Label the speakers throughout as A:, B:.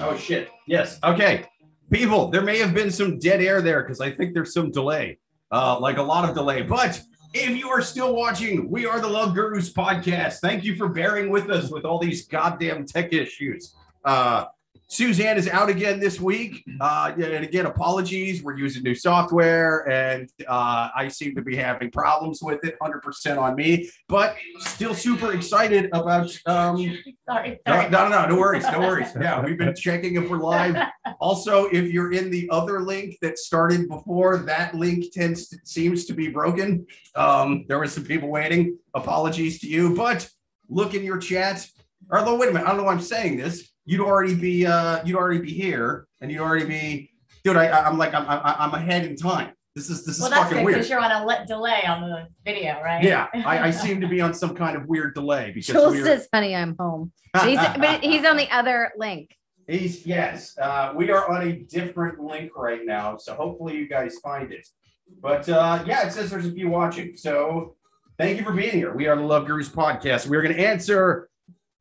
A: Oh shit. Yes. Okay. People, there may have been some dead air there because I think there's some delay, uh, like a lot of delay. But if you are still watching, we are the Love Gurus podcast. Thank you for bearing with us with all these goddamn tech issues. Uh, Suzanne is out again this week. Uh, and again, apologies. We're using new software and uh, I seem to be having problems with it 100% on me, but still super excited about um,
B: Sorry,
A: no,
B: sorry.
A: no, no, no worries, no worries. Yeah, we've been checking if we're live. Also, if you're in the other link that started before, that link tends to, seems to be broken. Um, there were some people waiting. Apologies to you, but look in your chat. Although, wait a minute, I don't know why I'm saying this. You'd already be, uh, you'd already be here, and you'd already be, dude. I, I'm like, I'm, I'm, I'm ahead in time. This is, this is
B: Well, that's
A: fucking
B: good
A: weird.
B: because you're on a le- delay on the video, right?
A: Yeah, I, I seem to be on some kind of weird delay because
C: Jules
A: we were-
C: says, "Honey, I'm home." But he's, but he's on the other link.
A: He's yes. Uh, we are on a different link right now, so hopefully you guys find it. But uh, yeah, it says there's a few watching. So thank you for being here. We are the Love Gurus podcast. We are going to answer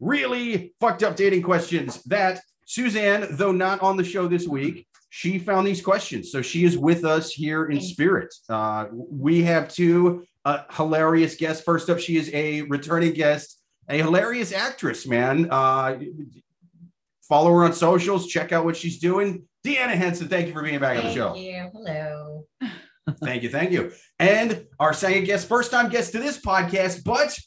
A: really fucked up dating questions that Suzanne, though not on the show this week, she found these questions, so she is with us here in spirit. Uh, we have two uh, hilarious guests. First up, she is a returning guest, a hilarious actress. Man, uh, follow her on socials, check out what she's doing. Deanna Henson, thank you for being back on the
B: Thank
A: show.
B: you. Hello.
A: Thank you, thank you. And our second guest, first time guest to this podcast, but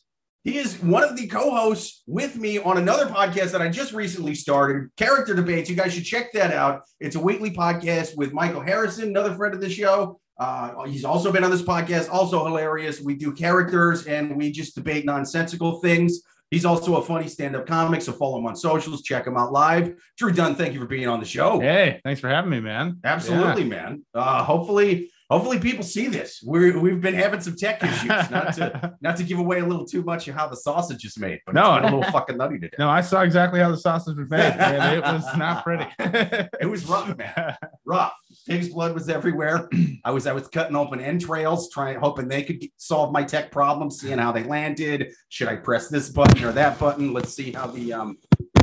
A: he is one of the co-hosts with me on another podcast that I just recently started, Character Debates. You guys should check that out. It's a weekly podcast with Michael Harrison, another friend of the show. Uh, he's also been on this podcast, also hilarious. We do characters and we just debate nonsensical things. He's also a funny stand-up comic, so follow him on socials, check him out live. Drew Dunn, thank you for being on the show.
D: Hey, thanks for having me, man.
A: Absolutely, man. Uh, hopefully, hopefully people see this. We're, we've been having some tech issues. Not to not to give away a little too much of how the sausage is made, but
D: No.
A: it's been a little fucking nutty today.
D: no, I saw exactly how the sausage was made. Man. It was not pretty.
A: It was rough, man. Rough. Pig's blood was everywhere. I was I was cutting open entrails, trying hoping they could solve my tech problem, seeing how they landed. Should I press this button or that button? Let's see how the um.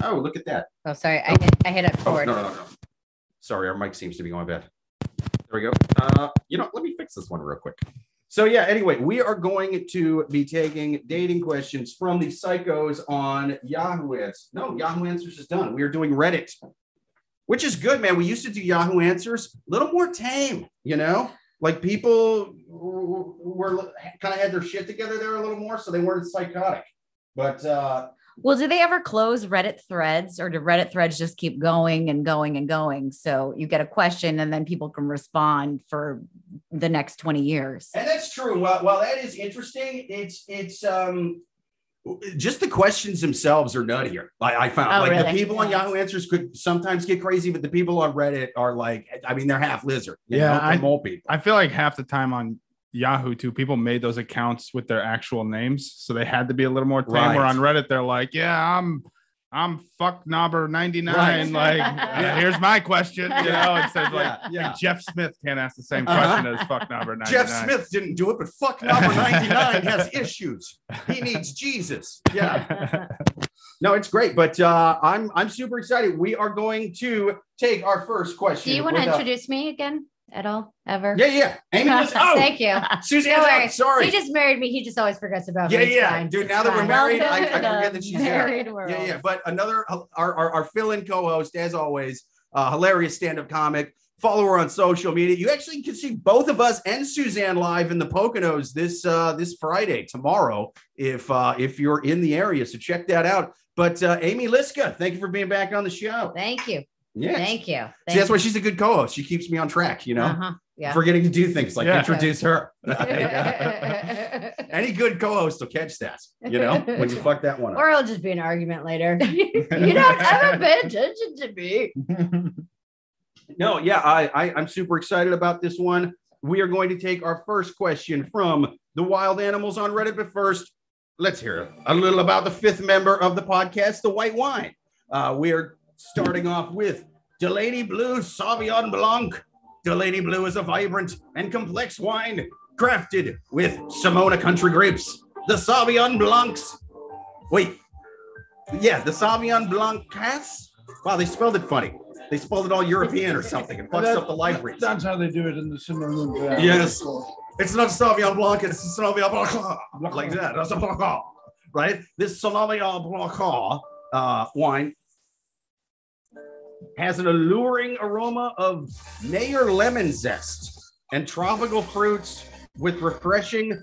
A: Oh, look at that.
C: Oh, sorry, I hit, I hit up
A: Oh, no,
C: forward.
A: no, no, no. Sorry, our mic seems to be going bad. There we go. Uh, you know, let me fix this one real quick. So yeah, anyway, we are going to be taking dating questions from the psychos on Yahoo Answers. No, Yahoo Answers is done. We are doing Reddit, which is good, man. We used to do Yahoo Answers, a little more tame, you know? Like people w- w- were kind of had their shit together there a little more, so they weren't psychotic. But uh,
E: Well, do they ever close Reddit threads or do Reddit threads just keep going and going and going? So you get a question and then people can respond for the next 20 years.
A: And that's true. While, while that is interesting, it's it's um just the questions themselves are nuttier. I, I found
E: Oh,
A: like the
E: really?
A: people on
B: Yeah.
A: Yahoo Answers could sometimes get crazy, but the people on Reddit are like, I mean, they're half lizard. you
D: Yeah,
A: know? They're
D: I-
A: mole people.
D: I feel like half the time on Yahoo, too, people made those accounts with their actual names, so they had to be a little more tame. Where
A: Right.
D: on Reddit, they're like, "Yeah, I'm, I'm fuck knobber ninety nine.
B: Right.
D: Like, uh,
B: Yeah.
D: here's my question. You know, it says like,
A: Yeah, yeah.
D: like, Jeff Smith can't ask the same
A: Uh-huh.
D: question as fuck knobber ninety nine.
A: Jeff Smith didn't do it, but fuck number 99 has issues. He needs Jesus. Yeah. No, it's great, but uh, I'm I'm super excited. We are going to take our first question.
C: Do you want to
A: with, uh,
C: introduce me again at all, ever?
A: Yeah, yeah. Amy was, oh,
C: Thank you.
A: Suzanne,
C: Don't worry.
A: sorry.
C: He just married me. He just always forgets about
A: Yeah,
C: me. It's
A: yeah,
C: fine.
A: dude.
C: It's
A: Now that we're
C: fine.
A: married, I, I
E: Welcome to
A: forget
E: the
A: that she's there.
E: married world.
A: Yeah, yeah. But another our our, our fill-in co-host, as always, uh, hilarious stand-up comic. Follow her on social media. You actually can see both of us and Suzanne live in the Poconos this uh, this Friday, tomorrow, if uh, if you're in the area. So check that out. But uh, Amy Liska, thank you for being back on the show.
C: Thank you.
A: Yeah,
C: Thank you. Thank
A: See, that's why she's a good co-host. She keeps me on track. You know,
C: Uh-huh. Yeah.
A: forgetting to do things like
D: Yeah.
A: introduce her.
E: Uh-huh.
A: Any good co-host will catch that. You know, when you fuck that one up.
C: or it'll just be an argument later. you don't ever pay attention to me.
A: No, yeah, I, I I'm super excited about this one. We are going to take our first question from the wild animals on Reddit, but first, let's hear a little about the fifth member of the podcast, the white wine. Uh, we are starting off with Delaney Blue Sauvignon Blanc. Delaney Blue is a vibrant and complex wine crafted with Simona country grapes. The Sauvignon Blancs. Wait, yeah, the Sauvignon Blanc Cas Wow, they spelled it funny. They spelled it all European or something and fucks up the library.
F: That's how they do it in the Cimarron.
A: Yes. It's not Sauvignon Blanc, it's Sauvignon Blanc. Like that. That's a Blanc. Right? This Sauvignon Blanc uh, wine has an alluring aroma of Mayer lemon zest and tropical fruits with refreshing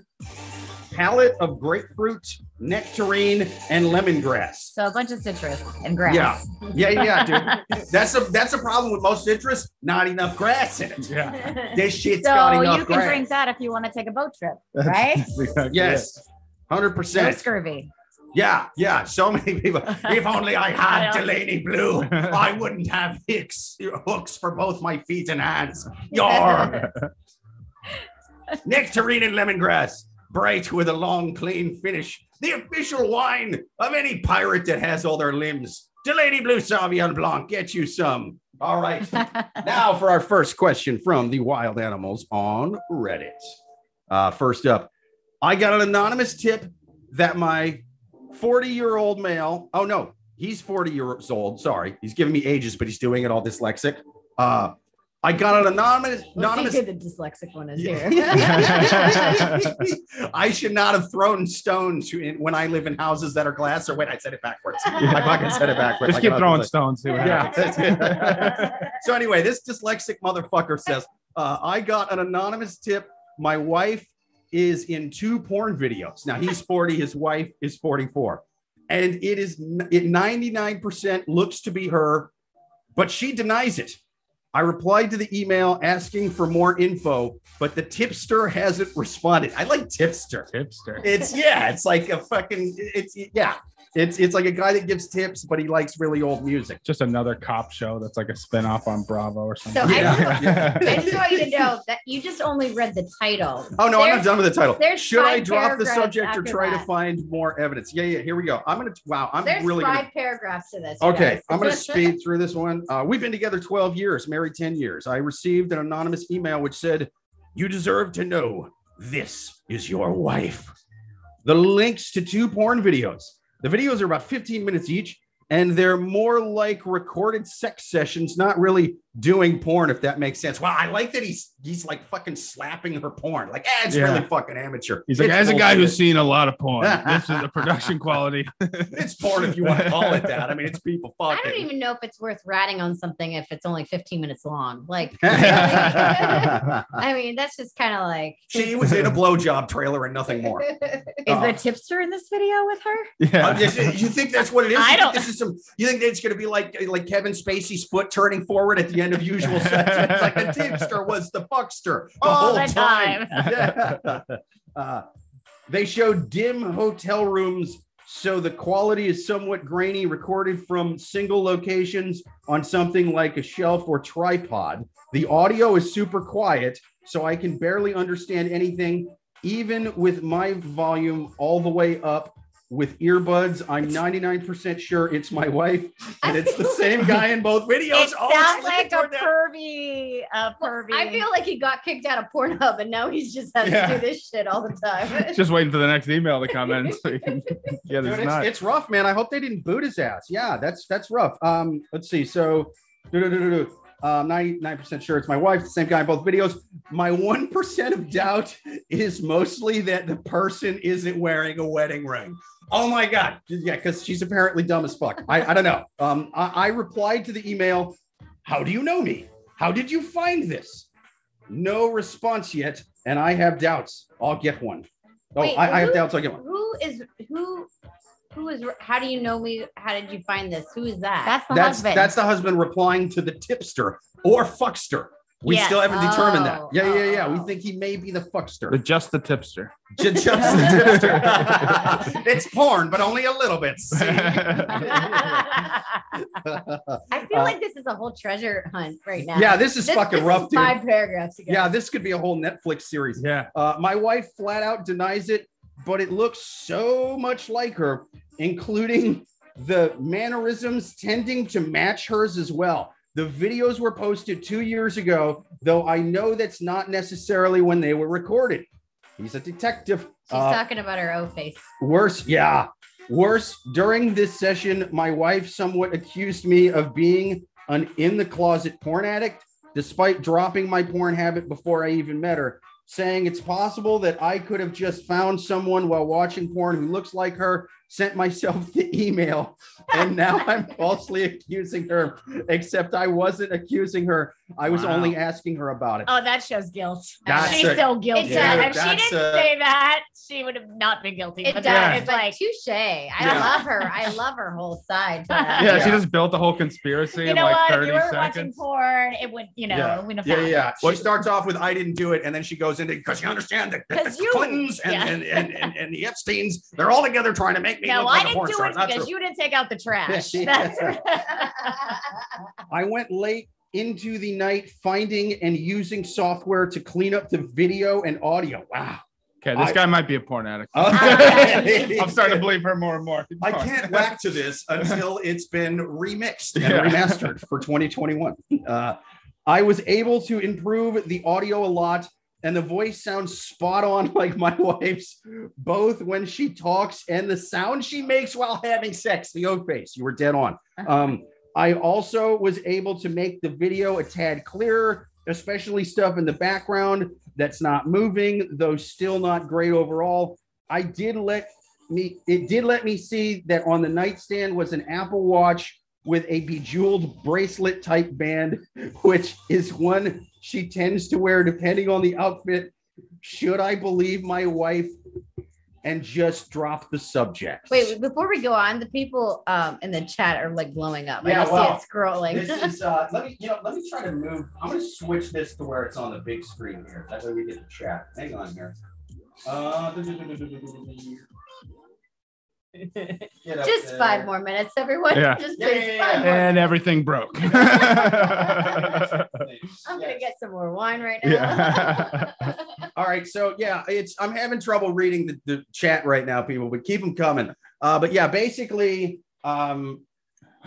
A: palette of grapefruit, nectarine, and lemongrass.
E: So a bunch of citrus and grass.
A: Yeah. Yeah, yeah, dude. that's a that's a problem with most citrus. Not enough grass in it.
D: Yeah.
A: This shit's
E: So
A: got
E: you
A: enough
E: can
A: grass.
E: drink that if you want to take a boat trip, right?
A: Yes, hundred
E: no
A: percent.
E: scurvy.
A: Yeah, yeah. So many people. If only I had Delaney Blue, I wouldn't have hicks hooks for both my feet and hands. Yar. Nectarine and lemongrass, bright with a long, clean finish. The official wine of any pirate that has all their limbs. Delaney Blue Sauvignon Blanc, get you some. All right. now for our first question from the wild animals on Reddit. Uh, first up, I got an anonymous tip that my 40 year old male, oh no, he's 40 years old. Sorry, he's giving me ages, but he's doing it all dyslexic. Uh, I got an anonymous,
C: Let's
A: anonymous
C: see who the dyslexic one is
A: Yeah.
C: here.
A: I should not have thrown stones in- when I live in houses that are glass. Or wait, I said it backwards. I fucking said it backwards.
D: Just
A: Like
D: keep
A: another
D: throwing
A: thing.
D: stones. See what
A: Yeah,
D: happens.
A: that's it. so anyway, this dyslexic motherfucker says, uh, I got an anonymous tip. My wife is in two porn videos. Now he's 40, his wife is 44. And it is n- it 99% looks to be her, but she denies it. I replied to the email asking for more info, but the tipster hasn't responded. I like tipster.
D: Tipster.
A: It's yeah, it's like a fucking it's yeah. It's it's like a guy that gives tips, but he likes really old music.
D: Just another cop show that's like a spin off on Bravo or something.
C: So I-
D: Yeah.
C: I just want you to know that you just only read the title.
A: Oh no, I'm not
C: There's-
A: done with the title.
C: there's
A: Should I
C: five
A: drop the
C: paragraphs
A: subject or
C: after
A: try to
C: that.
A: find more evidence? Yeah, yeah. Here we go. I'm gonna. Wow, I'm
C: There's
A: really.
C: five
A: Gonna,
C: paragraphs to this.
A: okay,
C: guys.
A: I'm gonna speed through this one. Uh, we've been together 12 years, married 10 years. I received an anonymous email which said, "You deserve to know. This is your wife." The links to two porn videos. The videos are about 15 minutes each, and they're more like recorded sex sessions, not really doing porn, if that makes sense. Wow, I like that he's he's like fucking slapping her porn. Like, eh, it's
D: Yeah.
A: really fucking amateur.
D: He's like,
A: It's
D: as a guy
A: bullshit.
D: who's seen a lot of porn, this is the production quality.
A: it's porn if you want to call it that. I mean, it's people
C: I don't
A: fucking.
C: even know if it's worth ratting on something if it's only 15 minutes long. Like, really?
A: she
C: I mean, that's just kind of like.
A: was in a blowjob trailer and nothing more.
E: Is
A: Uh,
E: the tipster in this video with her?
A: I'm
D: Yeah.
A: just- you think that's what it is? You
E: I
A: think
E: don't-
A: This is some. You think that it's going to be like like Kevin Spacey's foot turning forward at the end of Usual Sex? It's like the tipster was the fuckster the
E: All
A: whole
E: the time.
A: time. Yeah. Uh, they show dim hotel rooms, so the quality is somewhat grainy, recorded from single locations on something like a shelf or tripod. The audio is super quiet, so I can barely understand anything, even with my volume all the way up. With earbuds, I'm 99% sure it's my wife, and it's the same guy in both videos.
E: It
A: Oh,
E: sounds
A: she's looking
E: like
A: toward
E: a
A: that-
E: pervy, a pervy.
C: I feel like he got kicked out of Pornhub and now he just has
D: Yeah.
C: to do this shit all the time.
D: Just waiting for the next email to come in. So you can get
A: Dude,
D: his
A: it's,
D: nut.
A: it's rough, man. I hope they didn't boot his ass. Yeah, that's that's rough. Um, let's see. So, ninety-nine Um, percent sure it's my wife. The same guy in both videos. My one percent of doubt is mostly that the person isn't wearing a wedding ring. Oh my god. Yeah, because she's apparently dumb as fuck. I, I don't know. Um, I, I replied to the email. How do you know me? How did you find this? No response yet, and I have doubts. I'll get one. Oh,
C: Wait,
A: I, I have
C: who-
A: doubts. I'll get one.
C: who is who? Who is? How do you know me? How did you find this? Who is that?
E: that's the
A: that's
E: husband.
A: that's the husband replying to the tipster or fuckster. We
E: Yes.
A: still haven't determined that.
C: Oh,
A: Yeah, yeah, yeah.
C: oh,
A: We
C: oh.
A: think he may be the
D: The
A: fuckster.
D: just the tipster.
A: Ju- Just the tipster. it's porn, but only a little bit. see?
C: I feel
A: Uh,
C: like this is a whole treasure hunt right now.
A: yeah, this is
C: This-
A: fucking
C: this
A: rough, dude.
C: Five paragraphs. Ago.
A: Yeah, this could be a whole Netflix series.
D: yeah.
A: Uh, my wife flat out denies it, but it looks so much like her, including the mannerisms tending to match hers as well. The videos were posted two years ago, though I know that's not necessarily when they were recorded. He's a detective.
C: she's
A: Uh,
C: talking about her O face.
A: worse, yeah. Worse, during this session, my wife somewhat accused me of being an in the closet porn addict, despite dropping my porn habit before I even met her, saying it's possible that I could have just found someone while watching porn who looks like her, sent myself the email, and now I'm falsely accusing her, except I wasn't accusing her. I was
D: Wow.
A: only asking her about it.
B: Oh, that shows guilt.
A: That's
B: She's
A: a-
B: so guilty.
A: It's a-
B: if she
A: that's
B: didn't
A: a-
B: say that, she would have not been guilty.
E: It
B: but
E: does.
B: that
D: Yeah.
B: is
E: It's like
B: like,
E: touche. I
A: Yeah.
E: love her. I love her whole side. but- uh,
B: Yeah.
D: Yeah,
A: Yeah.
D: she just built the whole conspiracy
B: you
D: in
B: know
D: like
B: what? If
D: 30
B: you were watching
D: seconds.
B: porn, it would, you know,
A: Yeah.
B: it wouldn't
A: Yeah,
B: have
A: yeah.
B: happened.
A: yeah. She starts off with "I didn't do it," and then she goes into because you understand that the,
E: 'Cause you-
A: Clintons and,
B: yeah.
A: and, and, and and the Epstein's they're all together trying to make me look
B: No, I
A: like a
B: didn't
A: porn
B: do
A: star.
B: it
A: It's not
B: because
A: true.
B: you didn't take out the trash.
A: Yeah.
B: That's
A: I went late into the night finding and using software to clean up the video and audio. Wow.
D: Okay, this
A: I-
D: guy might be a porn addict. I'm
A: I'm
D: starting to believe her more and more.
A: I can't whack to this until it's been remixed and
D: Yeah.
A: remastered for 2021. Uh, I was able to improve the audio a lot, and the voice sounds spot on like my wife's, both when she talks and the sound she makes while having sex. The O face, you were dead on. Um, I also was able to make the video a tad clearer, especially stuff in the background that's not moving, though still not great overall. I did let me it did let me see that on the nightstand was an Apple Watch with a bejeweled bracelet type band, which is one she tends to wear depending on the outfit. Should I believe my wife and just drop the subject?
E: Wait, before we go on, the people um, in the chat are like blowing up.
A: Yeah,
E: I just
A: well,
E: see it scrolling.
A: this is uh let me you know let me try to move i'm gonna switch this to where it's on the big screen here that way we get the chat hang on here uh get up
E: Just
A: there.
E: five more minutes, everyone.
D: Yeah.
E: Just
A: Yeah,
E: please,
A: yeah,
E: five
A: yeah.
E: more.
D: And everything broke.
E: I'm
A: Yeah.
E: gonna get some more wine right now.
D: yeah.
A: All right, so yeah, it's I'm having trouble reading the, the chat right now, people, but keep them coming. Uh, but yeah, basically, um,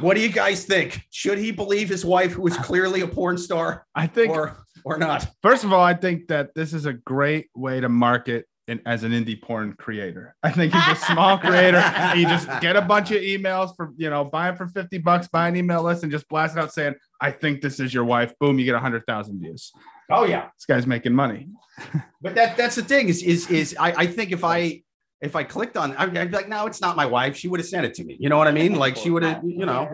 A: what do you guys think? Should he believe his wife, who is clearly a porn star,
D: I think
A: or or not?
D: First of all, I think that this is a great way to market in, as an indie porn creator. I think he's a small creator. and you just get a bunch of emails for, you know, buy it for 50 bucks, buy an email list and just blast it out saying, I think this is your wife. Boom, you get 100,000 views.
A: Oh yeah,
D: This guy's making money.
A: But that that's the thing is is is I, I think if I if I clicked on I'd I'd be like no it's not my wife she would have sent it to me you know what I mean like she would have you know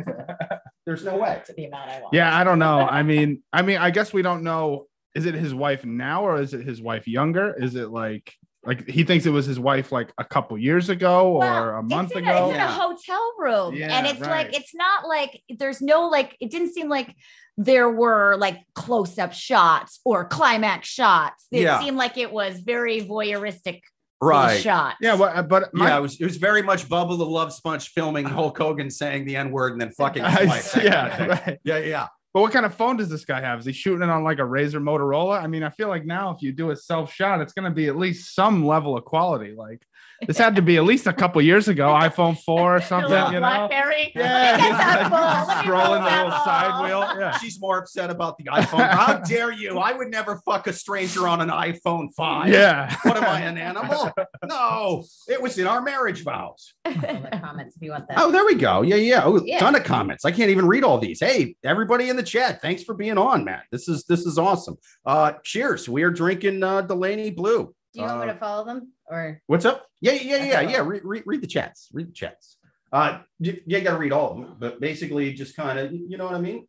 A: there's no way
B: the amount I want.
D: Yeah, I don't know. I mean, I mean, I guess we don't know. Is it his wife now or is it his wife younger? Is it like like he thinks it was his wife like a couple years ago or
E: Well,
D: a month
E: it's in
D: ago?
E: A, it's in
A: Yeah.
E: a hotel room,
D: Yeah,
E: and it's
D: right.
E: like it's not like there's no like it didn't seem like there were like close up shots or climax shots. It
A: Yeah.
E: seemed like it was very voyeuristic shots.
D: yeah, well, but my,
A: yeah it was it was very much Bubble the Love Sponge filming Hulk Hogan saying the N word and then fucking his
D: I,
A: wife
D: yeah, right.
A: yeah yeah
D: But what kind of phone does this guy have? Is he shooting it on like a Razor Motorola? I mean, I feel like now if you do a self shot, it's going to be at least some level of quality. Like this had to be at least a couple years ago, iPhone four or
B: The
D: something.
B: little
D: You know?
B: Blackberry.
D: Yeah,
B: Look at that ball. Let me roll
D: scrolling the
B: that
D: little
B: ball.
D: side wheel. Yeah.
A: she's more upset about the iPhone how dare you I would never fuck a stranger on an iPhone five
D: Yeah.
A: what am I an animal no it was in our marriage vows
B: All the comments if you want that.
A: Oh, there we go. Yeah, yeah. Oh,
E: Yeah.
A: ton of comments. I can't even read all these. Hey, everybody in the chat, thanks for being on, Matt. This is this is awesome. Uh, cheers. We are drinking uh, Delaney Blue.
E: Do you want me
A: Uh,
E: to follow them or?
A: What's up? Yeah, yeah, yeah, yeah. yeah. Read, read, read the chats. Read the chats. Uh, you, you got to read all of them, but basically just kind of, you know what I mean?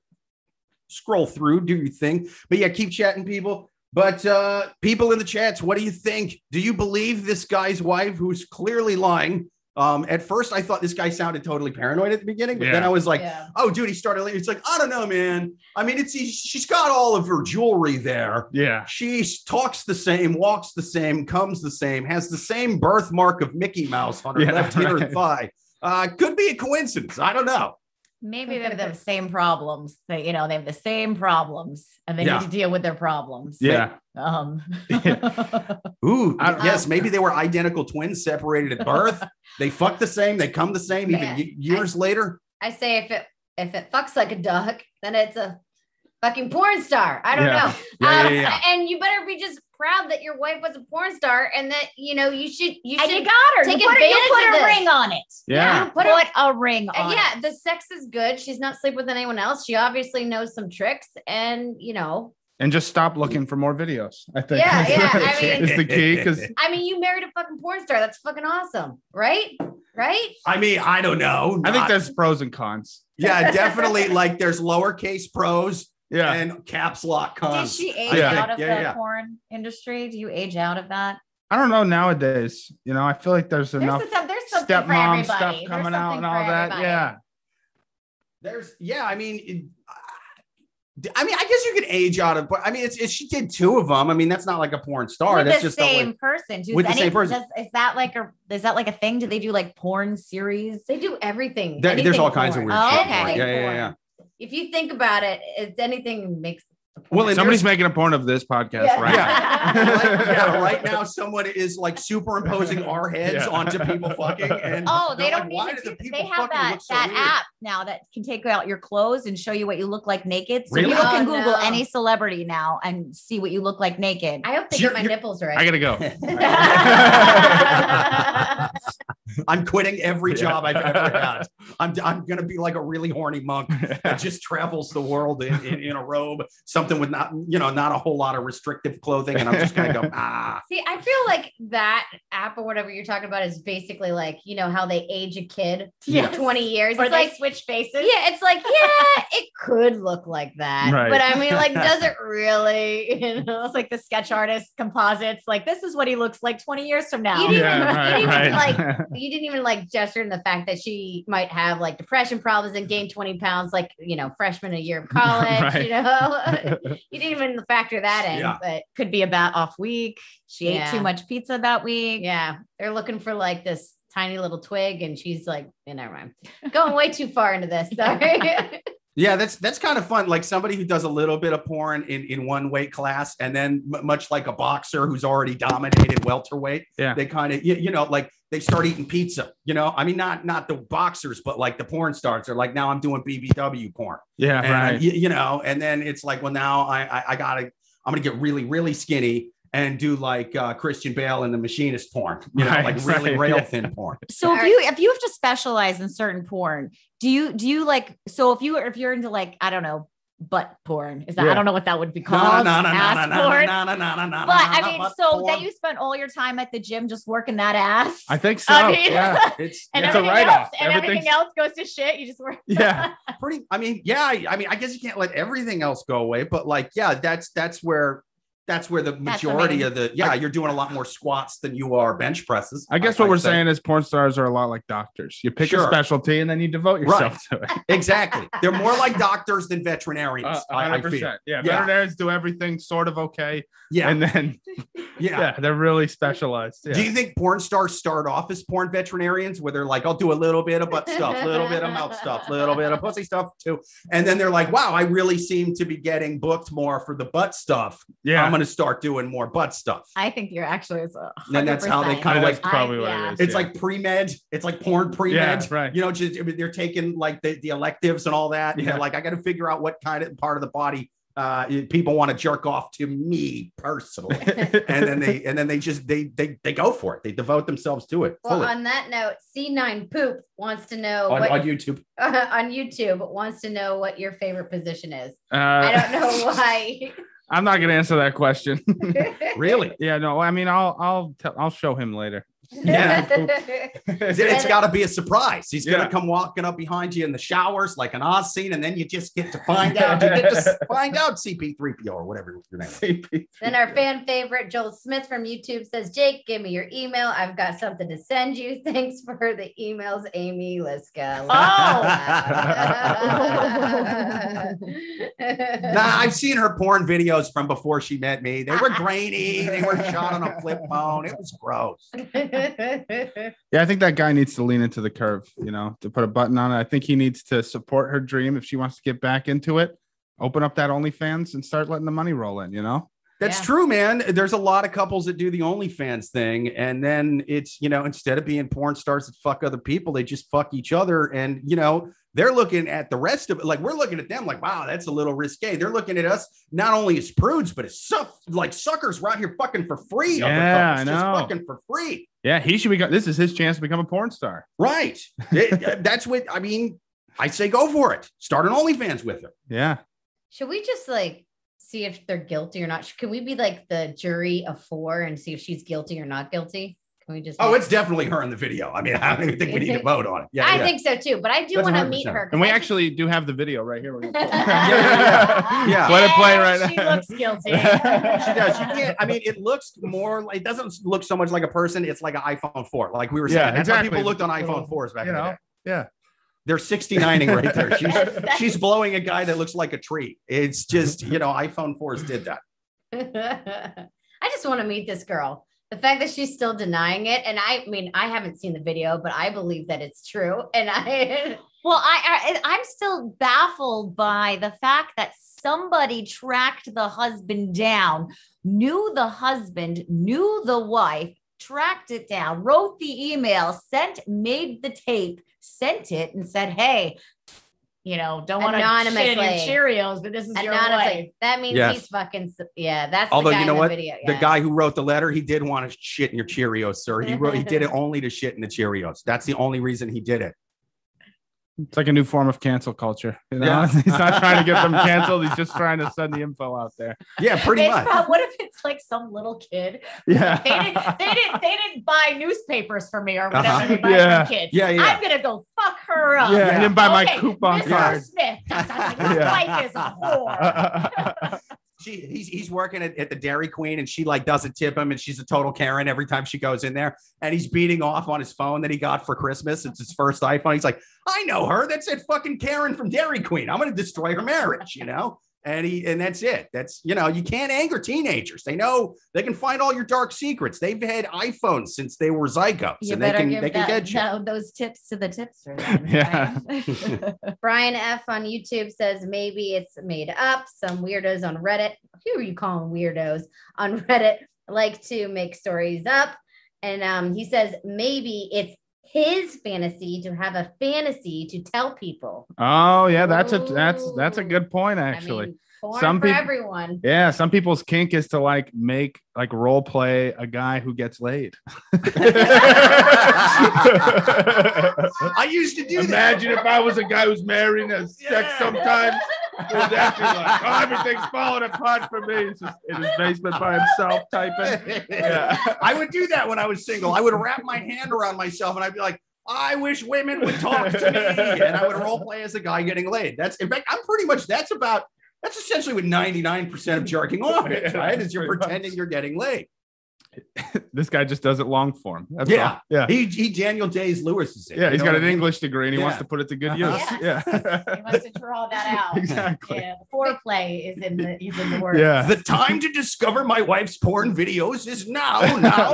A: Scroll through, do your thing. But yeah, keep chatting, people. But uh, people in the chats, what do you think? Do you believe this guy's wife, who's clearly lying? Um, at first, I thought this guy sounded totally paranoid at the beginning, but then I
D: Yeah.
A: was like,
B: yeah.
A: oh, dude, he started. It's like, I don't know, man. I mean, it's she's got all of her jewelry there.
D: Yeah.
A: She talks the same, walks the same, comes the same, has the same birthmark of Mickey Mouse on her
D: Yeah,
A: left inner
D: right.
A: thigh. Uh, could be a coincidence. I don't know.
E: Maybe they have the same problems. They, you know, they have the same problems, and they
A: Yeah.
E: need to deal with their problems.
D: Yeah.
E: Um,
A: Ooh,
D: I don't-
A: yes, maybe they were identical twins separated at birth. they fuck the same. They come the same even
E: Yeah.
A: y- years later.
E: I say if it if it fucks like a duck, then it's a
C: fucking porn star. I don't
D: Yeah.
C: know.
D: Yeah,
C: Um,
D: yeah, yeah.
C: And you better be just proud that your wife was a porn star and that you know you should you
B: And
C: should
B: you got her.
C: take
B: you put, her- you
C: advantage
B: put
C: of
B: a
C: this.
B: ring on it.
D: Yeah.
C: You
B: Put,
C: put her-
B: a ring on
C: and
B: it.
C: yeah, the sex is good. She's not sleeping with anyone else. She obviously knows some tricks, and you know,
D: And just stop looking for more videos. I think
C: Yeah, yeah, I mean-
D: it's the key because
C: I mean, you married a fucking porn star. That's fucking awesome, right? Right?
A: I mean, I don't know.
D: I think
A: Not-
D: there's pros and cons.
A: yeah, definitely. Like there's lowercase pros
D: Yeah.
A: and caps lock
E: Did
A: cons.
E: she age
A: I think-
E: out of
A: yeah,
E: the
A: yeah.
E: porn industry? Do you age out of that?
D: I don't know nowadays. You know, I feel like there's
B: There's,
D: enough
B: some- there's something for
D: stepmom
B: everybody.
D: stuff
B: There's
D: coming out
B: something
D: and
B: for
D: all that.
B: everybody.
D: Yeah.
A: There's yeah. I mean. It, I- I mean, I guess you could age out of, but I mean, it's, it's she did two of them. I mean, that's not like a porn star.
E: with
A: that's
E: the
A: just not
E: same
A: like-
E: person. Does
A: With the
E: any-
A: same person.
E: does- is that like a is that like a thing? Do they do like porn series?
C: They do everything.
A: there- there's
C: anything
A: all kinds of
C: porn.
A: weird
E: Oh,
A: shit.
E: okay.
A: Like, yeah, yeah, yeah.
C: If you think about it, it's anything makes.
A: Well, and
D: Somebody's making a porn of this podcast right now.
A: Like, yeah, right now someone is like superimposing our heads
D: Yeah.
A: onto people fucking. And
E: Oh, they
A: they're
E: don't
A: like, why
E: need
A: do
E: to. Do,
A: the people
E: they have
A: fucking
E: that
A: look so
E: that
A: weird?
E: app now that can take out your clothes and show you what you look like naked. So
A: Really?
E: people can
C: Oh,
E: Google
C: no.
E: any celebrity now and see what you look like naked.
C: I hope they
A: You're-
C: get my
A: you're-
C: nipples right.
D: I gotta go.
A: I'm quitting every
D: Yeah.
A: job I've ever had. I'm, I'm going to be like a really horny monk that just travels the world in, in, in a robe, something with not, you know, not a whole lot of restrictive clothing. And I'm just going to go, ah.
C: See, I feel like that app or whatever you're talking about is basically like, you know, how they age a kid
A: Yeah.
C: for 20 years.
B: Or
C: it's
B: they
C: like,
B: switch faces.
C: yeah, it's like, yeah, it could look like that.
D: Right.
C: But I mean, like, does it really? You know,
B: It's like the sketch artist composites. Like this is what he looks like 20 years from now.
C: You didn't-
D: Yeah,
C: you
D: right,
C: didn't
D: right.
C: you didn't even like gesture in the fact that she might have like depression problems and gained 20 pounds, like, you know, freshman a year of college,
D: Right.
C: you know, you didn't even factor that in.
A: Yeah.
C: But
B: Could be a bat off week.
E: she ate
C: Yeah.
E: too much pizza that week.
C: yeah, they're looking for like this tiny little twig. And she's like, yeah, never mind. Going way too far into this. Sorry.
A: Yeah, that's that's kind of fun. Like somebody who does a little bit of porn in, in one weight class, and then m- much like a boxer who's already dominated welterweight,
D: Yeah.
A: they kind of you, you know like they start eating pizza. You know, I mean not not the boxers, but like the porn stars are like now I'm doing BBW porn,
D: Yeah,
A: and
D: right.
A: you, you know, and then it's like well now I I, I gotta I'm gonna get really really skinny and do like uh, Christian Bale and the Machinist porn, you know,
D: Right,
A: like really
D: right,
A: rail
D: yeah.
A: thin porn.
E: So if
C: Alright.
E: you if you have to specialize in certain porn, do you do you like so if you if you're into like I don't know butt porn is that
D: Yeah.
E: I don't know what that would be
A: No,
E: called
A: no, no, no, no,
E: ass
A: no,
E: porn.
A: no, no, no, no, no,
E: But I
A: no,
E: mean,
A: but
E: so
A: porn.
E: then you spent all your time at the gym just working that ass.
D: I
C: Uh,
D: think so.
E: I mean-
D: yeah.
A: it's
B: And
A: yeah.
D: It's a
B: everything
D: write-off.
B: else. And everything
D: Everything's-
B: else goes to shit. You just work.
D: Yeah.
A: pretty i mean yeah I, I mean i guess you can't let everything else go away but like yeah that's that's where that's where the
E: That's
A: majority
E: amazing.
A: of the yeah you're doing a lot more squats than you are bench presses
D: I guess
A: I'd
D: what we're
A: say.
D: saying is porn stars are a lot like doctors. You pick
A: Sure.
D: a specialty and then you devote yourself to it.
A: exactly they're more like doctors than veterinarians
D: Uh,
A: I, I feel.
D: 100%. Yeah,
A: Yeah.
D: veterinarians do everything sort of okay,
A: yeah
D: and then yeah.
A: yeah,
D: they're really specialized. Yeah.
A: Do you think porn stars start off as porn veterinarians where they're like, I'll do a little bit of butt stuff, a little bit of mouth stuff, a little bit of pussy stuff too? And then they're like, wow, I really seem to be getting booked more for the butt stuff.
D: yeah,
A: I'm going to start doing more butt stuff.
E: I think you're actually it's a
A: And that's how they
E: 100%.
A: kind of like
D: that's probably what
B: yeah.
D: it is.
A: It's
D: yeah.
A: like pre med. It's like porn pre
D: yeah,
A: med.
D: right.
A: You know, just I mean, they're taking like the, the electives and all that. And
D: Yeah.
A: they're like, I got to figure out what kind of part of the body uh, people want to jerk off to me personally. and then they and then they just they they they go for it. They devote themselves to it
C: Well,
A: fully
C: on that note, C9 Poop wants to know
A: on,
C: what
A: on YouTube.
C: on YouTube wants to know what your favorite position is.
D: Uh,
C: I don't know why.
D: I'm not gonna answer that question.
A: Really?
D: yeah, no. I mean, I'll I'll tell, I'll show him later.
A: Yeah. It- It's got to be a surprise. He's
D: Yeah.
A: gonna come walking up behind you in the showers like an Oz scene, and then you just get to find out. You get to find out CP3PO or whatever your name. Is.
C: then our fan favorite Joel Smith from YouTube says, "Jake, give me your email. I've got something to send you. Thanks for the emails, Amy Liska."
D: Oh.
A: Nah, I've seen her porn videos from before she met me. They were grainy. They were shot on a flip phone. It was gross.
D: Yeah, I think that guy needs to lean into the curve, you know, to put a button on it. I think he needs to support her dream if she wants to get back into it. Open up that OnlyFans and start letting the money roll in, you know?
A: That's
C: Yeah.
A: true, man. There's a lot of couples that do the OnlyFans thing, and then it's you know instead of being porn stars that fuck other people, they just fuck each other, and you know They're looking at the rest of it. Like we're looking at them like, wow, that's a little risque. They're looking at us not only as prudes, but as suff- like suckers. We're out here fucking for free.
D: Yeah,
A: uppercuts,
D: I
A: Just
D: know.
A: fucking for free.
D: Yeah, he should become. This is his chance to become a porn star.
A: Right. It- that's what I mean. I say go for it. Start an OnlyFans with her.
D: Yeah,
C: Should we just like see if they're guilty or not? Can we be like the jury of four and see if she's guilty or not guilty? Can we just?
A: Oh, it's definitely her in the video. I mean, I don't even think we need to vote on it. Yeah,
C: I
A: yeah.
C: think so too, but I do
A: That's
C: want to meet her. 'cause
D: and we
C: I just-
D: actually do have the video right here. We're gonna pull it.
A: yeah, yeah.
D: Let it play right
B: She
D: now.
B: looks guilty.
A: She does. You can't. I mean, it looks more. It doesn't look so much like a person. It's like an iPhone four. Like we were saying,
D: Yeah,
A: that's how
D: exactly.
A: people looked on
D: Little,
A: iPhone fours back
D: you
A: in the
D: know,
A: day.
D: yeah.
A: they're 69ing right there. She's,
B: That's-
A: she's blowing a guy that looks like a tree. It's
D: Mm-hmm.
A: just you know, iPhone fours did that.
C: I just want to meet this girl. The fact that she's still denying it, and I mean, I haven't seen the video, but I believe that it's true. And I,
B: Well, I, I I'm still baffled by the fact that somebody tracked the husband down, knew the husband, knew the wife, tracked it down, wrote the email, sent, made the tape, sent it, and said, "Hey, you know, don't want to shit in your
C: Anonymously.
B: Cheerios, but this is your wife."
C: anonymously, that means
A: Yes.
C: he's fucking. s- Yeah, that's
A: Although,
C: the guy
A: you know
C: in the
A: what?
C: video.
A: The
C: yeah.
A: guy who wrote the letter, he did want to shit in your Cheerios, sir. He wrote, he did it only to shit in the Cheerios. That's the only reason he did it.
D: It's like a new form of cancel culture. You know,
A: Yeah.
D: he's not trying to get them canceled. He's just trying to send the info out there.
A: Yeah, pretty
B: It's
A: much.
B: prob- what if it's like some little kid? They didn't,
D: Yeah.
B: they didn't, they didn't buy newspapers for me or whatever
A: Uh-huh.
B: they buy
D: Yeah.
B: for kids.
A: Yeah, yeah.
B: I'm gonna go fuck her
D: Yeah,
B: up.
D: he didn't buy my coupon
B: Mr.
D: card.
B: Smith, dot, dot, dot, your
D: Yeah.
B: wife is a whore.
A: she he's, he's working at, at the Dairy Queen and she like doesn't tip him and she's a total Karen every time she goes in there and he's beating off on his phone that he got for Christmas. It's his first iPhone. He's like, I know her. That's it fucking Karen from Dairy Queen. I'm gonna destroy her marriage, you know? And he and that's it. That's you know, you can't anger teenagers. They know they can find all your dark secrets. They've had iPhones since they were zygotes,
E: You
A: and they
E: better
A: can
E: give
A: they can
E: that,
A: get you.
E: tho- those tips to the tipster. then,
D: Yeah.
E: right?
C: Brian F on YouTube says maybe it's made up. Some weirdos on Reddit, who are you calling weirdos on Reddit, like to make stories up. And um, he says maybe it's his fantasy to have a fantasy to tell people.
D: oh yeah, that's a that's that's a good point actually.
C: I mean, porn
D: some
C: for
D: peop-
C: everyone.
D: yeah, some people's kink is to like make like role play a guy who gets laid.
A: I used to do that.
D: Imagine if I was a guy who's married and has sex
A: Yeah.
D: sometimes. and that's just like, oh, everything's falling apart for me. He's just in his basement by himself typing. Yeah.
A: I would do that when I was single. I would wrap my hand around myself and I'd be like, I wish women would talk to me. And I would role play as a guy getting laid. That's in fact, I'm pretty much that's about that's essentially what 99% of jerking off is, right? Is you're
D: Pretty much.
A: pretending you're getting laid.
D: This guy just does it long form. That's
A: Yeah.
D: all. Yeah.
A: He he Daniel Days Lewis is it.
D: Yeah,
A: he's
D: he's got an English degree and he wants
A: Yeah.
D: to put it to good use.
A: Uh-huh.
D: Yeah.
B: He wants to draw that out.
D: exactly.
B: Yeah, the foreplay is in the is in the word.
D: Yeah.
A: The time to discover my wife's porn videos is now, now, now.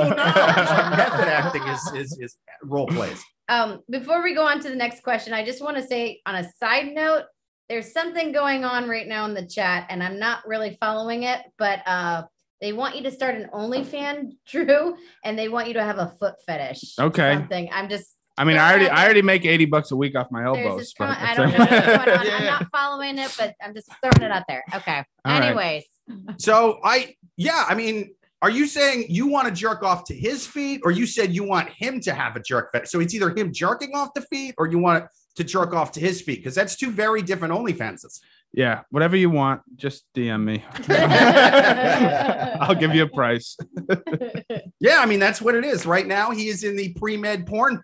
A: It's like method acting is is, is role plays.
C: Um, before we go on to the next question, I just want to say on a side note, there's something going on right now in the chat, and I'm not really following it, but uh, they want you to start an OnlyFans, Drew, and they want you to have a foot fetish.
D: Okay.
C: Something. I'm just
D: I mean, I already I already make 80 bucks a week off my
C: there's
D: elbows.
C: this comment.
D: but-
C: I don't know what's going on. I'm
A: Yeah.
C: not following it, but I'm just throwing it out there. Okay.
D: All right.
C: Anyways,
A: So I, yeah, I mean, are you saying you want to jerk off to his feet, or you said you want him to have a jerk fetish? So it's either him jerking off the feet, or you want to jerk off to his feet, because that's two very different OnlyFanses.
D: Yeah, whatever you want, just DM me. I'll give you a price.
A: Yeah, I mean that's what it is right now. He is in the pre med porn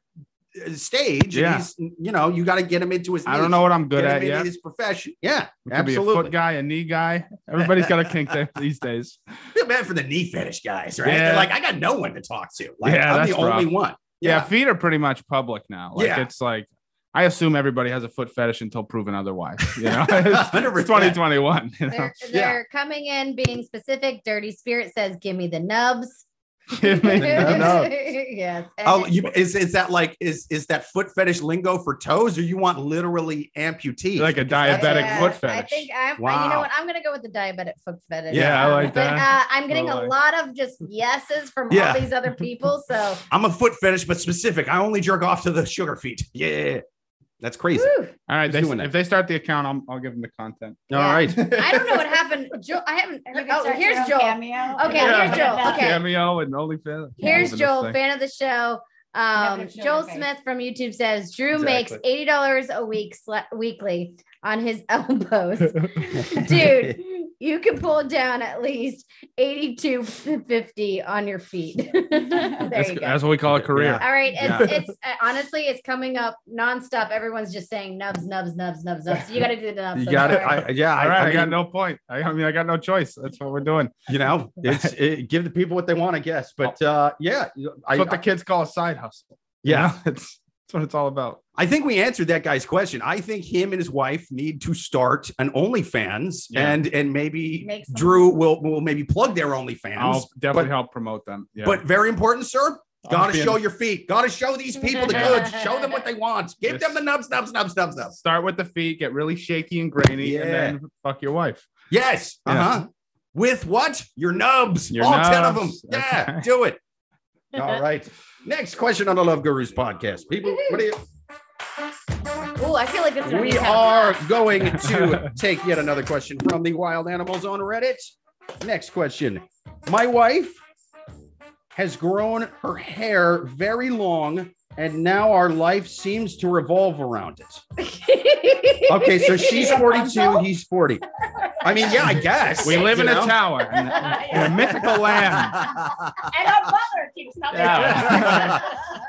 A: uh, stage. and
D: Yeah.
A: he's, you know, you got to get him into his.
D: I don't
A: niche,
D: know what I'm good
A: get him
D: at
A: into
D: yet.
A: his profession. Yeah,
D: I could be a
A: absolutely.
D: foot guy, a knee guy. Everybody's got a kink there these days.
A: Feel bad for the knee fetish guys, right? They're
D: Yeah.
A: like, I got no one to talk to. Like,
D: Yeah,
A: I'm the
D: that's rough.
A: only one.
D: Yeah. feet are pretty much public now. Like
A: Yeah.
D: it's like I assume everybody has a foot fetish until proven otherwise. You know, it's
A: 100%.
D: 2021. You know?
C: they're, they're coming in being specific. Dirty Spirit says, Give me the nubs.
D: Give me the nub.
C: yes.
A: Oh,
C: And-
A: you, is is that like is is that foot fetish lingo for toes, or you want literally amputees?
D: Like a
A: Because that's-
D: diabetic foot
C: I
D: fetish.
C: think I'm, I- you know
A: Wow.
C: what? I'm going to go with the diabetic foot fetish.
D: Yeah, I like
C: But uh,
D: that.
C: I'm getting a
D: Totally.
C: lot of just yeses from
A: Yeah.
C: all these other people. So
A: I'm a foot fetish, but specific. I only jerk off to the sugar feet. Yeah, That's crazy.
C: Whew.
D: All right,
A: Who's
D: they,
A: doing that?
D: if they start the account, I'm, I'll give them the content.
A: All right.
C: I don't know what happened. Joel, I haven't. Oh, here's Joel.
B: Cameo.
C: Okay,
D: Yeah.
C: here's Joel. Okay.
D: Cameo and OnlyFans.
C: Here's
D: Even a
C: Joel,
D: thing.
C: fan of the show.
B: Yeah,
C: Um,
B: but
C: Joel
B: okay.
C: Smith from YouTube says Drew
D: Exactly.
C: makes eighty dollars a week sla- weekly on his elbows. Dude, you can pull down at least eighty-two fifty on your feet. there
D: That's,
C: you go.
D: that's what we call a career.
C: All right, it's
D: Yeah.
C: it's uh, honestly it's coming up nonstop. Everyone's just saying nubs, nubs, nubs, nubs, nubs. You got to do the nubs.
A: You
C: I'm
A: got it.
C: sorry.
A: I, yeah.
D: All right, I,
A: I, I
D: got
A: mean,
D: no point. I, I mean, I got no choice. That's what we're doing.
A: you know, it's it, give the people what they want, I guess. But uh, yeah, I,
D: That's what the kids call a side hustle. you
A: yeah,
D: know? it's that's what it's all about.
A: I think we answered that guy's question. I think him and his wife need to start an OnlyFans,
D: Yeah.
A: and and maybe
C: Make some-
A: Drew will will maybe plug their OnlyFans.
D: I'll definitely
A: but-
D: help promote them. Yeah.
A: But very important, sir.
D: I'll
A: Got to
D: be in-
A: show your feet. Got to show these people the goods. Show them what they want. Give
D: Yes.
A: them the nubs, nubs, nubs, nubs, nubs.
D: start with the feet, get really shaky and grainy,
A: Yeah.
D: and then fuck your wife.
A: Yes.
D: Yeah.
A: Uh huh. With what? Your nubs.
D: Your
A: All 10 of them.
D: nubs.
A: Yeah.
D: Okay.
A: Do it. All right. Next question on the Love Gurus podcast. People, what do you?
C: Ooh, I feel like this is gonna be
A: We
C: tough.
A: are going to take yet another question from the wild animals on Reddit. Next question. My wife has grown her hair very long, and now our life seems to revolve around it. Okay, so she's 42, he's 40. I mean, yeah, I guess.
D: We live
A: you
D: in
A: know?
D: a tower, in a- in a mythical land.
B: And our mother keeps coming.
D: Yeah.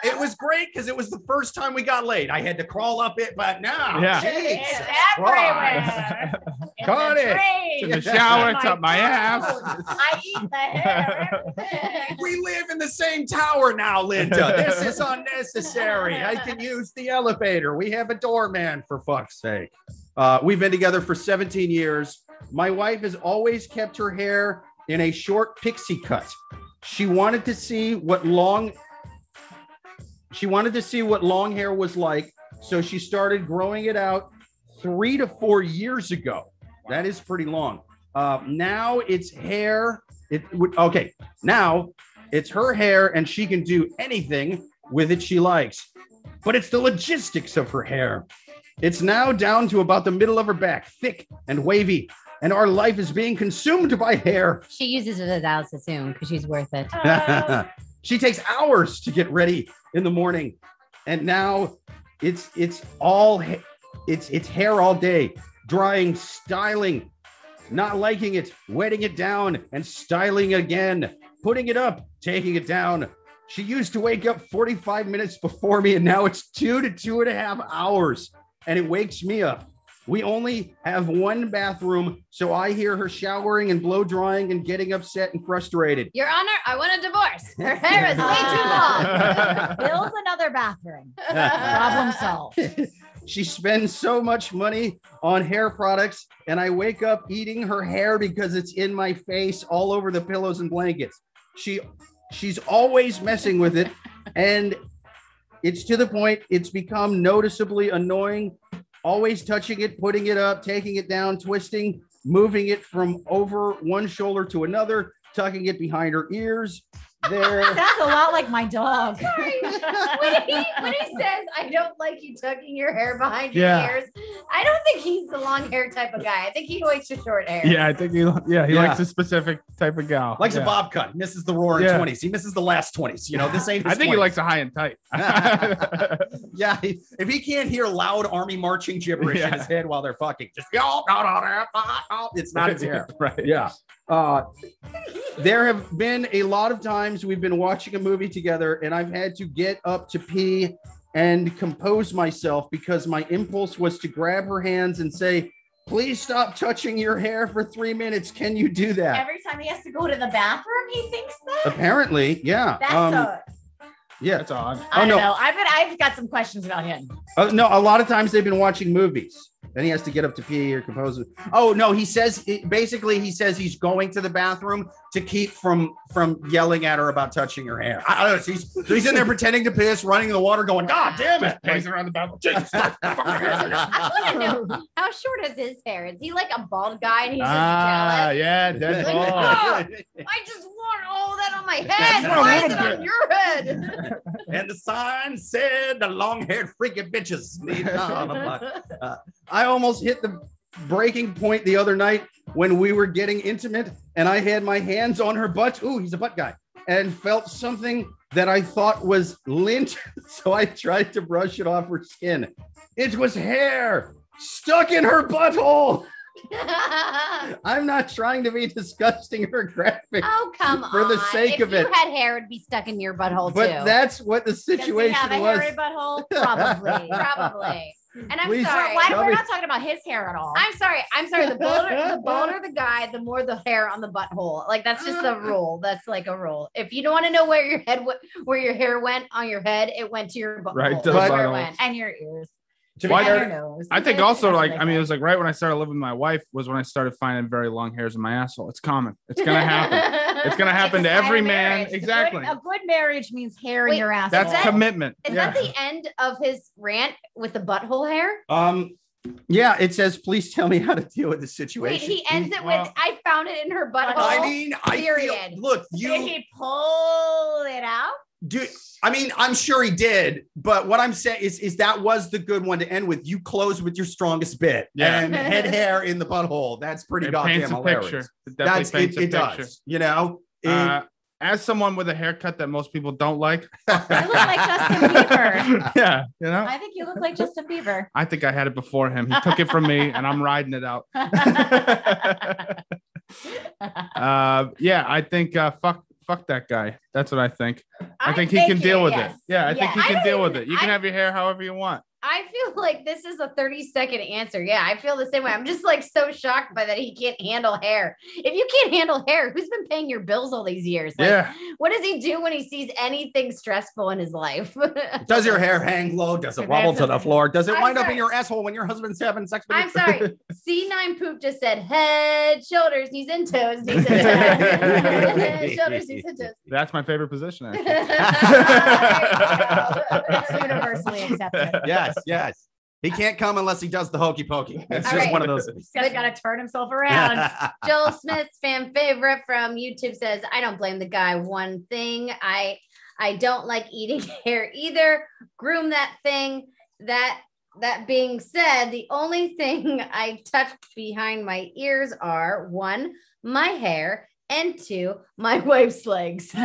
A: it was great because it was the first time we got laid. I had to crawl up it, but now,
D: Yeah.
B: It's
A: Jesus Christ.
B: everywhere. In
D: Got
B: the
D: it.
B: drains.
D: It's in
A: Yeah.
D: the shower, it's
B: My
D: up my ass.
B: phone. I eat the hair. everything.
A: We live in the same tower now, Linda. This is unnecessary. I can use the elevator. We have a doorman, for fuck's sake. Uh, we've been together for 17 years. My wife has always kept her hair in a short pixie cut. She wanted to see what long she wanted to see what long hair was like, so she started growing it out 3 to 4 years ago. That is pretty long. Uh, now it's hair it would okay. Now it's her hair and she can do anything with it she likes. But it's the logistics of her hair. It's now down to about the middle of her back, thick and wavy, and our life is being consumed by hair.
C: She uses it as Alice soon because she's worth it.
B: Uh,
A: she takes hours to get ready in the morning. And now it's it's all ha- it's it's hair all day, drying, styling, not liking it, wetting it down and styling again, putting it up, taking it down. She used to wake up 45 minutes before me, and now it's two to two and a half hours, and it wakes me up. We only have one bathroom, so I hear her showering and blow drying and getting upset and frustrated.
C: Your Honor, I want a divorce. Her hair is
A: Ah.
C: way too long.
B: Build another bathroom. Problem
A: Problem
B: solved.
A: she spends so much money on hair products, and I wake up eating her hair because it's in my face, all over the pillows and blankets. She she's always messing with it, and it's to the point it's become noticeably annoying. Always touching it, putting it up, taking it down, twisting, moving it from over one shoulder to another, tucking it behind her ears. There.
B: Sounds a lot like my dog.
C: Sorry. When he, when he says, I don't like you tucking your hair behind
D: Yeah.
C: your ears, I don't think he's the long hair type of guy. I think he likes your short hair.
D: Yeah, I think he. Yeah, he
A: Yeah.
D: likes a specific type of gal.
A: Likes
D: yeah.
A: a bob cut, misses the roaring
D: Yeah.
A: 20s. He misses the last 20s. You know, this ain't his
D: I think he
A: 20s.
D: likes a high and tight.
A: yeah, if if he can't hear loud army marching gibberish in
D: Yeah.
A: his head while they're fucking, just "Yo, no, no, no, no, no," it's not his hair.
D: right?
A: Yeah. Uh, there have been a lot of times we've been watching a movie together, and I've had to get up to pee and compose myself because my impulse was to grab her hands and say, "Please stop touching your hair for three minutes. Can you do that?"
B: Every time he has to go to the bathroom, he thinks that.
A: Apparently, yeah.
B: That's
A: Um,
B: a.
A: yeah.
D: That's all.
B: I
A: oh,
B: don't
A: no.
B: know. I've been, I've got some questions about him.
A: Uh, no, a lot of times they've been watching movies. Then he has to get up to pee or compose. Oh no, he says basically he says he's going to the bathroom to keep from from yelling at her about touching her hair. I I don't know. So he's, so he's in there pretending to piss, running in the water, going, "God damn it!"
D: Pays around the bathroom. Jesus.
C: I
A: Like-
C: want to know how short is his hair? Is he like a bald guy and he's just
D: Ah, yeah, dead
C: jealous? Like,
D: ball.
C: "Oh, I just wore all that on my my head.
A: That's what I
C: Why is
A: wanna
C: it on
D: do.
C: your head?
A: "Ah." and the sign said the long-haired freaking bitches need on a block. Uh, I almost hit the breaking point the other night when we were getting intimate and I had my hands on her butt. Ooh, he's a butt guy. And felt something that I thought was lint. So I tried to brush it off her skin. It was hair stuck in her butthole. I'm not trying to be disgusting or graphic.
C: oh come on!
A: For the sake
C: if
A: of it.
C: you had hair, it'd be stuck in your butthole
A: But
C: too.
A: that's what the
B: Does he
A: situation
B: have a
A: was.
B: hairy butthole?
C: probably, probably. And I'm
A: Please-
C: sorry.
B: Why
A: do
B: are
A: Probably-
B: we not talking about his hair at all?
C: I'm sorry. I'm sorry. The bolder, the bolder the guy, the more the hair on the butthole. Like that's just a rule. That's like a rule. If you don't want to know where your head, went, where your hair went on your head, it went to your butthole.
D: Right to the
C: That's where it
D: butthole.
C: went.
B: and your ears.
A: To be
D: Why
B: and
A: fair-
B: your nose.
D: I think also
B: That's
D: like
B: what
D: I mean it
B: thought.
D: was like right when I started living with my wife was when I started finding very long hairs in my asshole. It's common. It's gonna happen. It's gonna happen
B: It's
D: to
B: a sign
D: every
B: of
D: man.
B: marriage. A good-
D: Exactly.
B: A good marriage means hair in
C: Wait,
B: your ass.
D: That's
C: that-
D: commitment.
C: Is
D: yeah.
C: that the end of his rant with the butthole hair?
A: Um, yeah, it says, please tell me how to deal with the
C: Wait,
A: situation.
C: he ends it with,
D: Well-
C: "I found it in her butthole."
A: I mean, I
C: Period.
A: feel, look,
B: Did
A: you
B: he pull it out?
A: do. I mean, I'm sure he did, but what I'm saying is, is that was the good one to end with. You close with your strongest bit,
D: Yeah.
A: and head hair in the butthole. That's pretty
D: it
A: goddamn
D: paints a
A: hilarious.
D: picture. It definitely
A: That's it.
D: paints a
A: It
D: picture.
A: does. You know. It-
D: Uh, as someone with a haircut that most people don't like,
B: You look like Justin Bieber.
D: yeah, you know,
B: I think you look like Justin Bieber.
D: I think I had it before him. He took it from me, and I'm riding it out. uh, yeah, I think uh, fuck, fuck that guy. That's what I think. I, think he can deal with it. Yeah, I think he
C: I
D: can
C: don't
D: deal
C: even-
D: with it. You can
C: I-
D: have your hair however you want.
C: I feel like this is a 30 second answer. Yeah, I feel the same way. I'm just like so shocked by that he can't handle hair. If you can't handle hair, who's been paying your bills all these years? Like,
D: yeah,
C: What does he do when he sees anything stressful in his life?
A: Does your hair hang low? Does it
B: That's
A: wobble to the
B: a-
A: floor? Does it
C: I'm
A: wind up
C: sorry.
A: in your asshole when your husband's having sex with
C: I'm
A: you?
C: sorry. C9 poop just said head, shoulders, knees and toes, knees and toes. shoulders, knees and toes.
D: that's my favorite position. Actually.
C: There you go.
B: Universally accepted.
A: Yes, yes. He can't come unless he does the hokey pokey. It's
C: All
A: just
C: right.
A: one of those.
B: He's got to turn himself around.
C: Joel Smith's fan favorite from YouTube says, I don't blame the guy one thing. I I don't like eating hair either. Groom that thing. That that being said, the only thing I touch behind my ears are one, my hair, and two, my wife's legs. he,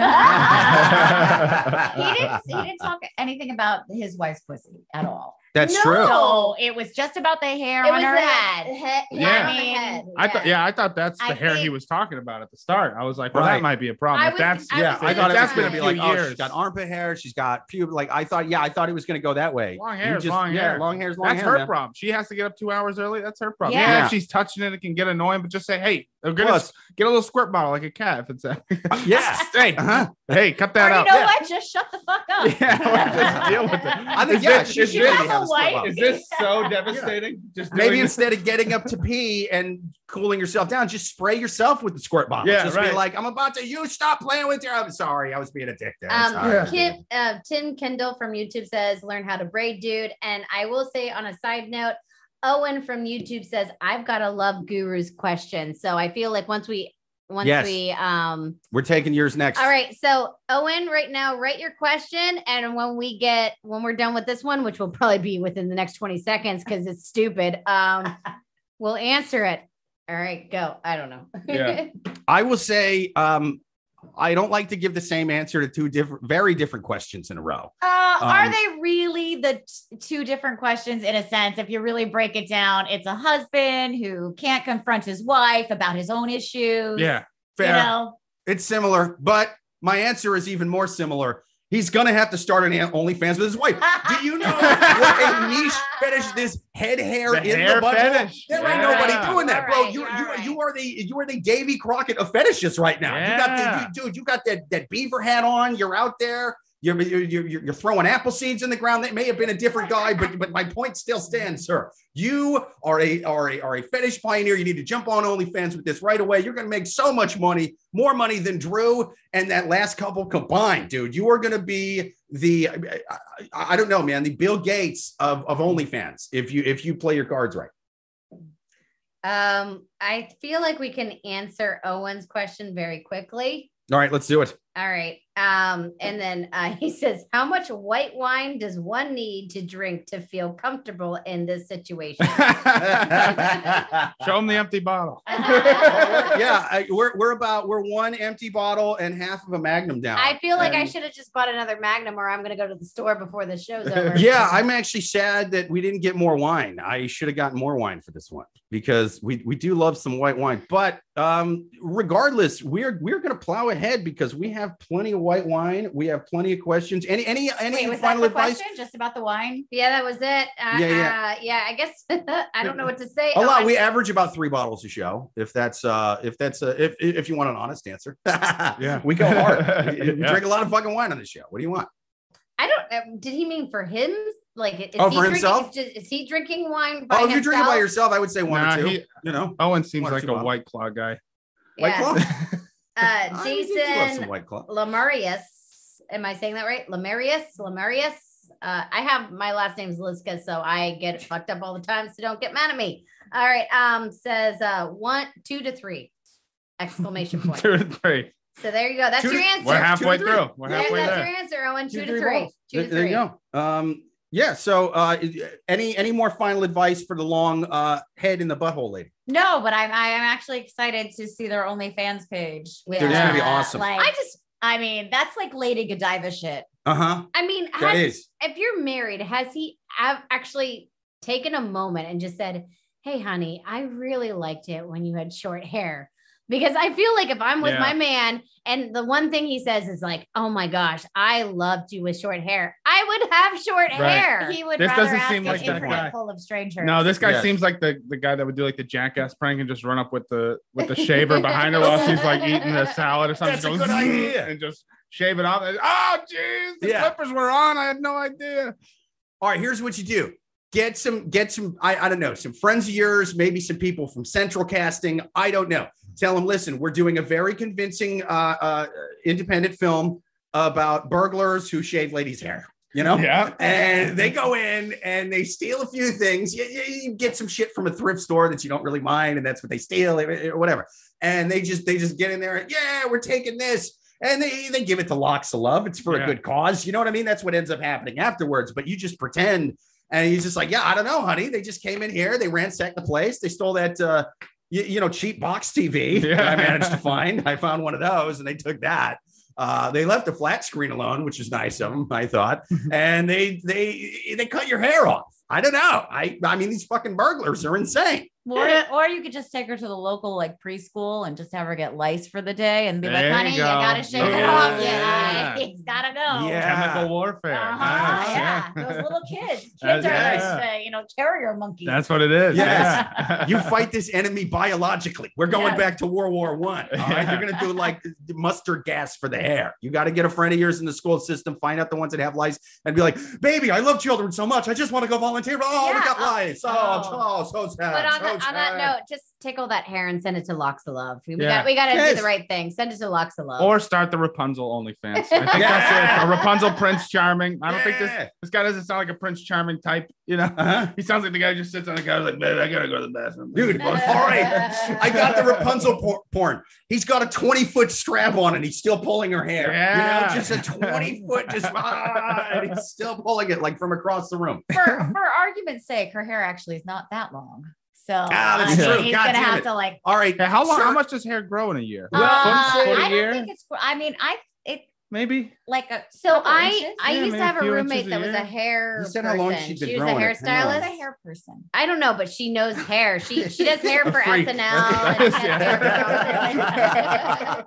B: he, didn't, he didn't talk anything about his wife's pussy at all.
A: That's
C: No.
A: true.
B: So it was just about the hair
C: It
B: on
C: was
B: her
C: that
B: head.
C: he- hair
D: Yeah.
C: on the head.
D: I thought, yeah, I thought that's the
B: I
D: hair he
B: think-
D: was talking about at the start. I was like, well,
A: Right.
D: that might be a problem.
C: I
D: If
C: was-
D: that's
C: I
A: yeah,
C: was
A: I thought it was
D: that's
A: going
D: been a
A: to be
D: few
A: like, oh, she's
D: years.
A: got armpit hair, she's got pub. Like I thought, yeah, I thought he was going to go that way.
D: Long
A: You
D: hair is long
A: yeah,
D: hair.
A: long hair is long
D: that's
A: hair.
D: her
A: man.
D: problem. She has to get up two hours early. That's her problem.
B: Yeah.
D: Yeah, if she's touching it, it can get annoying. But just say, hey, they're gonna
A: Plus,
D: get a little squirt bottle like a cat. If it's a,
A: yeah.
D: hey,
A: Uh-huh.
D: hey, cut
B: Or
D: that
B: you know
D: out.
A: Yeah.
B: what? Just shut the fuck up.
D: Yeah, just deal with it.
A: I think
D: Is
A: yeah,
D: it-
A: she
D: is
A: should
D: it-
A: maybe have a
B: White?
A: square bottom.
D: Is this so devastating? Just
A: Maybe
D: doing-
A: instead of getting up to pee and cooling yourself down, just spray yourself with the squirt bottle.
D: Yeah,
A: just be
D: right.
A: like, I'm about to. You stop playing with your. I'm sorry, I was being a dick there.
C: Um,
A: Sorry.
C: Kim, uh, Tim Kendall from YouTube says, "Learn how to braid, dude." And I will say, on a side note, Owen from YouTube says, "I've got a love guru's question." So I feel like once we, once
A: Yes.
C: we, um,
A: We're taking yours next.
C: all right. So Owen, right now, write your question, and when we get, when we're done with this one, which will probably be within the next twenty seconds because it's stupid, um, we'll answer it. All right, go. I don't know.
D: Yeah.
A: I will say, um, I don't like to give the same answer to two different, very different questions in a row.
B: Uh,
A: Um,
B: are they really the t- two different questions in a sense? If you really break it down, it's a husband who can't confront his wife about his own issues.
D: yeah,
B: You
A: Fair.
B: know,
A: It's similar, but my answer is even more similar. He's gonna have to start an OnlyFans with his wife. Do you know what a niche fetish this head hair
D: The
A: in
D: hair
A: the butthole?
D: fetish.
A: There ain't
D: Yeah.
A: nobody doing that, bro.
C: Alright,
A: you you
C: alright.
A: you are the you are the Davy Crockett of fetishes right now. You
D: Yeah.
A: got the you, dude. You got that that beaver hat on. You're out there. You're you're, you're you're you're throwing apple seeds in the ground. That may have been a different guy, but but my point still stands, sir. You are a are a are a fetish pioneer. You need to jump on OnlyFans with this right away. You're gonna make so much money, more money than Drew and that last couple combined, dude. You are gonna be the I, I- I don't know, man, the Bill Gates of of OnlyFans if you if you play your cards right.
C: Um, I feel like we can answer Owen's question very quickly.
A: All right, let's do it.
C: All right. Um, and then uh, he says, How much white wine does one need to drink to feel comfortable in this situation?
D: Show him the empty bottle.
A: yeah, I, we're we're about we're one empty bottle and half of a Magnum down.
C: I feel like I
A: And-
C: should have just bought another Magnum or I'm going to go to the store before the show's over.
A: Yeah, I'm actually sad that we didn't get more wine. I should have gotten more wine for this one because we we do love some white wine. But um, regardless, we're we're gonna plow ahead because we have plenty of white wine. We have plenty of questions. Any any any
E: Wait, was that
A: final
E: the
A: advice?
E: question? Just about the wine?
C: Yeah, that was it.
A: Yeah,
C: Uh, yeah,
A: yeah.
C: yeah. I guess I don't know what to say.
A: A
C: Oh,
A: lot.
C: I-
A: We average about three bottles a show. If that's uh, if that's uh, if if you want an honest answer, yeah, we go hard. We, we
D: Yeah.
A: drink a lot of fucking wine on this show. What do you want?
C: I don't. um, Did he mean for him? Like, is,
A: Oh,
C: he
A: for
C: drinking,
A: himself?
C: Is, is he drinking wine by
A: Oh, if
C: himself?
A: you're drinking by yourself, I would say one
D: Nah,
A: or two.
D: he-
A: you know,
D: Owen seems
A: One or
D: like
A: two
D: a
A: bottles.
D: white claw guy.
A: White
C: Yeah.
A: Claw.
C: Uh,
A: I do love some
C: Jason
A: White Claw.
C: Lamarius. Am I saying that right? Lamarius. Lamarius. Uh, I have my last name's Liska, so I get fucked up all the time. So don't get mad at me. All right. Um, says uh, one, two to three, exclamation point.
D: Two to three.
C: So there you go. That's
A: Two to-
C: your answer.
D: We're halfway
A: three.
D: through. We're
C: There-
D: halfway
C: that's
D: there.
C: your answer, Owen.
A: Two,
C: Two, to
A: three
C: three.
A: balls.
C: Two
A: There,
C: to
A: there
C: three.
A: you go. Um, yeah. So, uh, any any more final advice for the long uh, head in the butthole lady?
E: No, but I'm I am actually excited to see their OnlyFans page.
C: Yeah.
A: Dude, it's gonna be
E: Uh,
A: awesome.
E: Like,
C: I just,
B: I mean, that's like Lady Godiva shit.
A: Uh huh.
C: I mean,
A: That
C: has,
A: is.
C: if you're married, has he av- actually taken a moment and just said, Hey, honey, I really liked it when you had short hair? Because I feel like if I'm with
D: Yeah.
C: my man and the one thing he says is like, Oh my gosh, I loved you with short hair, I would have short
D: Right.
C: hair.
B: He would
D: This
B: rather
D: doesn't
B: ask
D: seem
B: an
A: like that
B: internet
D: guy.
B: full of strangers.
D: No, this guy
A: Yeah.
D: seems like the, the guy that would do like the jackass prank and just run up with the with the shaver behind her while she's like eating a salad or something.
A: That's a
D: Just
A: good
D: go, "Zzz,"
A: idea.
D: And just shave it off. And, oh, jeez, the
A: Yeah.
D: clippers were on. I had no idea.
A: All right. Here's what you do. Get some, get some. I, I don't know, some friends of yours, maybe some people from Central Casting. I don't know. Tell them, listen, we're doing a very convincing uh, uh, independent film about burglars who shave ladies' hair. You know,
D: Yeah.
A: and they go in and they steal a few things. You, you, you get some shit from a thrift store that you don't really mind, and that's what they steal, eh, eh, whatever. And they just they just get in there and yeah, we're taking this, and they they give it to locks of love. It's for a
D: Yeah.
A: good cause, you know what I mean? That's what ends up happening afterwards. But you just pretend, and he's just like, yeah, I don't know, honey. They just came in here, they ransacked the place, they stole that. Uh, you, you know, cheap box TV that I
D: Yeah.
A: managed to find. I found one of those and they took that. Uh, they left the flat screen alone, which is nice of them, I thought. and they they they cut your hair off. I don't know. I I mean, these fucking burglars are insane.
E: Or, or you could just take her to the local like preschool and just have her get lice for the day and be
D: There you
E: like, honey, you,
D: go. Oh,
E: gotta shave it
D: Yeah.
E: off.
D: Yeah.
E: Yeah, it's gotta go.
D: Chemical warfare.
E: Uh-huh,
D: Yes,
E: yeah. Those little kids. Kids
D: That's-
E: are like,
D: yeah.
E: uh, you know, carrier monkeys.
D: That's what it is.
A: Yes.
D: Yeah.
A: You fight this enemy biologically. We're going
E: Yes.
A: back to World War One. All right? You're gonna do like mustard gas for the hair. You got to get a friend of yours in the school system, find out the ones that have lice, and be like, "Baby, I love children so much. I just want to go volunteer. but, Oh, we
C: Yeah.
A: got lice. Oh, oh, so sad.
C: But on,
A: so
C: that, on that
A: sad."
C: note, just tickle that hair and send it to Locks of Love. We
D: uh, Yeah.
C: got we got to do
A: Yes.
C: the right thing. Send it to Locks of Love.
D: Or start the Rapunzel OnlyFans. I think that's it. A Rapunzel Prince Charming. I don't think this
A: Yeah.
D: this guy doesn't sound like a Prince Charming type. You know,
A: Uh-huh.
D: he sounds like the guy who just sits on the couch like, man, I gotta go to the bathroom,
A: Dude, all right. I got the Rapunzel por- porn. He's got a 20 foot strap on and he's still pulling her hair.
D: Yeah.
A: You know, just a 20 foot, just, ah, and he's still pulling it like from across the room.
B: for for argument's sake, her hair actually is not that long. So
A: Ah, that's
B: I mean,
E: uh,
A: true.
B: he's
A: God
B: gonna
A: damn
B: have
A: it.
B: to like.
A: All right.
D: Hey, how long?
A: sir.
D: How much does hair grow in a year?
B: Uh,
A: Well,
D: Foot- foot a
B: I
D: year?
B: don't think it's. I mean, I it
D: Maybe.
B: like
E: uh,
B: a.
C: so
B: couple
C: I
B: inches.
C: I
D: Yeah,
C: used
D: maybe
C: to
D: a
C: have a
D: few inches
C: roommate
D: a
C: that was a
D: year.
C: hair.
A: You said how long
C: person.
A: she's been
C: She was a
A: growing it. Hang on.
B: I'm
C: hairstylist.
B: a hair person.
C: I don't know, but she knows hair. She she does hair for
A: Freak.
C: SNL. And she does hair for all kinds of-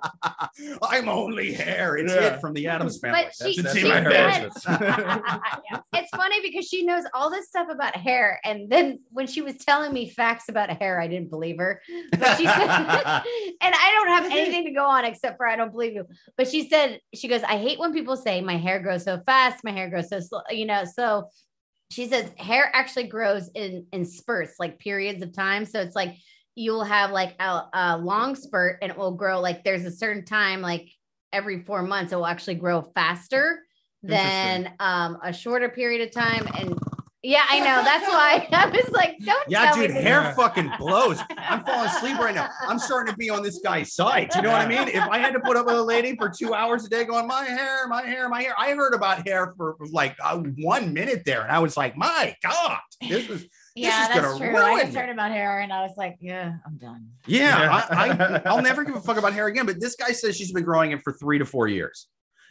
A: I'm only hair. It's
D: Yeah.
A: it from the Adams family.
C: But she-
A: That's-
C: she
A: that's my hair.
C: said- it's funny because she knows all this stuff about hair, and then when she was telling me facts about hair, I didn't believe her. But she said, and I don't have anything to go on except for I don't believe you. But she said, she goes, I hate when people say my hair grows so fast, my hair grows so slow, you know. So she says hair actually grows in in spurts, like periods of time. So it's like you'll have like a, a long spurt and it will grow like there's a certain time, like every four months, it will actually grow faster than um, a shorter period of time. And Yeah, I know. That's why I was like, don't
G: Yeah,
C: tell
G: dude,
C: me.
G: hair
D: Yeah.
G: fucking blows. I'm falling asleep right now. I'm starting to be on this guy's side. Do you know what I mean? If I had to put up with a lady for two hours a day going, my hair, my hair, my hair. I heard about hair for like uh, one minute there. And I was like, my God, this was,
B: yeah,
G: is
B: that's
G: gonna
B: true.
G: ruin
B: I
G: me.
B: was heard about hair and I was like, yeah, I'm done.
G: yeah, I,
D: Yeah.
G: I, I'll never give a fuck about hair again. But this guy says she's been growing it for three to four years.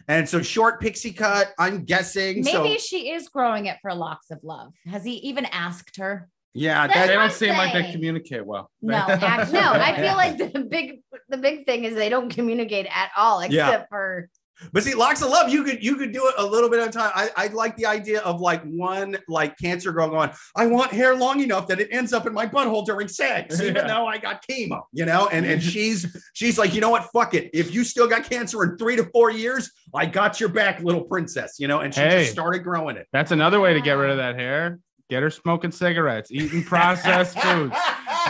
G: And so short pixie cut, I'm guessing.
B: Maybe
G: so
B: she is growing it for locks of love. Has he even asked her?
G: yeah,
D: they
G: that,
C: That's what
D: don't
C: I'm
D: seem like they
C: saying.
D: communicate well.
B: No,
C: Act- no, I feel like the big the big thing is they don't communicate at all, except
G: Yeah.
C: for
G: But see, locks of love, you could you could do it a little bit at a time. I, I like the idea of like one like cancer girl going, I want hair long enough that it ends up in my butthole during sex, even
D: Yeah.
G: though I got chemo, you know. And and she's she's like, you know what, fuck it. If you still got cancer in three to four years, I got your back, little princess, you know. And she
D: Hey.
G: just started growing it.
D: That's another way to get rid of that hair. Get her smoking cigarettes, eating processed foods.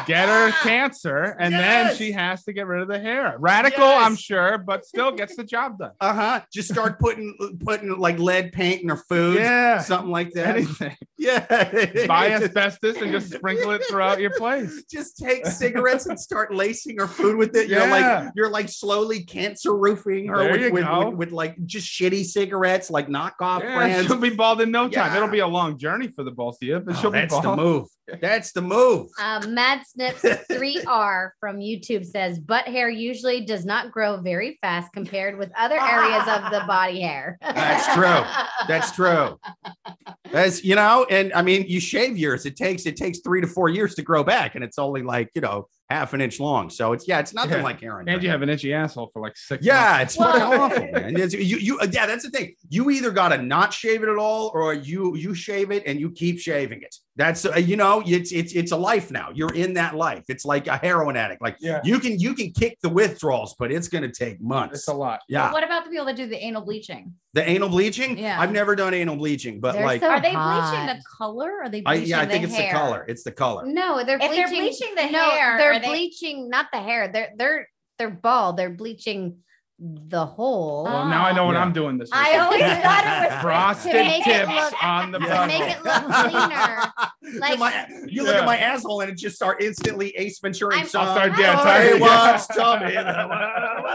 D: Get her cancer, and then
G: Yes.
D: she has to get rid of the hair. Radical, I'm
G: Yes.
D: sure, but still gets the job done.
G: Uh huh. Just start putting putting like lead paint in her food,
D: Yeah.
G: something like that.
D: Anything.
G: yeah.
D: Buy asbestos and just sprinkle it throughout your place.
G: just take cigarettes and start lacing her food with it. You're
D: Yeah.
G: like you're like slowly cancer roofing her
D: There
G: with,
D: you
G: with,
D: go.
G: with- with, like just shitty cigarettes, like knockoff
D: Yeah,
G: brands.
D: she'll be bald in no time.
G: Yeah.
D: It'll be a long journey for the both of you, but
G: Oh,
D: she'll be
G: that's the
D: bald.
G: move. That's the move.
C: um, Mad Snips 3R from YouTube says butt hair usually does not grow very fast compared with other areas of the body hair.
G: That's
D: Oh.
G: true. That's true. That's you know, and I mean, you shave yours. It takes it takes three to four years to grow back, and it's only like you know half an inch long. So it's yeah, it's nothing
D: Yeah.
G: like Aaron.
D: And you have an itchy asshole for like six.
G: Yeah, it's fucking
B: Well-
G: awful, man. It's- you, you, uh, yeah, that's the thing. You either got to not shave it at all, or you you shave it and you keep shaving it. That's uh, you know, it's it's it's a life now. You're in that life. It's like a heroin addict. Like
D: Yeah.
G: you can you can kick the withdrawals, but it's gonna take months.
D: It's a lot.
G: yeah,
B: What about the people that do the anal bleaching?
G: the anal bleaching.
B: Yeah.
G: I've never done anal bleaching, but
C: They're
G: like
C: so-
B: Are they
C: hot.
B: bleaching the color? Or are they
G: I
B: bleaching
G: yeah, I
B: the
G: think it's
B: hair?
G: the color. It's the color.
C: No, they're
B: If
C: bleaching.
B: they're bleaching the
C: no,
B: hair,
C: they're
B: are they-
C: bleaching not the hair. They're they're they're bald. They're bleaching the whole.
D: Well, now I know what
G: Oh.
D: I'm doing this.
C: I
D: weekend.
C: always thought it was to
D: frosted
C: make it
D: tips
C: look-
D: on the
G: Yeah.
C: to make it
D: butthole.
C: look cleaner.
G: Like,
C: Like-
G: my, you look at
D: Yeah.
G: my asshole and it just start instantly Ace Ventura.
C: I'm-
G: and
D: I'll start
C: Oh,
D: yeah,
G: Sorry,
D: sorry.
G: wants tummy.
C: No,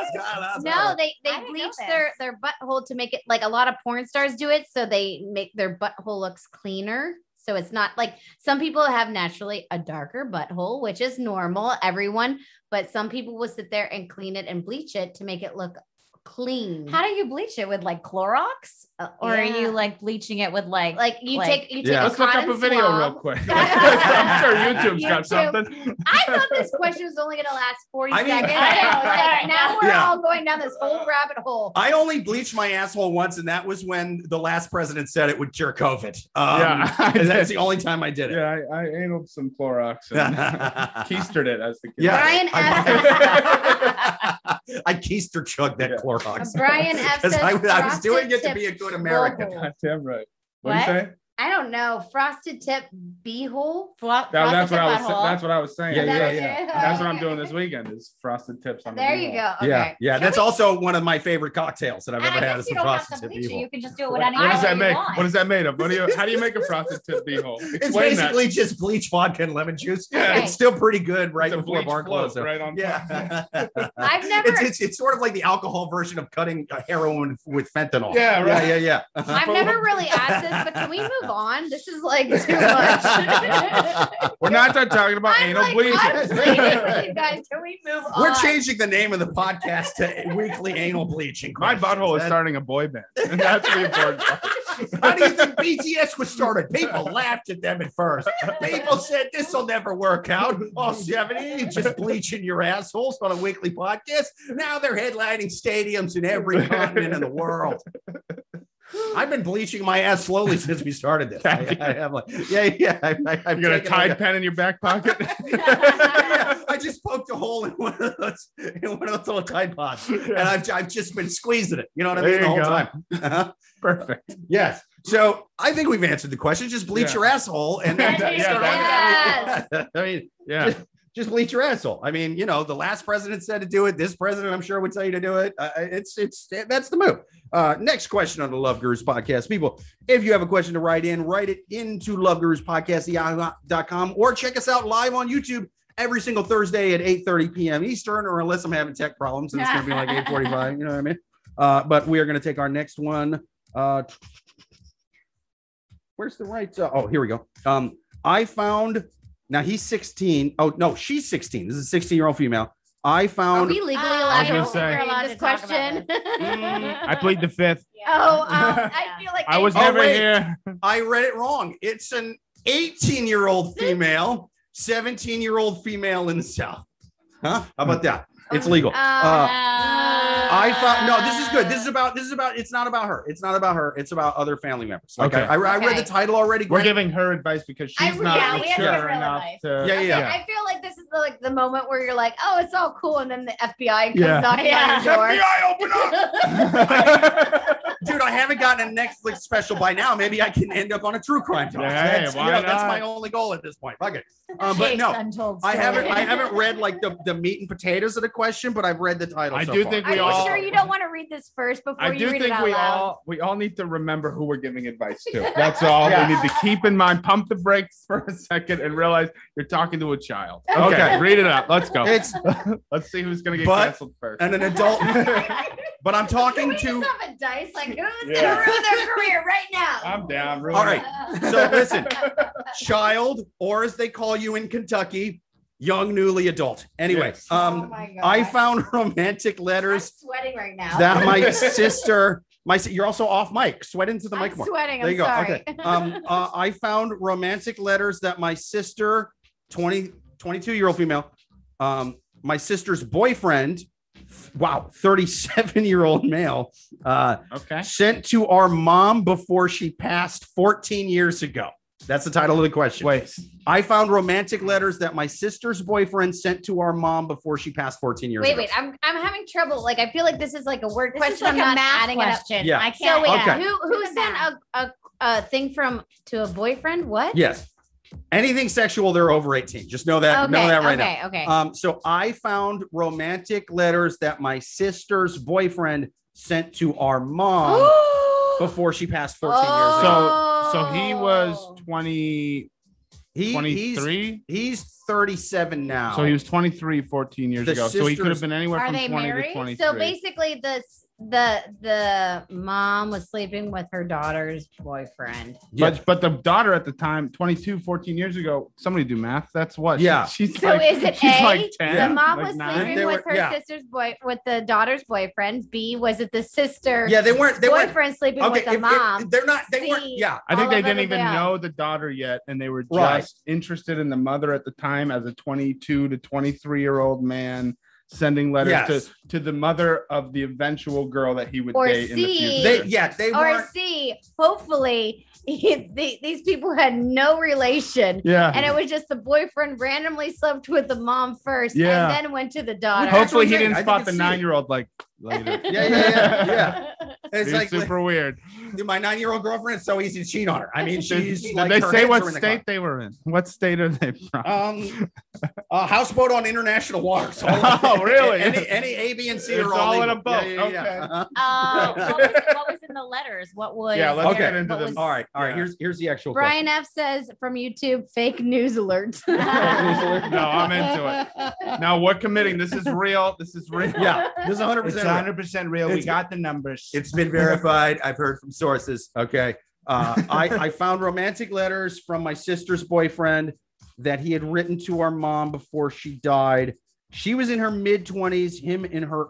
C: they
B: I
C: they
B: didn't know
C: bleach their their butthole to make it like a lot of porn stars do it, so they make their butthole looks cleaner. So it's not like some people have naturally a darker butthole, which is normal, everyone. But some people will sit there and clean it and bleach it to make it look clean.
B: How do you bleach it with like Clorox, or
C: Yeah.
B: are you like bleaching it with like
C: like you
B: Like-
C: take you take
G: Yeah.
C: a
D: Let's look up
C: cotton
D: a video
C: swab.
D: real quick. I'm sure YouTube's got
C: YouTube.
D: something.
C: I thought this question was only gonna last forty
G: I mean-
C: seconds. I was like, now we're
G: Yeah.
C: all going down this whole rabbit hole.
G: I only bleached my asshole once, and that was when the last president said it would cure COVID. Um,
D: yeah, I
G: and that's
D: did.
G: the only time I did it.
D: Yeah, I, I anal some Clorox and keistered it as the kid.
G: Yeah.
C: Brian
G: I, I keister chugged that
D: Yeah.
G: Clorox.
C: Brian F
G: 'Cause
C: says
G: I, I was
C: frosted
G: doing it to
C: tip
G: be a good American.
C: blowhole.
D: Goddamn right. What do you say?
C: I don't know. Frosted tip beehole.
B: fro-
D: That- that's
B: frosted
D: what I was.
B: butthole?
D: That's what I was saying.
G: Yeah,
C: Is that
G: yeah,
C: what you-
D: That's what I'm doing this weekend is frosted tips on the
C: There you
D: meatball.
C: go. Okay.
G: Yeah, yeah. That's also one of my favorite cocktails that I've
B: And
G: ever
B: I
G: had.
B: guess
G: Is
B: you
G: the
B: don't have to
G: frosted
B: bleach it.
G: tip.
B: You can just do it
D: What,
B: with any
D: what
B: color
D: does that
B: you
D: make?
B: want.
D: What is that made of? What do you? How do you make a frosted tip beehole?
G: It's
D: Explain that.
G: basically just bleached vodka and lemon juice.
D: Yeah.
G: It's still pretty good right
D: It's a
G: before
D: bleach
G: bar
D: float
G: closes.
D: Right on. top.
G: Yeah.
C: I've never.
G: Uh, it's, it's, it's sort of like the alcohol version of cutting uh, heroin with fentanyl.
D: Yeah, right.
G: Yeah, yeah,
C: I've never really asked this, but can we move on? This is like too much.
D: We're not done talking about
C: I'm
D: anal
C: like,
D: bleaching.
C: I'm pleading with you guys. Can we move on?
G: We're changing the name of the podcast to Weekly Anal Bleaching.
D: My butthole is
G: Questions.
D: starting a boy band. And that's the important part.
G: That- How do you think BTS was started? People laughed at them at first. People said this will never work out. All 70 just bleaching your assholes on a weekly podcast. Now they're headlining stadiums in every continent in the world. I've been bleaching my ass slowly since we started this. I, I have like, yeah, yeah. I, I, I've
D: You got a
G: taken like
D: Tide pen in your back pocket?
G: Yeah, I just poked a hole in one of those in one of those little Tide Pods, and I've, I've just been squeezing it. You know what I mean?
D: There
G: the
D: you
G: whole
D: go.
G: time. Uh-huh.
D: Perfect.
G: Yes. So I think we've answered the question. Just bleach
D: Yeah.
G: your asshole, and
D: Yeah,
G: start
D: yeah,
G: all the- I mean,
D: Yeah.
G: just bleach your asshole. I mean, you know, the last president said to do it. This president, I'm sure, would tell you to do it. Uh, it's it's that's the move. Uh, next question on the Love Gurus podcast, people. If you have a question to write in, write it into loveguruspodcast.com or check us out live on YouTube every single Thursday at 8:30 p.m. Eastern, or unless I'm having tech problems and it's gonna be like 8:45. You know what I mean? Uh, but we are gonna take our next one. Uh, where's the right? Uh, oh, here we go. Um, I found. Now he's 16. Oh no, she's 16. This is a 16 year old female. I
C: Are
G: found.
C: we legally
D: I
C: allowed
D: was gonna
C: to
D: say-
C: answer
B: Allowed
C: this
B: to talk about
C: question?
D: Mm, I plead the fifth.
C: Oh, um, I feel like
D: I was
G: Oh,
D: never
G: wait.
D: here.
G: I read it wrong. It's an 18 year old female, 17 year old female in the South. Huh? How about that? It's legal.
B: Um,
G: Uh, I found no. This is good. This is about. This is about. It's not about her. It's not about her. It's about other family members. Like
D: Okay.
G: I, I, I read
C: Okay.
G: the title already.
D: We're
G: Granted,
D: giving her advice because
C: I-
D: she's not
C: yeah, we have to give
D: mature
C: her
D: enough
C: advice.
D: to.
G: Yeah, yeah,
C: Okay,
G: yeah.
C: I feel like this is the, like the moment where you're like, oh, it's all cool, and then the FBI comes
D: Yeah.
C: knocking
B: Yeah.
C: on your
G: FBI, open up,
C: door.
G: dude! I haven't gotten a Netflix special by now. Maybe I can end up on a true crime doc.
D: Hey,
G: that's, you
D: why
G: know, that's
D: not?
G: my only goal at this point. Fuck it. Um, but no, I haven't. I haven't read like the, the meat and potatoes of the question, but I've read the title.
D: I
G: so
D: do
G: far.
D: think
C: Are
D: we
C: you
D: all-
C: sure you don't want to read this first before
D: I
C: you
D: do
C: read it
D: think
C: out
D: we
C: loud?
D: all we all need to remember who we're giving advice to. That's all
G: Yeah.
D: we need to keep in mind. Pump the brakes for a second and realize you're talking to a child. Okay,
G: Okay.
D: read it up. Let's go.
G: It's
D: Let's see who's gonna get
G: But-
D: canceled first.
G: and an adult, but
C: Can
G: I'm talking
C: we
G: to.
C: just have a dice? Like, who's
D: Yeah.
C: gonna ruin their career right now?
D: I'm down. Ruin
G: All right.
C: Uh,
G: So listen, child, or as they call you in Kentucky, young newly adult. Anyway,
D: Yes.
G: um,
C: oh my God.
G: I found romantic
C: I'm
G: letters
C: sweating right now.
G: that my sister, my si- you're also off mic. Sweat into the mic
C: I'm
G: more.
C: sweating.
G: There
C: I'm
G: you go.
C: sorry.
G: Okay. Um, uh, I found romantic letters that my sister, 20, 22 year old female, um, my sister's boyfriend, wow, 37 year old male, uh,
D: Okay.
G: sent to our mom before she passed 14 years ago. That's the title of the question.
D: Wait.
G: I found romantic letters that my sister's boyfriend sent to our mom before she passed 14 years
C: Wait,
G: ago.
C: wait. I'm I'm having trouble. Like, I feel like this is like a word
B: This
C: question.
B: is like
C: I'm
B: a
C: not
B: math
C: adding it up.
B: question.
G: Yeah.
B: I
C: So
B: can't.
C: wait,
G: Okay.
C: who who
B: Do the
C: sent
B: math.
C: a, a a thing from to a boyfriend? What?
G: Yes. Anything sexual, they're over 18. Just know that.
C: Okay.
G: Know that right
C: okay. Okay.
G: now. Um, so I found romantic letters that my sister's boyfriend sent to our mom before she passed 14 years
D: So
C: Oh.
G: ago.
D: so he was 20,
G: Oh. He, he's,
D: 23.
G: he's 37 now.
D: So he was 23 14 years
G: The
D: ago. So he could have
G: sisters-
D: been anywhere
B: Are
D: from
B: they
D: 20 to
B: married? So
D: 23.
C: So basically, the the the mom was sleeping with her daughter's boyfriend.
G: Yeah.
D: But but the daughter at the time, 22, 14 years ago, somebody do math. That's what? She-
G: Yeah.
D: she's
C: So
D: like,
C: is it
D: she's
C: A,
D: like 10.
G: Yeah.
C: The mom
D: like
C: was
D: nine.
C: sleeping
G: They
C: with
G: were-
C: her
G: yeah.
C: sister's boy, with the daughter's boyfriend. B was it the sister?
G: yeah, they weren't. They weren't.
C: boyfriend sleeping
G: Okay.
C: with the
G: if- if-
C: mom.
G: they're not. They weren't.
C: See,
G: Yeah.
D: I think
C: all
D: they
C: of
D: didn't
C: them
D: even
C: down.
D: know the daughter yet, and they were just
G: Right.
D: interested in the mother at the time as a 22 to 23 year old man sending letters
G: Yes.
D: to, to the mother of the eventual girl that he would
C: Or
D: date in the
C: C.
D: future.
G: They, yeah. They
C: or
G: weren't.
C: C, hopefully the- these people had no relation.
D: yeah.
C: And it was just the boyfriend randomly slept with the mom first
D: Yeah.
C: and then went to the daughter.
G: That's
D: Hopefully
G: what I'm
D: he
G: saying.
D: didn't
G: I think
D: spot
G: it's
D: the
G: C.
D: nine year old like later.
G: Yeah, yeah, yeah, yeah. It's
D: It's
G: like
D: super weird.
G: Dude, my nine-year-old girlfriend it's so easy to cheat on her. I mean, she's
D: Did
G: like
D: they
G: her
D: say
G: hands
D: what
G: are in the
D: state they were in? What state are they from?
G: car. Um, a houseboat on international waters.
D: Oh, really?
G: Any, any A, B, and C
D: It's
G: are
D: all in
G: legal.
D: a boat.
G: Yeah, yeah, yeah.
D: Okay.
G: Uh-huh.
B: Uh, what, was, what was in the letters? What was?
D: yeah, let's
G: Okay.
D: get into
B: What
D: the
B: was-
G: All right, all right.
D: Yeah.
G: Here's here's the actual.
C: Brian F says from YouTube, fake news alert.
D: no, I'm into it. Now we're committing. This is real. This is real.
G: question. Yeah, this is 100. percent
D: percent real.
G: We It's-
D: got the numbers.
G: It's been verified. I've heard from sources. Okay. Uh, I I found romantic letters from my sister's boyfriend that he had written to our mom before she died. She was in her mid 20s. Him in her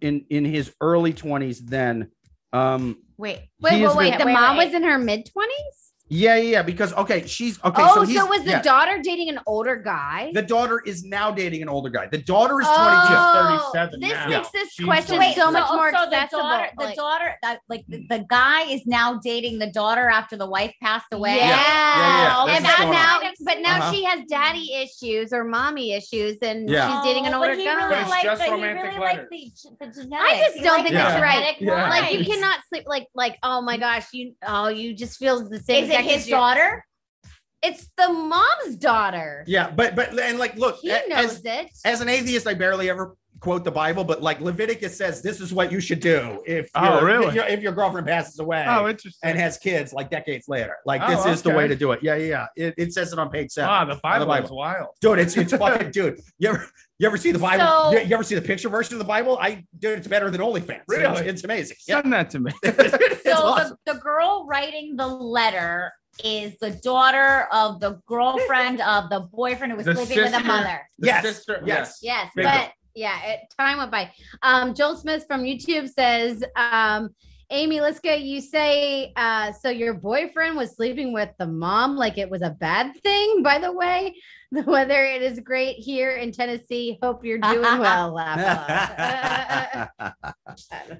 G: in in his early 20s then. Um,
B: Wait.
G: He
C: wait,
G: is
C: wait, wait.
B: the-
C: The
B: wait,
C: mom
B: wait.
C: was in her mid 20s?
G: Yeah, yeah, yeah, because okay, she's okay.
C: oh, so,
G: he's-
C: was the
G: yeah,
C: daughter dating an older guy?
G: the daughter is now dating an older guy. The daughter is
C: Oh,
D: 37
C: this
D: now.
C: makes this
D: She's
C: question
D: Wait,
C: so much
D: so-
C: more
B: also
C: accessible.
B: The daughter, the
C: Like-
B: daughter that, like the, the guy is now dating the daughter after the wife passed away.
C: Yeah.
G: yeah, yeah,
C: And
G: that's
C: that's
G: going
C: now,
B: now,
C: but now
G: Uh-huh.
C: she has daddy issues or mommy issues, and
G: Yeah.
C: she's
B: Oh,
C: dating an older guy.
D: But it's liked just the- he romantic really liked letters.
C: I just don't think
G: the
C: that's right.
D: genetic Yeah.
C: Like you cannot sleep. Like like oh my gosh, you oh you just feel the same.
B: Is it his
C: sex as your-
B: daughter?
C: It's the mom's daughter.
A: Yeah, but but and like look,
C: He
A: a-
C: knows
A: as,
C: it.
A: as an atheist, I barely ever quote the Bible, but like Leviticus says, this is what you should do if
D: Oh,
A: your-
D: really?
A: if your- if your girlfriend passes away
D: Oh, interesting.
A: and has kids like decades later. Like
D: Oh,
A: this is the
D: okay.
A: way to do it. Yeah, yeah, yeah. It, it says it on page seven.
D: Wow, the Bible,
A: Bible.
D: is wild.
A: Dude, it's it's fucking dude. You ever you ever see the Bible?
B: So-
A: you, you ever see the picture version of the Bible? I dude, it's better than OnlyFans.
D: Really?
A: It's, it's amazing. Yeah.
D: Send that to me.
A: It's
B: so
A: awesome.
B: the, the girl writing the letter is the daughter of the girlfriend of the boyfriend who was
D: The
B: living with the
D: sister.
B: mother.
D: The
A: Yes.
D: sister-
A: Yes.
C: Yes,
A: Bingo.
C: but yeah, it, time went by. Um, Joel Smith from YouTube says, um, Amy Liska, you say uh, so your boyfriend was sleeping with the mom like it was a bad thing. By the way, the weather it is great here in Tennessee. Hope you're doing well. laugh, laugh.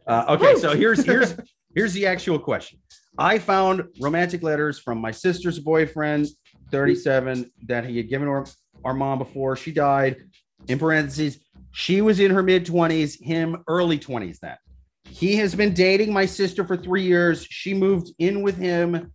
A: Uh, okay, so here's here's here's the actual question. I found romantic letters from my sister's boyfriend, 37, that he had given her our mom before she died. In parentheses, she was in her mid 20s, him early 20s. That he has been dating my sister for three years. She moved in with him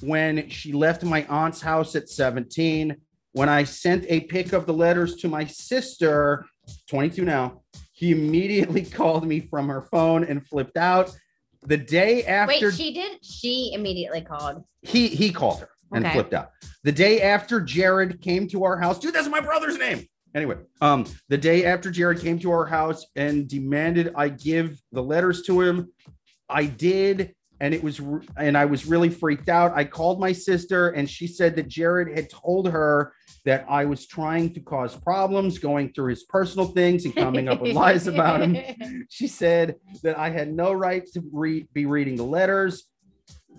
A: when she left my aunt's house at 17. When I sent a pic of the letters to my sister, 22 now, he immediately called me from her phone and flipped out. The day after
C: Wait, she did. She immediately called.
A: he he called her and
C: Okay.
A: flipped out. The day after Jared came to our house, dude, that's my brother's name. Anyway, um, the day after Jared came to our house and demanded I give the letters to him, I did, and it was re- and I was really freaked out. I called my sister, and she said that Jared had told her that I was trying to cause problems, going through his personal things and coming up with lies about him she said that I had no right to re- be reading the letters,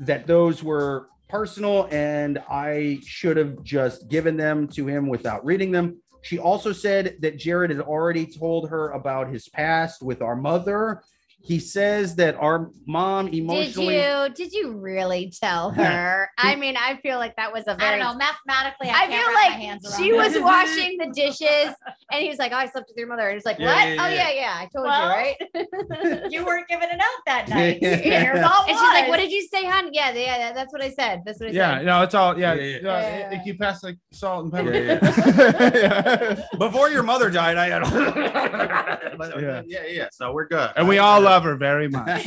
A: that those were personal, and I should have just given them to him without reading them. She also said that Jared had already told her about his past with our mother. He says that our mom
C: Did
A: emotionally.
C: you did you really tell her? I mean, I feel like that was a
B: I
C: very
B: don't know. Mathematically, I,
C: I
B: can't
C: feel
B: wrap my
C: like
B: hands around
C: she
B: it.
C: was washing the dishes and he was like, oh, I slept with your mother. And it's like,
D: Yeah,
C: what?
D: yeah,
C: Oh,
D: yeah.
C: yeah, yeah. I told
B: Well,
C: you, right?
B: you weren't giving it out that night.
A: Yeah.
B: Your mom
C: And she's like,
B: was.
C: what did you say, hon? Yeah, yeah, yeah, that's what I said. That's what I
D: Yeah,
C: said.
D: no, it's all yeah.
A: Yeah, yeah,
D: yeah,
C: yeah.
D: If you pass like salt and pepper.
A: Yeah, Before your mother died, I had. But-
D: Yeah.
A: yeah, yeah. So we're good.
D: And we all love her very much.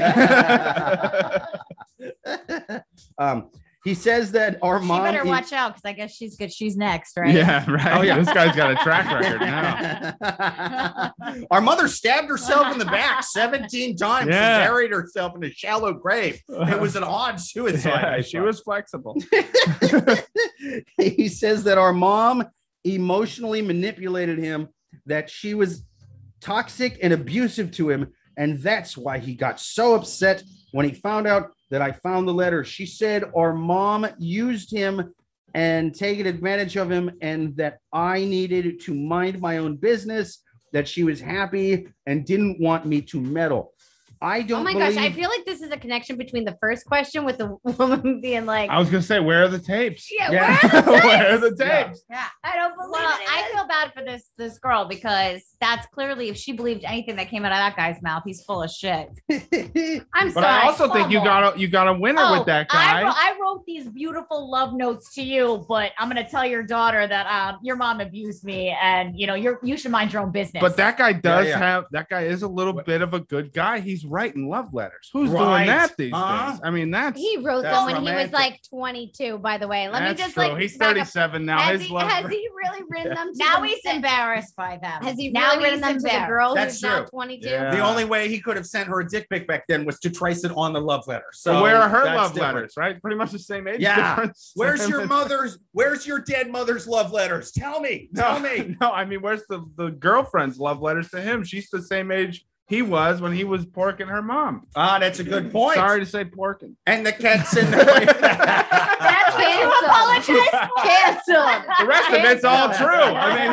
A: um, he says that our
B: She
A: mom.
B: better
A: e-
B: watch out because I guess she's good. She's next, right?
D: Yeah, right.
A: Oh, yeah.
D: This guy's got a track record now.
A: Our mother stabbed herself in the back 17 times
D: Yeah.
A: and buried herself in a shallow grave. It was an odd suicide.
D: yeah, she was flexible.
A: he says that our mom emotionally manipulated him, that she was toxic and abusive to him. And that's why he got so upset when he found out that I found the letter. She said our mom used him and taken advantage of him, and that I needed to mind my own business, that she was happy and didn't want me to meddle. I don't
C: Oh my
A: believe-
C: gosh, I feel like this is a connection between the first question with the woman being like,
D: I was gonna say, where are the tapes?
C: yeah,
A: Yeah.
C: where-
D: where are the tapes?
C: I don't believe
B: Well,
C: it
B: I
C: is."
B: feel bad for this this girl because that's clearly if she believed anything that came out of that guy's mouth, he's full of shit.
C: I'm
D: But
C: sorry. Oh,
D: I also think you
B: Bubble.
D: got a you got a winner with that
B: Oh, I, wrote,
D: guy.
B: I wrote these beautiful love notes to you, but I'm gonna tell your daughter that um, your mom abused me, and you know you you should mind your own business.
D: But that guy does
A: yeah.
D: have that guy is a little
A: What-
D: bit of a good guy. He's writing love letters. Who's
A: Right. Uh-huh.
D: doing that these
A: Huh?
D: days? I mean, that's
C: he wrote
A: That's
C: them when he
A: romantic.
C: was like 22, by the way. Let
D: that's
C: me just
D: true.
C: like,
D: He's
C: back up.
D: 37 now.
C: Has,
D: His
C: he,
D: love
C: has he really written them to
B: now
C: the-
B: he's embarrassed by them.
C: Has he
B: now
C: really written
B: he's
C: them to the
B: embarrassed.
C: girl
A: That's
C: who's now
A: true.
C: 22?
D: Yeah.
A: the only way he could have sent her a dick pic back then was to trace it on the love letter. So
D: So where are her
A: that's
D: love
A: different.
D: letters? Right, pretty much the same age
A: Yeah.
D: difference.
A: Where's your mother's? Where's your dead mother's love letters? Tell me. Tell
D: No,
A: me.
D: no, I mean, where's the, the girlfriend's love letters to him? She's the same age he was when he was porking her mom.
A: Ah, that's a good point.
D: Sorry to say porking.
A: And the cat's in the.
C: That's what you apologize Cancel.
D: The rest of it's all true. I mean,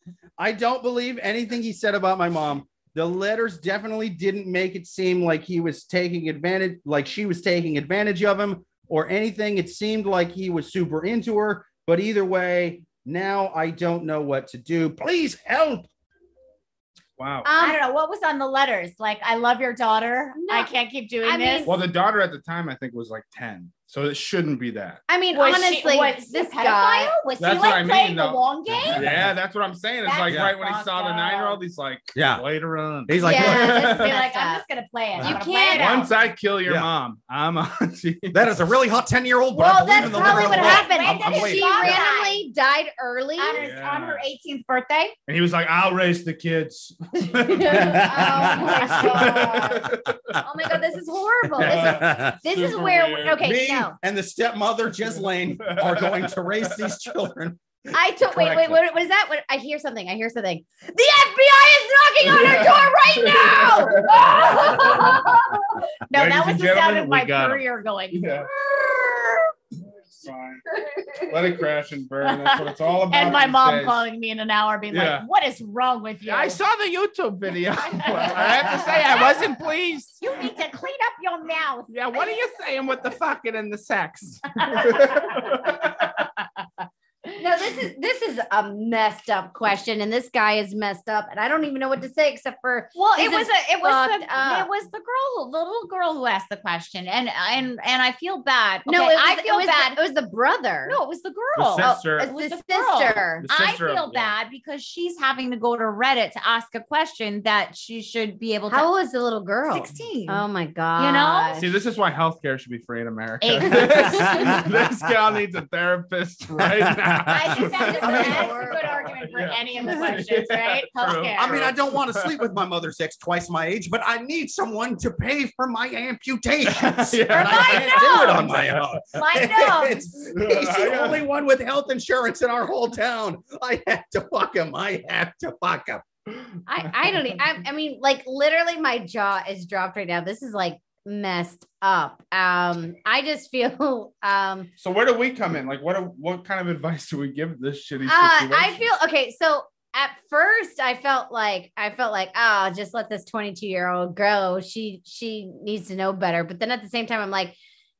A: I don't believe anything he said about my mom. The letters definitely didn't make it seem like he was taking advantage, like she was taking advantage of him or anything. It seemed like he was super into her. But either way, now I don't know what to do. Please help.
D: wow.
B: I
C: Um,
B: don't know what was on the letters. Like, I love your daughter.
C: No.
B: I can't keep doing
C: I mean-
B: this.
D: Well, the daughter at the time I think was like ten. So it shouldn't be that.
C: I mean,
H: Was
C: honestly,
H: she, was
C: this
H: this
C: guy.
H: pedophile? Was
D: That's
H: he
D: what
H: like
D: I mean,
H: playing
D: though.
H: the long game?
D: Yeah, that's what I'm saying. It's
H: That's
D: like right when he
H: fucked
D: saw the
H: up.
D: nine year old, he's like,
G: Yeah.
D: later on.
G: He's like,
C: Yeah,
G: "Look,
C: that's
H: Be
C: messed
H: like, I'm
C: up.
H: just gonna play it.
G: You
H: I'm gonna play it out.
D: once I kill your
G: Yeah.
D: mom, I'm on to you.
G: that is a really hot 10 year old, but I
H: Well,
G: believe
H: that's
G: in the
H: probably what
G: liberal arts."
H: happened.
G: I'm- I'm
H: That
G: waiting.
C: She
H: Wait.
C: randomly died early.
H: on, his, on her 18th birthday.
D: And he was like, I'll raise the kids.
H: God.
C: Oh my god, this is horrible. This is this is
F: Super
C: where
F: weird.
C: okay,
G: Me
C: no.
G: and the stepmother Ghislaine are going to raise these children.
C: I took wait, wait,
G: Correctly.
C: what, what is that? What I hear something. I hear something. The FBI is knocking on her door right
H: No,
C: now.
D: Ladies
H: that was
D: and
H: the sound
D: gentlemen,
H: of
D: we
H: my
D: got 'em.
H: career going.
D: Yeah. It's fine. Let it crash and burn. That's what it's all about.
H: And my
D: these
H: mom
D: days.
H: calling me in an hour, being
D: Yeah.
H: like, "What is wrong with you?
D: Yeah, I saw the YouTube video. I have to say, I wasn't pleased.
H: you need to clean up your mouth."
D: Yeah, what are you saying with the fucking and the sex?
C: no, this is this is a messed up question, and this guy is messed up, and I don't even know what to say except for
B: Well,
C: This
B: it
C: is
B: was a it was
C: fucked
B: the
C: up.
B: it was the girl who the little girl who asked the question, and and and I feel bad.
C: no.
B: Okay,
C: it was,
B: I
C: it
B: feel
C: was
B: bad.
C: The, it was the brother.
B: no, it was the
D: The
B: girl.
D: sister.
C: it's
B: was
C: the,
B: the girl.
C: sister.
D: the
B: I
D: sister-
B: feel
D: yeah.
B: bad because she's having to go to Reddit to ask a question that she should be able to.
C: How old is the little girl?
B: 16.
C: Oh my god.
D: See, this is why healthcare should be free in America.
B: Exactly.
D: this girl needs a therapist right now.
H: I think that is,
G: I mean-
H: that's a good argument for
D: Yeah.
H: any of the questions, right?
D: Yeah, true.
H: Healthcare.
G: I mean, I don't want to sleep with my mother's ex twice my age, but I need someone to pay for my amputations.
D: Yeah.
G: And I can't do it on my own.
H: my nose.
G: It's- he's the only one with health insurance in our whole town. I have to fuck him. I have to fuck him.
C: I, I don't. e- I, I mean, like literally, my jaw is dropped right now. This is like messed up. Um, I just feel. Um,
D: So where do we come in? Like, what what kind of advice do we give this shitty
C: uh,
D: situation?
C: I feel okay. So at first, I felt like I felt like oh, just let this twenty-two year old go. She she needs to know better. But then at the same time, I'm like,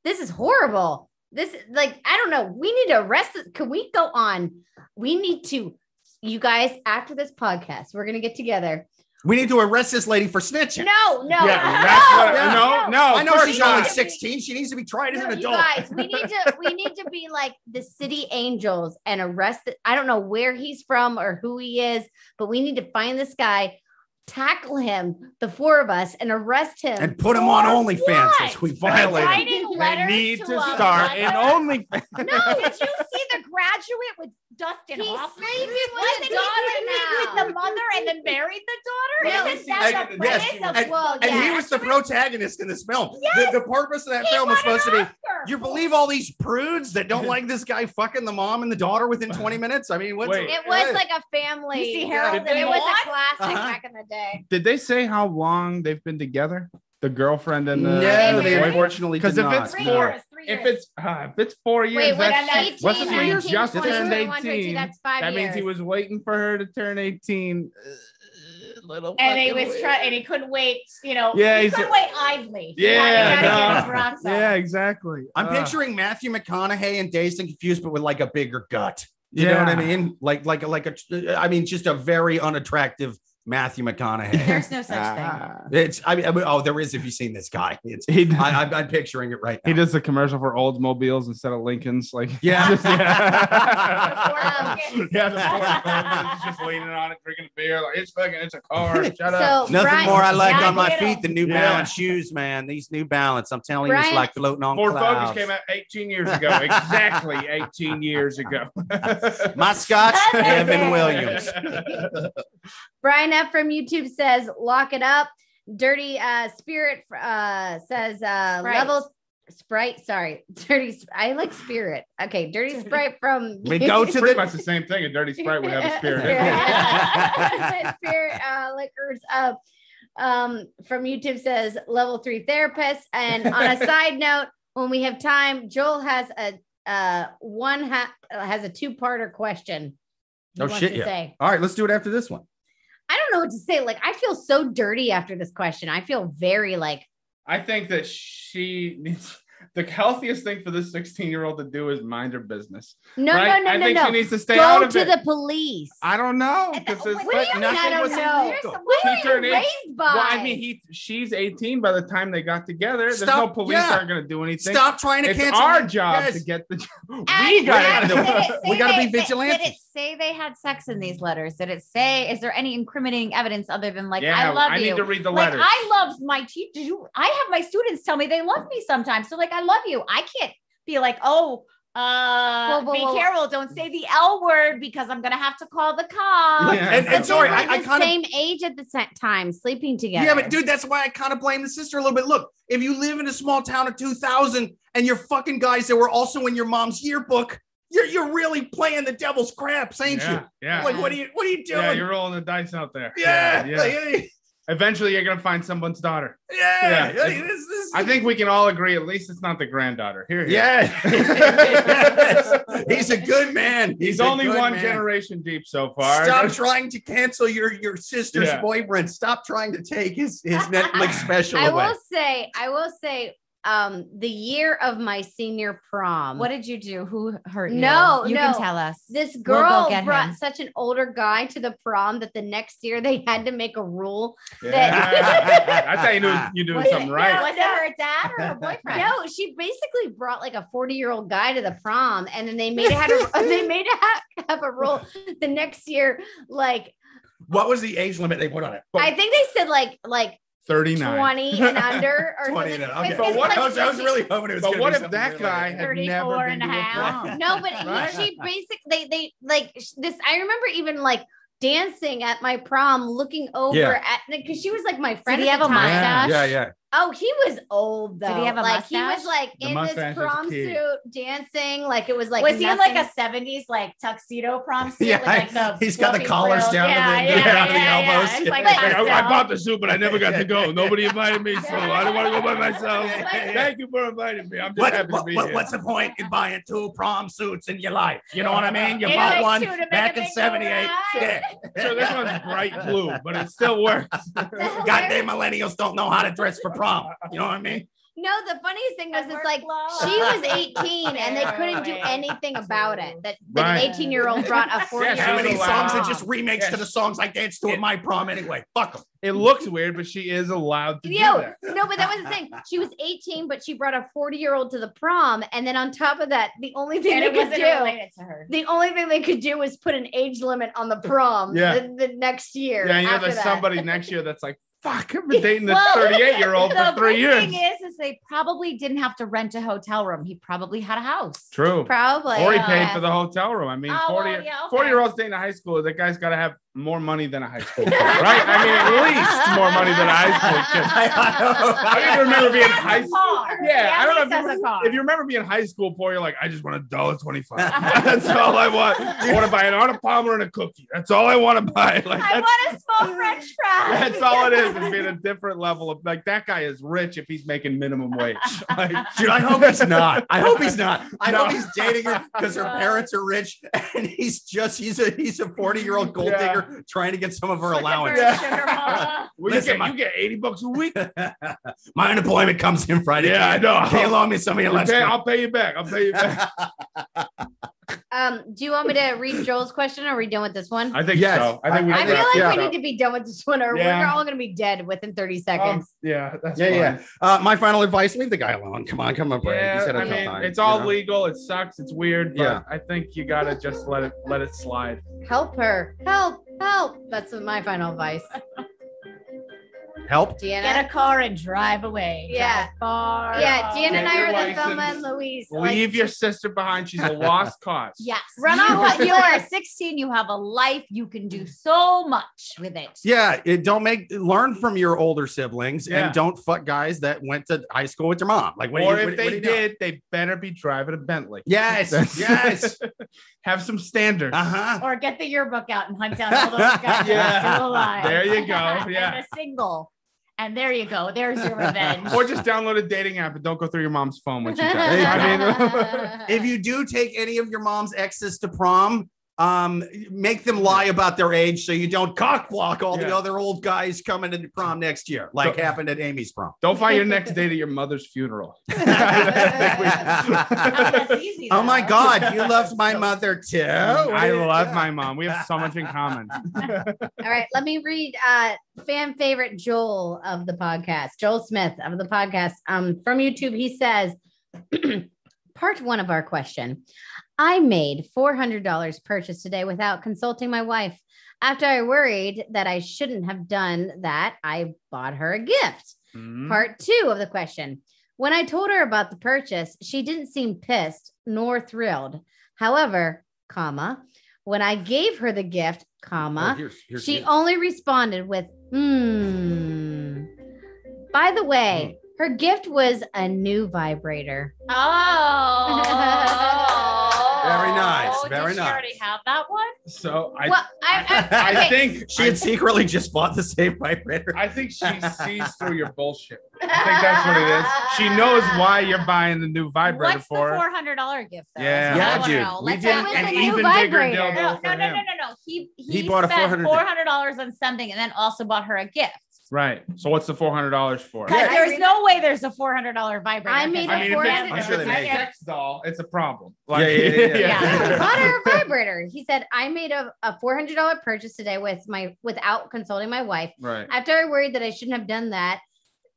C: this is horrible. This like I don't know. We need to arrest. Can we go on? We need to. You guys, after this podcast, we're gonna get together.
G: We need to arrest this lady for snitching.
C: No, no,
D: Yeah, that's what,
G: No,
D: no, no,
G: I know
D: of course
G: she's
D: not.
G: only 16. She needs to be tried as an
C: you
G: adult.
C: guys, we need to we need to be like the city angels and arrest. The, I don't know where he's from or who he is, but we need to find this guy, tackle him, the four of us, and arrest him.
G: and put him on
H: For
G: OnlyFans
H: what?
G: as we violate him.
H: Writing
D: They
H: letters
D: need to
H: a
D: start an
H: mother-
D: only.
H: No, did you see the graduate with Dustin
C: He's
H: Hoffman?
C: sleeping with
H: Wasn't
C: the
H: he
C: daughter
H: sleeping
C: now.
H: with the mother and then married the daughter?
C: No,
H: Isn't that the
G: and- yes,
H: premise of
G: and-
C: well,
G: And he
C: yeah.
G: was the protagonist in this film.
H: Yes.
G: The, the purpose of that
H: He
G: film was
H: won an
G: supposed to be
H: Oscar.
G: you believe all these prudes that don't like this guy fucking the mom and the daughter within 20 minutes? I mean, what's
D: Wait.
C: it was like a family.
H: You see
C: show.
H: Harold
D: and
C: it
H: Maude?
C: was a classic
G: Uh-huh.
C: back in the day.
D: Did they say how long they've been together? The girlfriend and the
G: no,
H: Are
G: they
H: they married?
G: unfortunately
D: Because
G: did
D: if
G: not,
D: it's
H: Three
D: no.
H: years, three
D: If
H: years.
D: it's uh, if it's four years,
C: Wait, what?
D: that's,
H: that's-
C: 18,
D: what's the three years?
C: 19,
D: Just turned
C: 21, 22,
D: 18.
C: That's five
D: that means
C: years.
D: he was waiting for her to turn eighteen. Uh, little
H: and he
D: fucking
H: was
D: weird.
H: trying, and he couldn't wait. You know,
D: Yeah,
H: he
D: he's-
H: couldn't wait idly.
D: Yeah,
H: he gotta get his
D: no.
H: rocks off.
D: Yeah, exactly.
G: I'm
D: Ugh.
G: picturing Matthew McConaughey and Dazed and Confused, but with like a bigger gut. You know what I
D: Yeah.
G: mean? Like, like, like a, I mean, just a very unattractive Matthew McConaughey.
E: There's no such thing.
D: Ah.
G: it's, I mean, I mean, oh, there is if you've seen this guy. It's,
D: He
G: I, I'm, I'm picturing it right
D: he
G: now.
D: does the commercial for Oldsmobiles instead of Lincolns. Like
G: Yeah.
D: just- yeah.
C: Um,
D: Yeah, the Ford Focus is just leaning on it, drinking a beer. Like it's fucking, it's a car. Shut up.
C: So Brian- Brian Kittle-
G: than New
D: Yeah.
G: shoes, man. These New Balance, I'm telling
C: Brian-
G: floating on
D: Ford Focus came out 18 years ago. Exactly 18 years ago.
G: My Scotch,
H: Evan
G: Williams.
C: Brian F from YouTube says, "Lock it up." Dirty uh, Spirit uh, says, uh,
H: Sprite.
C: "Level Sprite." Sorry, Dirty. Sp- I like Spirit. Okay, Dirty Sprite from.
G: We go
D: It's
G: to
D: pretty
G: the
D: much the same thing. A dirty sprite would have a spirit. in it.
C: Spirit, Spirit, uh, liquors up. Um, from YouTube says level three therapist. And on a side note, when we have time, Joel has a uh, one ha- has a two parter question. he
G: Oh,
C: wants
G: shit,
C: to
G: yeah.
C: Say.
G: All right, let's do it after this one.
C: I don't know what to say. Like, I feel so dirty after this question. I feel very like
D: I think that she needs. the healthiest thing for this 16 year old to do is mind her business.
C: No,
D: right?
C: no,
D: I
C: no,
D: think
C: no,
D: she
C: no.
D: needs to stay out
C: Go
D: of
C: to
D: it.
C: the police.
D: I don't know
H: What
D: because
H: do
D: it's
H: you
D: but
H: mean I
D: nothing
H: don't
D: was
H: know?
C: There's
D: illegal.
C: some- What
D: He
C: were you
D: turned eight-
C: raised by?
D: Well, I mean, he she's 18 by the time they got together. There's
G: Stop-
D: no police
G: yeah.
D: aren't going to do anything.
G: Stop trying to
D: It's
G: cancel
D: our
G: me.
D: job
G: Yes.
D: to get the. We
B: And-
D: got to do
B: did
D: it.
B: it say
G: We gotta be
B: they- they-
G: vigilantes.
B: Did it say they had sex in these letters? Did it say? Is there any incriminating evidence other than like
D: yeah,
B: I love you?
D: need to read the
B: like
D: letters.
B: I love my teacher. You, I have my students tell me they love me sometimes. So like I love you. I can't be like oh. Uh,
C: Whoa, whoa,
B: be
C: whoa.
B: careful! Don't say the L word because I'm gonna have to call the cops.
D: Yeah.
G: And, and
C: But
G: sorry,
C: they were
G: I, I
C: the
G: kind of
C: same age at the sa- time, sleeping together.
G: Yeah, but dude, that's why I kind of blame the sister a little bit. Look, if you live in a small town of 2000 and you're fucking guys that were also in your mom's yearbook, you're you're really playing the devil's craps, ain't
D: yeah,
G: you?
D: yeah.
G: Like, what are you what are you doing?
D: yeah,
G: Yeah,
D: you're rolling the dice out there.
G: yeah,
D: yeah.
G: like, hey,
D: Eventually, you're gonna find someone's daughter.
G: yeah,
D: Yeah.
G: hey, this- this-
D: I think we can all agree. At least it's not the granddaughter. Here, here.
G: yeah. Yes. He's a good man.
D: He's,
G: a
D: only
G: good
D: one
G: man.
D: generation deep so far.
G: Stop trying to cancel your your sister's
D: Yeah.
G: boyfriend. Stop trying to take his his Netflix special
C: I
G: away.
C: will say, I will say, um, the year of my senior prom.
B: What did you do? Who hurt you?
C: Um, No,
B: you can
C: no.
B: tell us.
C: this
B: We'll go
C: girl
B: get
C: brought
B: him.
C: such an older guy to the prom that the next year they had to make a rule.
D: Yeah. I thought you knew you doing
C: Was it-
D: something right.
B: Was it her dad or her boyfriend?
C: No, she basically brought like a 40 year old guy to the prom and then they made it had a, they made it have, have a rule the next year. Like,
G: What was the age limit they put on it?
C: I think they said like, like
D: 39.
C: 20 and under or
G: 20
C: something.
G: and okay.
C: It's
D: But what-
C: like
G: I, was, I was really hoping it was.
D: But
G: gonna
D: what
G: be
D: if
G: something
D: that
G: really
D: guy
G: like
D: had never
B: 34
D: been
B: and a
D: to
B: half.
D: prom?
C: No, but
D: Right.
C: she basically they they like sh- this. I remember even like dancing at my prom, looking over
G: Yeah.
C: at because she was like my friend.
B: Did he
C: at
B: have
C: the
B: a
C: time.
B: mustache?
G: Yeah, yeah.
C: Oh, he was old though.
B: Did he have a
C: like he was
B: mustache?
C: like
D: The
C: in
D: mustache
C: this
D: is a
C: prom
D: key.
C: suit dancing, like it was like
B: was he in like
C: nothing-
B: a 70s like tuxedo prom suit?
G: Yeah,
B: with, like, the
G: he's got the
B: fluffy
G: collars
B: frills?
G: down to
B: yeah,
G: the-
B: yeah,
G: down to the
B: yeah, yeah.
G: elbows.
B: It's like
C: Like,
D: Like, I, I
B: pastel.
D: bought the soup, but I never got to go. Nobody invited me, so I didn't want to go by myself. Thank you for inviting me. I'm just
G: What,
D: happy to
G: what,
D: be
G: what-
D: here.
G: what's the point in buying two prom suits in your life? You know what I mean? You
B: It
G: bought
B: takes
G: one
B: two to make
G: back
B: a
G: in
B: big
G: '78.
B: old
G: Yeah.
D: so this one's bright blue, but it still works.
C: The
G: Goddamn millennials don't know how to dress for prom. You know what I mean?
C: No, the funniest thing was
B: And
C: it's
B: we're
C: like
B: close.
C: she was 18 and they
B: Yeah,
C: couldn't do
B: right.
C: anything about it. That, that
D: Right.
C: an 18 year old brought a 40
D: Yeah,
G: How
C: year
G: many
D: she's
C: old.
G: songs
D: allowed.
G: are just remakes to the songs I danced to at my prom anyway? Fuck them.
D: It looks weird, but she is allowed to do
C: Yo,
D: that.
C: no, but that was the thing. She was 18, but she brought a 40 year old to the prom. And then on top of that, the only thing
B: And
C: they
B: it
C: could
B: wasn't
C: do,
B: related to her.
C: the only thing they could do was put an age limit on the prom
D: Yeah.
C: the, the next year.
D: Yeah, you know,
C: after
D: there's
C: that.
D: somebody next year that's like, fuck, I've been dating this
B: Well,
D: 38 year old
B: The
D: for three
B: great
D: years.
B: thing is, is they probably didn't have to rent a hotel room. He probably had a house.
D: True.
C: Probably.
D: Or he
B: uh,
D: paid for the hotel room. I mean,
B: Oh,
D: 40,
B: well, yeah, okay.
D: 40 year olds dating a high schooler, that guy's got to have more money than a high school, right? I mean, at least more money than a high school kid. I don't even remember being in high
B: That's a
D: school.
B: car.
D: Yeah, I don't
B: he
D: know if you-
B: has a car.
D: If you remember being high school poor, you're like, I just want a dollar twenty-five. That's all I want. I want to buy an Arnold Palmer and a cookie. That's all I want to buy. Like
B: I
D: that's,
B: want a small French fry.
D: that's all it is. Is being a different level of like that guy is rich if he's making minimum wage. Like,
G: Dude, I hope he's not. I hope he's not. I
D: No.
G: hope he's dating her because her parents are rich, and he's just he's a he's a forty year old gold
D: Yeah.
G: digger trying to get some of her allowance.
D: Yeah.
B: Yeah.
D: well, you
G: Listen,
D: get
G: my-
D: you get eighty bucks a week.
G: My unemployment comes in Friday.
D: Yeah, I know.
G: Pay along me some of your
D: I'll
G: lunch.
D: pay, I'll pay you back. I'll pay you back.
C: Um, do you want me to read Joel's question or are we done with this one?
D: I think
G: Yes.
D: so. I think we.
C: I
D: can
C: feel
D: wrap
C: like we
D: this up.
C: need to be done with this one, or
D: Yeah.
C: we're all going to be dead within 30
D: Um,
C: seconds.
D: yeah, that's
G: Yeah,
D: fine.
G: yeah. Uh, my final advice: leave the guy alone. Come on, come on, Brad.
D: Yeah, I mean, it's all legal. It sucks. It's weird. But
G: Yeah.
D: I think you gotta just let it let it slide.
C: help her. Help. Help. That's my final advice.
G: helped.
C: Deanna.
B: Get a car and drive away.
C: Yeah.
B: Drive far.
C: Yeah. Deanna and
D: Get
C: I
D: your
C: are like Thelma
D: license.
C: and Louise. Like,
D: Leave your sister behind. She's a lost cause.
B: Yes.
C: Run
B: Run you,
C: off
B: off.
C: with
B: You are 16. You have a life. You can do so much with it.
G: Yeah, it, don't make learn from your older siblings
D: Yeah.
G: and don't fuck guys that went to high school with your mom. Like, what do
D: or
G: you,
D: if
G: what-
D: they
G: what do you know?
D: did, they better be driving a Bentley.
G: yes,
D: That's-
G: yes,
D: Have some standards.
G: uh huh.
B: Or get the yearbook out and hunt down all those guys that
G: Yeah.
B: are still alive.
D: There you go.
B: and
D: Yeah.
B: a single. And there you go. There's your revenge.
D: Or just download a dating app and don't go through your mom's phone when she texts. I mean,
G: If you do take any of your mom's exes to prom, Um, make them lie about their age so you don't cockblock all the
D: Yeah.
G: other old guys coming into prom next year, like
D: So-
G: happened at Amy's prom.
D: Don't find your next date at your mother's funeral.
B: That's easy,
G: Oh
B: though.
G: my God, you loved my mother too.
D: I love my mom. We have so much in common.
C: All right, let me read uh, fan favorite Joel of the podcast, Joel Smith of the podcast. Um, from YouTube, he says, part one of our question. I made $400 purchase today without consulting my wife. After I worried that I shouldn't have done that, I bought her a gift.
D: Mhm.
C: Part two of the question. When I told her about the purchase, she didn't seem pissed nor thrilled. However, comma, when I gave her the gift,
D: Oh,
C: comma,
G: Oh,
C: she only responded with, hmm. By the way,
D: Hmm.
C: her gift was a new vibrator.
B: Oh.
G: Very nice,
B: Oh,
G: very
B: Did she already have that one?
D: So I,
C: well, I, I,
D: I
C: okay.
D: think
G: She had secretly just bought the same vibrator.
D: I think she sees through your bullshit. I think that's what it is. She knows why you're buying the new vibrator
B: What's the
D: for.
B: four hundred dollar gift though?
D: Yeah.
B: That's what I wanna
G: Yeah, dude.
B: know.
G: We
B: Let's
G: did
B: have
C: an
B: it.
C: even New bigger vibrator. dildo
B: No,
D: for
B: no, no, no,
D: him.
B: no, no. He he,
G: He bought a
B: spent
G: $400.
B: four hundred dollars on something and then also bought her a gift.
D: Right. So what's the four hundred dollars for?
B: Because
C: Yeah.
B: there's no way there's a four hundred dollar vibrator.
C: I
B: at this
C: made
D: I mean, if
B: point.
D: it's,
G: I'm
D: if
G: sure they
D: it's
G: make
D: a
G: it.
D: sex doll, it's a problem.
G: Yeah, yeah, yeah, yeah.
C: I bought her a vibrator. He said, I made a, a $400 purchase today with my without consulting my wife.
D: Right.
C: After I worried that I shouldn't have done that,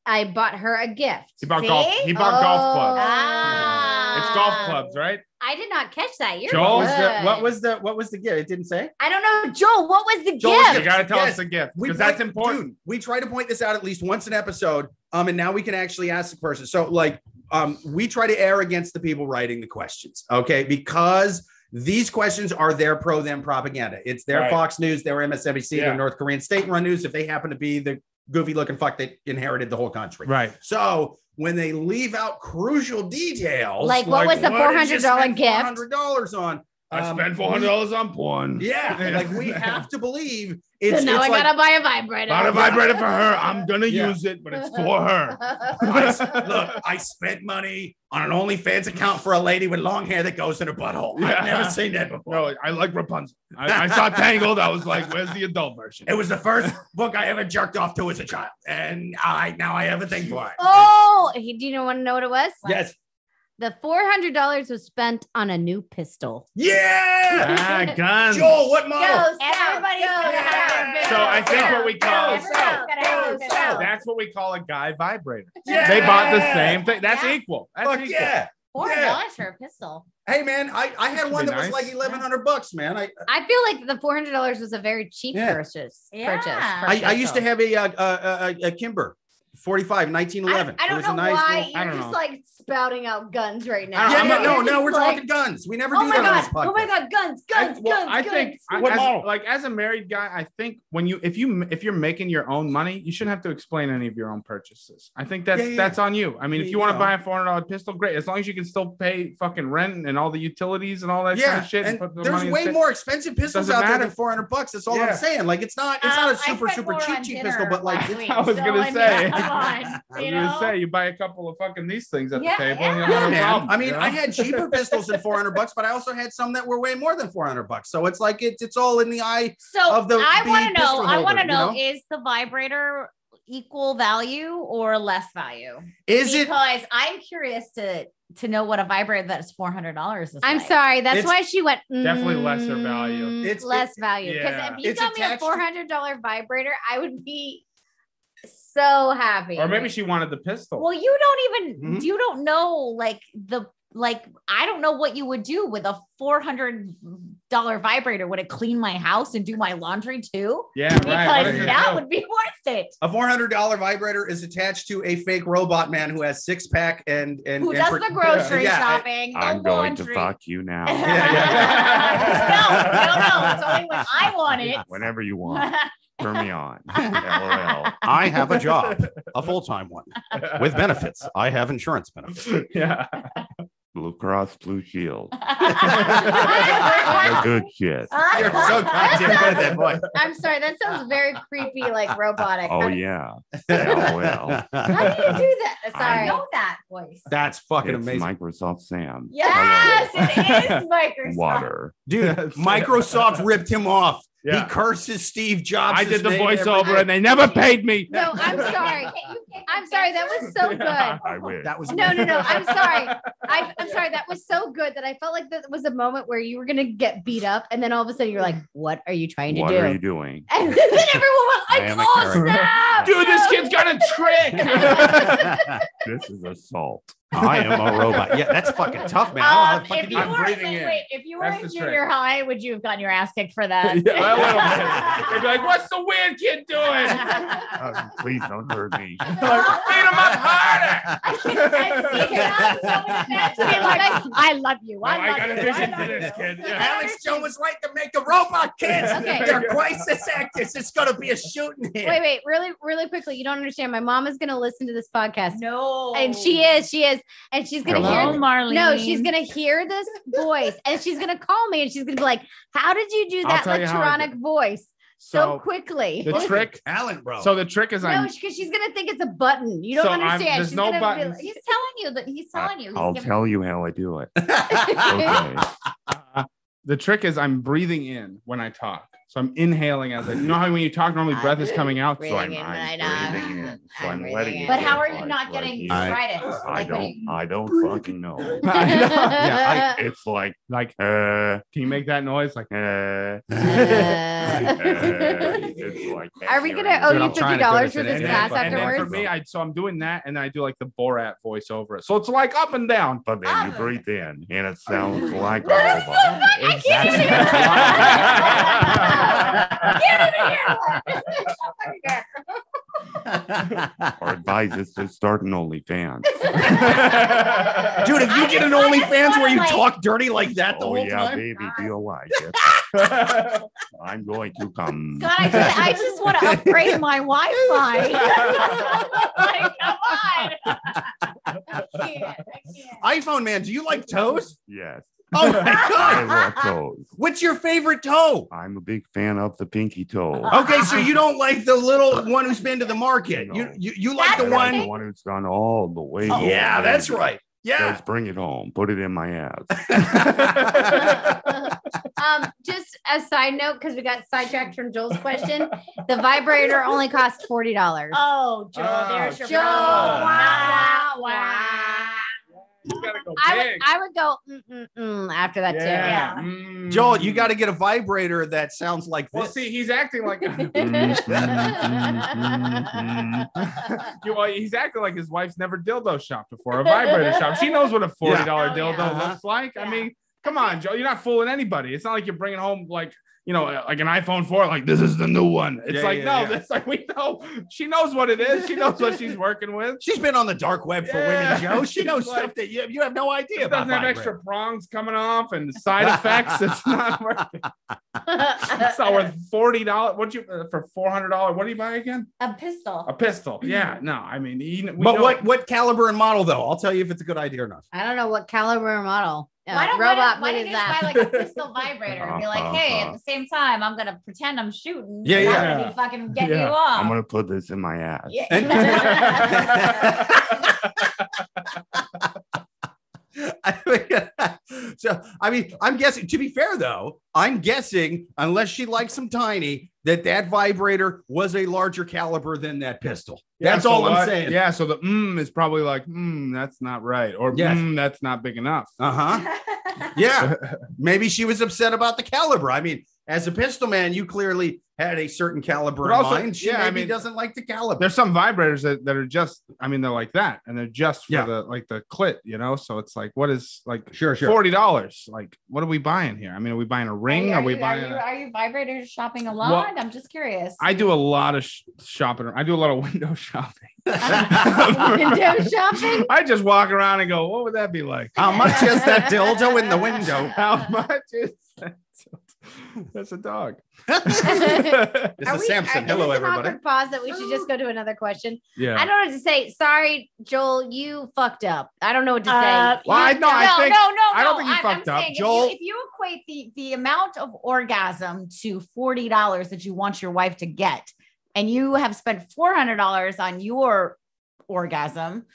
C: I bought her a gift.
D: He bought
B: See?
D: golf. He bought golf
C: Oh.
D: clubs.
B: Ah.
D: It's golf clubs, right?
C: I did not catch that. You're
D: Joel, Oh,
G: What was
C: good.
G: the what was the what was the gift? It didn't say.
C: I don't know, Joel. What was the
G: Joel,
C: gift?
D: You gotta tell
G: Yes.
D: us the gift
G: We
D: because that's
G: point-
D: important.
G: dude, we try to point this out at least once an episode. Um, and now we can actually ask the person. So, like, um, we try to err against the people writing the questions, okay? Because these questions are their pro them propaganda. It's their
D: Right.
G: Fox News, their MSNBC,
D: Yeah.
G: their North Korean state run news. If they happen to be the goofy looking fuck that inherited the whole country,
D: Right.
G: So when they leave out crucial details,
C: Like, what was the $400 gift?
G: Four hundred dollars on.
D: I
G: um,
D: spent four hundred dollars on porn.
G: Yeah, like we have to believe
C: So
G: it's.
C: now
G: it's
C: I
G: like,
C: gotta buy a vibrator.
D: Bought a vibrator for her. I'm gonna
G: Yeah.
D: use it, but it's for her.
G: I s- look, I spent money on an OnlyFans account for a lady with long hair that goes in her butthole. I've
D: Yeah.
G: never seen that before.
D: No, I like Rapunzel. I, I saw Tangled. I was like, "Where's the adult version?"
G: It was the first book I ever jerked off to as a child, and I now I have a thing for it.
C: oh, he, do you know, want to know what it was?
G: yes,
C: The four hundred dollars was spent on a new pistol.
G: yeah.
D: ah, guns.
G: Joel, what model?
B: Everybody's gonna have their
D: So I think
B: business.
D: what we call
B: Everybody's gonna have their business.
D: that's what we call a guy vibrator.
G: Yeah.
D: They bought the same thing. That's
B: Yeah.
D: equal. That's
G: Fuck
D: equal.
G: yeah.
B: Four
G: Yeah.
B: dollars for a pistol.
G: Hey man, I, I had
D: Should
G: one
D: be
G: that was
D: nice.
G: like eleven hundred bucks, man. I
C: I feel like the four hundred dollars was a very cheap
G: Yeah.
C: purchase.
B: Yeah.
C: Purchase.
B: I-
G: I, I used to have a uh, uh, a, a Kimber, 45,
C: I,
G: 1911.
C: I
G: It
C: don't
G: was
C: know
G: a nice
C: why
G: little-
D: I
C: you're
D: don't
C: just
D: know.
C: like spouting out guns right now.
G: Yeah, yeah,
D: I'm
G: no,
C: You're
G: no,
C: just
G: we're
C: like,
G: talking guns. We never
C: Oh
G: do
C: my
G: that on
C: god!
G: this podcast.
C: Oh my god! Guns! Guns!
D: I, well,
C: guns!
D: I
C: guns.
D: think I-
F: What
D: as,
F: model?
D: like as a married guy, I think when you if you if you're making your own money, you shouldn't have to explain any of your own purchases. I think that's
G: Yeah, yeah.
D: that's on you. I mean, if
G: You
D: you want
G: know.
D: to buy a four hundred dollar pistol, great. As long as you can still pay fucking rent and all the utilities and all that kind
G: yeah,
D: of shit.
G: and
D: put the
G: there's
D: money in
G: way
D: sa-
G: more expensive pistols
D: Doesn't
G: out there
D: matter.
G: than 400 bucks. That's all
D: Yeah.
G: I'm saying. Like it's not, it's
B: Um,
C: Uh,
G: not a
B: I
G: super,
B: spent
G: super
B: more
G: cheap,
B: on
G: cheap
B: dinner
G: pistol, but like
B: last week,
D: I was
B: so,
D: gonna
B: mean,
D: say.
B: come on,
D: I was
B: you
D: gonna
B: know?
D: say you buy a couple of fucking these things at
B: Yeah,
D: the table. and you
B: yeah.
D: don't have a
G: Yeah, man.
D: problem,
G: I mean,
D: you know?
G: I had cheaper pistols than 400 bucks, but I also had some that were way more than 400 bucks. So it's like it, it's all in the eye.
B: So
G: of the-
B: I
G: the
B: want to know.
G: pistol
B: I want to
G: holder, you
B: know,
G: know?
B: Is the vibrator equal value or less value?
G: Is it?
B: because I'm curious to to know what a vibrator that is four hundred dollars is.
C: I'm
B: like.
C: sorry. That's
G: It's
C: why she went.
D: definitely lesser value.
C: "Mm,
G: It's-
C: less value because
D: yeah.
C: if you
G: It's
C: got me a
G: attached to-
C: four hundred dollar vibrator, I would be so happy.
D: or maybe she wanted the pistol.
B: Well, you don't even
G: Mhm.
B: you don't know like the like I don't know what you would do with a four hundred dollar vibrator. Would it clean my house and do my laundry too?
D: yeah,
B: Because
D: right. What are you
B: that
D: gonna do?
B: would be worth it.
G: A $400 vibrator is attached to a fake robot man who has six pack and and
B: Who
G: and
B: does
G: pro-
B: the grocery
G: Yeah, I-
B: shopping? the laundry.
I: you
B: no, no,
I: now.
B: no. It's only when I want it.
I: Whenever you want, turn me on. LOL. I have a job.
G: a full time one with benefits. I have insurance benefits.
D: yeah.
I: Blue Cross Blue Shield.
C: I'm
I: The good
A: You're
I: shit.
A: so goddamn good at that point.
C: sorry, that sounds very creepy, like robotic.
I: Oh
C: how,
I: yeah. oh, LOL.
C: how do you do that?
I: I
C: Sorry.
I: know
C: that voice.
G: That's fucking
I: It's
G: amazing.
I: Microsoft Sam.
C: Yes,
I: Hello.
C: it is Microsoft.
I: Water.
G: Dude, Microsoft ripped him off.
D: Yeah.
G: He curses Steve Jobs.
D: I did
G: his
D: the
G: name
D: voiceover
G: every-
D: and they never paid me.
C: No, I'm sorry. I'm sorry. That was so good.
I: I wish.
G: That was
C: No, no, no. I'm sorry. I, I'm sorry. That was so good that I felt like that was a moment where you were gonna get beat up, and then all of a sudden you're like, "What are you trying to
I: What
C: do?"
I: are you doing?
C: and then everyone went,
I: I
C: "I
I: am a
C: lost that."
D: Dude, this kid's got a trick.
I: This is assault.
G: I am a robot. Yeah, that's fucking tough,
A: oh,
G: man. I
H: Um,
G: don't know how the fuck
H: if
G: you
H: you
D: I'm
G: do
C: Uh,
G: it.
H: were
D: breathing
H: wait,
D: in.
H: wait, if you were
D: That's
H: in
D: the
H: junior high, would you have gotten your ass kicked for that?
D: Yeah, I would've. They'd be like, what's the weird kid doing?
I: Uh, please don't hurt me.
D: Like, beat him up harder.
H: I, I love you.
D: Oh,
H: I,
D: I
H: love
D: got a
H: you.
D: vision
H: I
D: for
H: love
D: this
H: you.
D: kid. Yeah.
G: Alex Jones was right to make the robot kids.
C: Okay.
G: They're crisis actors. It's going to be a shooting here.
C: Wait, wait, really, really quickly. You don't understand. My mom is gonna listen to this podcast,
B: No.
C: and she is, she is, and she's gonna
I: Hello,
C: hear.
B: Hello, Marlene.
C: No, she's gonna hear this voice, and she's gonna call me, and she's gonna be like, "How did you do
D: I'll
C: that
D: tell you how I did
C: electronic voice so,
D: So
C: quickly?"
D: the trick.
G: Alan, bro.
D: So the trick is
C: No,
D: I'm
C: because she's gonna think it's a button. You don't
D: So I'm-
C: understand.
D: there's
C: she's
D: no
C: gonna
D: buttons.
C: Be
B: He's telling you that he's telling you. He's
I: I'll
B: giving-
I: tell you how I do it.
C: like,
I: Okay.
D: uh, the trick is I'm breathing in when I talk. So I'm inhaling as I you know how when you talk normally breath is coming out.
I: So I'm,
C: Breathing in, but I
I: I'm
C: don't-
I: breathing in. So
C: I'm
I: I'm
C: breathing
I: letting
C: in.
I: it
B: But
I: go
B: how are
I: right-
B: you not
I: right
B: getting
I: here.
B: arthritis?
I: I
B: Like,
I: don't.
B: you-
I: I don't fucking know.
G: Yeah,
I: It's like
D: Like,
I: uh,
D: can you make that noise? Like, eh.
I: uh,
C: Uh,
I: it's like
C: Are we gonna owe you
G: Dude, I'm
I: hearing noise.
G: trying
C: fifty
G: to go to
C: dollars for this
G: today.
C: class
D: and then for
C: afterwards?
D: me, I so I'm doing that, and then I do like the Borat voice over it. So it's like up and down.
I: But then you breathe in, and it sounds like a
C: That is
I: robot.
C: I can't even hear one.
I: Or advise us to start an OnlyFans.
G: Dude, if you get an OnlyFans where you talk dirty like that the
I: oh
G: whole
I: yeah,
G: time,
I: baby, do you like it? I'm going to come.
B: God, I just, I just want to upgrade my Wi-Fi. like, come on.
G: iPhone man, do you like toes?
I: Yes,
G: Oh my
I: I
G: god!
I: love toes.
G: What's your favorite toe?
I: I'm a big fan of the pinky toe.
G: Okay, so you don't like the little one who's been to the market. You you, you like
I: I
G: the
I: like the
G: one? Oh.
I: one who's gone all the way. to
G: Yeah,
I: the
G: that's
I: end.
G: right. Yeah.
I: Just bring it home. Put it in my ass.
C: um, just a side note, because we got sidetracked from Joel's question. The vibrator only costs forty dollars.
H: Oh, Joel,
D: Oh,
H: there's your
C: Joel,
H: problem.
C: wow,
H: Wow, wow.
D: You gotta go
C: I would,
D: big.
C: I would go mm, mm, mm, after that too.
D: yeah.
H: Yeah.
D: Mm.
G: Joel, you got to get a vibrator that sounds like
D: Well,
G: this.
D: see, he's acting like
I: Mm, mm, mm, mm, mm.
D: you know, he's acting like his wife's never dildo shopped before, a vibrator shop. She knows what a forty dollar
H: Oh,
D: dildo
G: yeah. Uh-huh.
D: looks like. I
H: Yeah.
D: mean, come on, Joe, you're not fooling anybody. It's not like you're bringing home like you know, like an iPhone four. Like this is the new one. It's
G: Yeah,
D: like
G: yeah,
D: no,
G: yeah.
D: that's like we know. She knows what it is. She knows what she's working with.
G: She's been on the dark web for
D: Yeah.
G: women, Joe. She knows
D: Like-
G: stuff that you, you have no idea
D: It
G: about.
D: doesn't have
G: vibrator.
D: extra prongs coming off and side effects. It's not worth. It's not worth forty dollars. What you uh, for four hundred dollars? What do you buy again?
B: A pistol.
D: A pistol. Yeah. No, I mean, you know- we
G: Mm-hmm. But
D: know-
G: what what caliber and model though? I'll tell you if it's a good idea or not.
C: I don't know what caliber or model. Uh,
B: why don't
C: robot
B: why don't, why don't
C: what is
B: you just
C: that?
B: buy like a pistol vibrator and be like, hey, at the same time, I'm gonna pretend I'm shooting.
G: Yeah,
B: and I'm
D: yeah.
B: gonna be fucking getting
D: Yeah.
B: you off.
I: I'm gonna put this in my ass.
B: Yeah.
G: I mean, so I mean, I'm guessing. To be fair though, I'm guessing unless she likes some tiny, that that vibrator was a larger caliber than that pistol.
D: Yeah,
G: That's
D: so
G: all I'm
D: what-
G: saying.
D: Yeah. So the mm is probably like, mm, that's not right. Or
G: Yes.
D: mm, that's not big enough.
G: Uh huh. Yeah. Maybe she was upset about the caliber. I mean, as a pistol man, you clearly had a certain caliber
D: But
G: in
D: also-
G: mind. She
D: yeah, I
G: maybe
D: mean-
G: doesn't like the caliber.
D: There's some vibrators that, that are just, I mean, they're like that and they're just for
G: Yeah.
D: the, like the clit, you know? So it's like, what is like
G: Sure,
D: $40? Like, what are we buying here? I mean, are we buying a ring? Are,
B: Are
D: we
B: you, are
D: buying?
B: you,
D: a-
B: are you vibrator shopping a lot? I'm just curious.
D: I do a lot of sh- shopping. I do a lot of window shopping.
C: Window shopping?
D: I just walk around and go, what would that be like?
G: How much is that dildo in the window?
D: How much is that? That's a dog.
A: This
C: Are
A: is Samson. Hello,
C: we- are- is this an
A: everybody.
C: awkward Pause that we should just go to another question. I
D: Yeah.
C: don't know what to say. Sorry, Joel, you fucked up. I don't know what to
B: Uh,
C: say.
D: Well, I know. I
B: no,
D: think
B: no, no,
D: I
B: no.
D: don't think you
B: I'm-
D: fucked
B: I'm
D: up.
B: saying if you-
D: Joel-
B: If you, equate the the amount of orgasm to forty dollars that you want your wife to get, and you have spent four hundred dollars on your orgasm,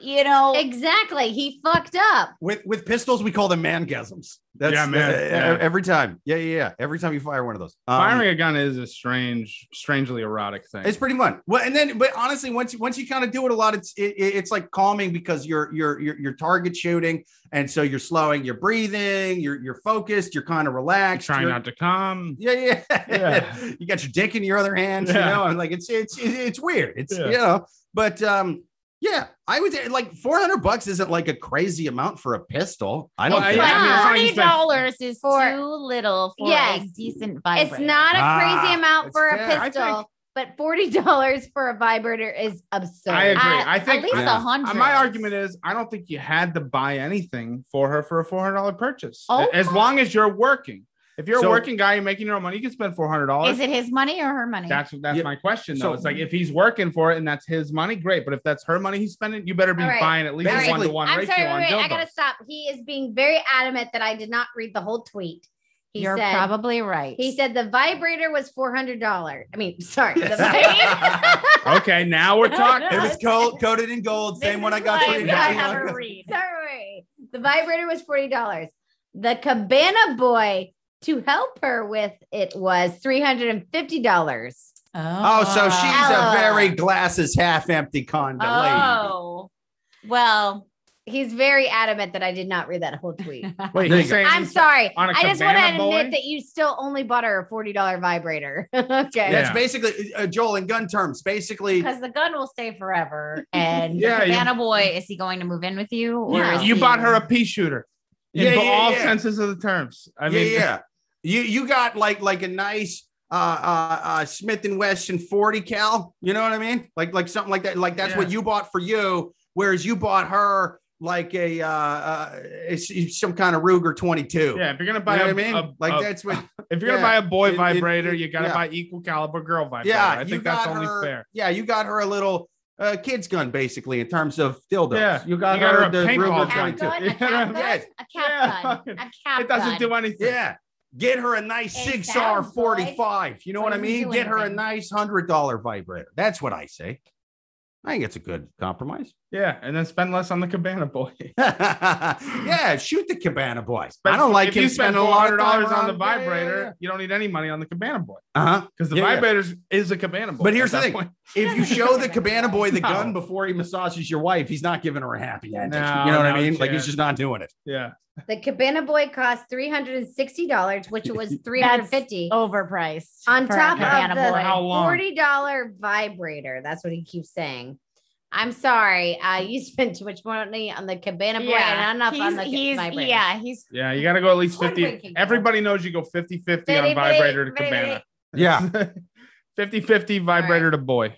B: you know,
C: Exactly. He fucked up.
A: With with pistols, we call them mangasms. That's
D: Yeah, man.
A: e- e-
D: Yeah.
A: every time. Yeah, yeah, yeah. Every time you fire one of those. Um,
D: Firing a gun is a strange, strangely erotic thing.
A: It's pretty fun. Well, and then, but honestly, once you once you kind of do it a lot, it's it, it- it's like calming because you're you're you're, you're target shooting, and so you're slowing your breathing, you're you're focused, you're kind of
D: You're
A: relaxed.
D: trying
A: you're-
D: not to come.
A: Yeah, yeah,
D: Yeah.
A: you got your dick in your other hand, you
D: Yeah.
A: know, and like it's it's it- it's weird. It's
D: Yeah.
A: you know, but um, yeah, I would say like four hundred bucks isn't like a crazy amount for a pistol. I don't.
D: Well, I-
A: think.
D: I mean, it's not like you
B: forty
D: spend-
B: dollars is
C: For-
B: too little for
C: Yes.
B: a decent
C: It's
B: vibrator.
C: not a
A: Ah,
C: crazy amount
A: it's
C: for
A: fair.
C: a
A: I
C: pistol, but forty dollars for a vibrator is absurd.
D: I agree.
B: At-
D: I, think
B: at least
A: Yeah.
B: a hundred.
D: Uh, My argument is, I don't think you had to buy anything for her for a four hundred dollar purchase.
B: Oh
D: as
B: my-
D: long as you're working. If you're
A: So-
D: a working guy, you're making your own money. You can spend four hundred
B: is
D: dollars.
B: it his money or her money?
D: That's that's
A: Yeah.
D: my question though.
A: So-
D: it's like if he's working for it and that's his money, great. But if that's her money he's spending, you better be
C: All right.
D: buying at least
A: Basically-
D: one to one
C: I'm
D: ratio
C: sorry,
D: on
C: wait, wait, I gotta
D: dildos.
C: stop. He is being very adamant that I did not read the whole tweet. He
B: You're
C: said
B: probably right.
C: he said the vibrator was four hundred dollars. I mean, sorry, the vibrator.
A: it
D: Okay, now we're talking.
A: was cold, coated in gold,
B: This
A: same one
B: is
A: I got
B: why
A: for you.
B: we
A: Johnny.
B: have a read.
C: sorry, the vibrator was forty dollars. The cabana boy to help her with it was three hundred and fifty dollars.
A: Oh,
B: Ah.
A: so she's
C: Ella.
A: a very glasses half empty condo lady.
B: Oh, well,
C: He's very adamant that I did not read that whole tweet.
D: Wait,
A: There
D: you're
A: you go.
D: saying
C: I'm sorry.
D: on a
C: I just want to
D: cabana
C: admit
D: boy?
C: that you still only bought her a forty dollar vibrator. okay.
D: Yeah.
A: That's basically uh, Joel in gun terms. Basically,
B: because the gun will stay forever. And
D: Yeah,
B: yeah,
D: you-
B: Cabana Boy, is he going to move in with you? Or
C: Yeah.
B: is
D: you
B: he-
D: bought her a pea shooter in
A: Yeah,
D: bo-
A: yeah,
D: all
A: yeah.
D: senses of the terms. I mean,
A: yeah, yeah. You you got like like a nice uh uh, uh Smith and Wesson 40 cal. You know what I mean? Like like something like that. Like that's what you bought for you, whereas you bought her like a uh, uh s- some kind of Ruger 22.
D: yeah, If you're gonna
A: You know
D: buy
A: what
D: a-
A: I mean?
D: a-
A: like
D: a-
A: that's what.
D: if you're gonna buy
A: yeah.
D: a boy
A: It- it-
D: vibrator,
A: it-
D: you gotta
A: yeah.
D: buy equal caliber girl vibrator.
A: Yeah,
D: I
A: you
D: think that's
A: got
D: only
A: her-
D: fair.
A: Yeah, you got her a little uh, kid's gun basically in terms of dildos.
D: Yeah,
A: you got,
D: you got
A: her,
D: her a
A: the
D: paintball
A: Ruger
D: gun.
B: Cat
A: 22.
B: gun, a
D: Yeah.
B: cat gun, a
D: Yeah.
B: cat gun, a cat
D: It doesn't
B: gun.
D: do anything.
A: Yeah. Get her a nice
B: It
A: six R
B: sounds like-
A: 45. You know what I
B: Doesn't do
A: mean? Get her a
B: anything.
A: nice hundred dollar vibrator. That's what I say. I think it's a good compromise.
D: Yeah, and then spend less on the cabana boy.
A: yeah, shoot the cabana boy. I
D: But
A: don't like
D: if
A: him
D: you spend
A: spending a lot of
D: $400
A: time
D: on the
A: around- Yeah, yeah,
D: vibrator, you don't need any money on the cabana boy
A: yeah. Uh-huh.
D: because the
A: Yeah, yeah.
D: vibrators is a cabana boy.
A: But here's
D: at
A: the
D: that
A: thing.
D: point.
A: If you show the cabana boy the
D: No.
A: gun before he massages your wife, he's not giving her a happy ending.
D: No,
A: you know what I
D: no
A: mean? Like he's
D: chance.
A: just not doing it.
D: Yeah,
C: The cabana boy cost three hundred and sixty dollars, which was three hundred
B: That's
C: fifty.
B: overpriced.
C: on
B: for a
C: top
B: Cabana
C: of the
D: For how long?
C: forty dollar vibrator. That's what he keeps saying. I'm sorry, uh, you spent too much money on the cabana boy and enough
B: Mm. he's,
C: on the
B: he's-
C: vibrator.
B: yeah, he's
D: yeah, you gotta go at least
B: One way
D: 50.
B: can go.
D: Everybody knows you go 50 50
C: Bitty,
D: on vibrator to
C: bitty,
D: cabana,
A: Yeah.
D: 50 50 vibrator to boy.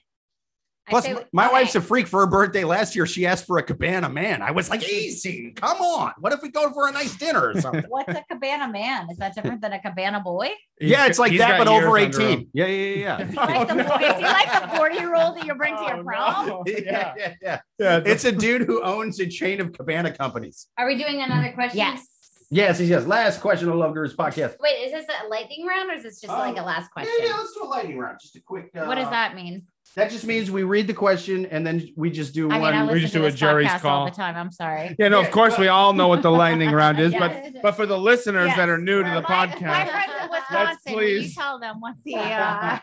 C: I
A: Plus,
C: say-
A: my
C: okay.
A: wife's a freak. For her birthday last year, she asked for a cabana man. I was like, easy, come on. What if we go for a nice dinner or something?
B: what's a cabana man? Is that different than a cabana boy?
D: He's
A: yeah,
D: got-
A: it's like
D: he's
A: that,
D: got
A: but over
D: years under him.
A: 18. Yeah, yeah, yeah, yeah.
B: Like the,
D: no.
B: Is he like the 40 year old that you bring to your prom?
D: Oh, no.
A: yeah,
D: Yeah,
A: yeah, yeah.
D: yeah.
A: It's a dude who owns a chain of cabana companies.
C: Are we doing another question?
B: Yes.
A: Yes, he says. Last question of Love Gurus podcast.
C: Wait, is this a lightning round or is this just
A: Oh.
C: like a last
A: Yeah,
C: question?
A: yeah, let's do a lightning round. Just a quick. Uh,
B: What does that mean?
A: That just means we read the question and then we just do
B: I mean,
A: one.
B: I listen
D: just
B: to
D: do a
B: this
D: jury's
B: podcast
D: call.
B: all the time. I'm sorry.
D: yeah, no, of course, we all know what the lightning round is, but
C: Yes.
D: but for the listeners
B: Yes.
D: that are new to
B: We're
D: the
B: my- My
D: podcast,
B: friends in
D: Let's
B: Wisconsin, will you
D: please.
B: tell them what the uh,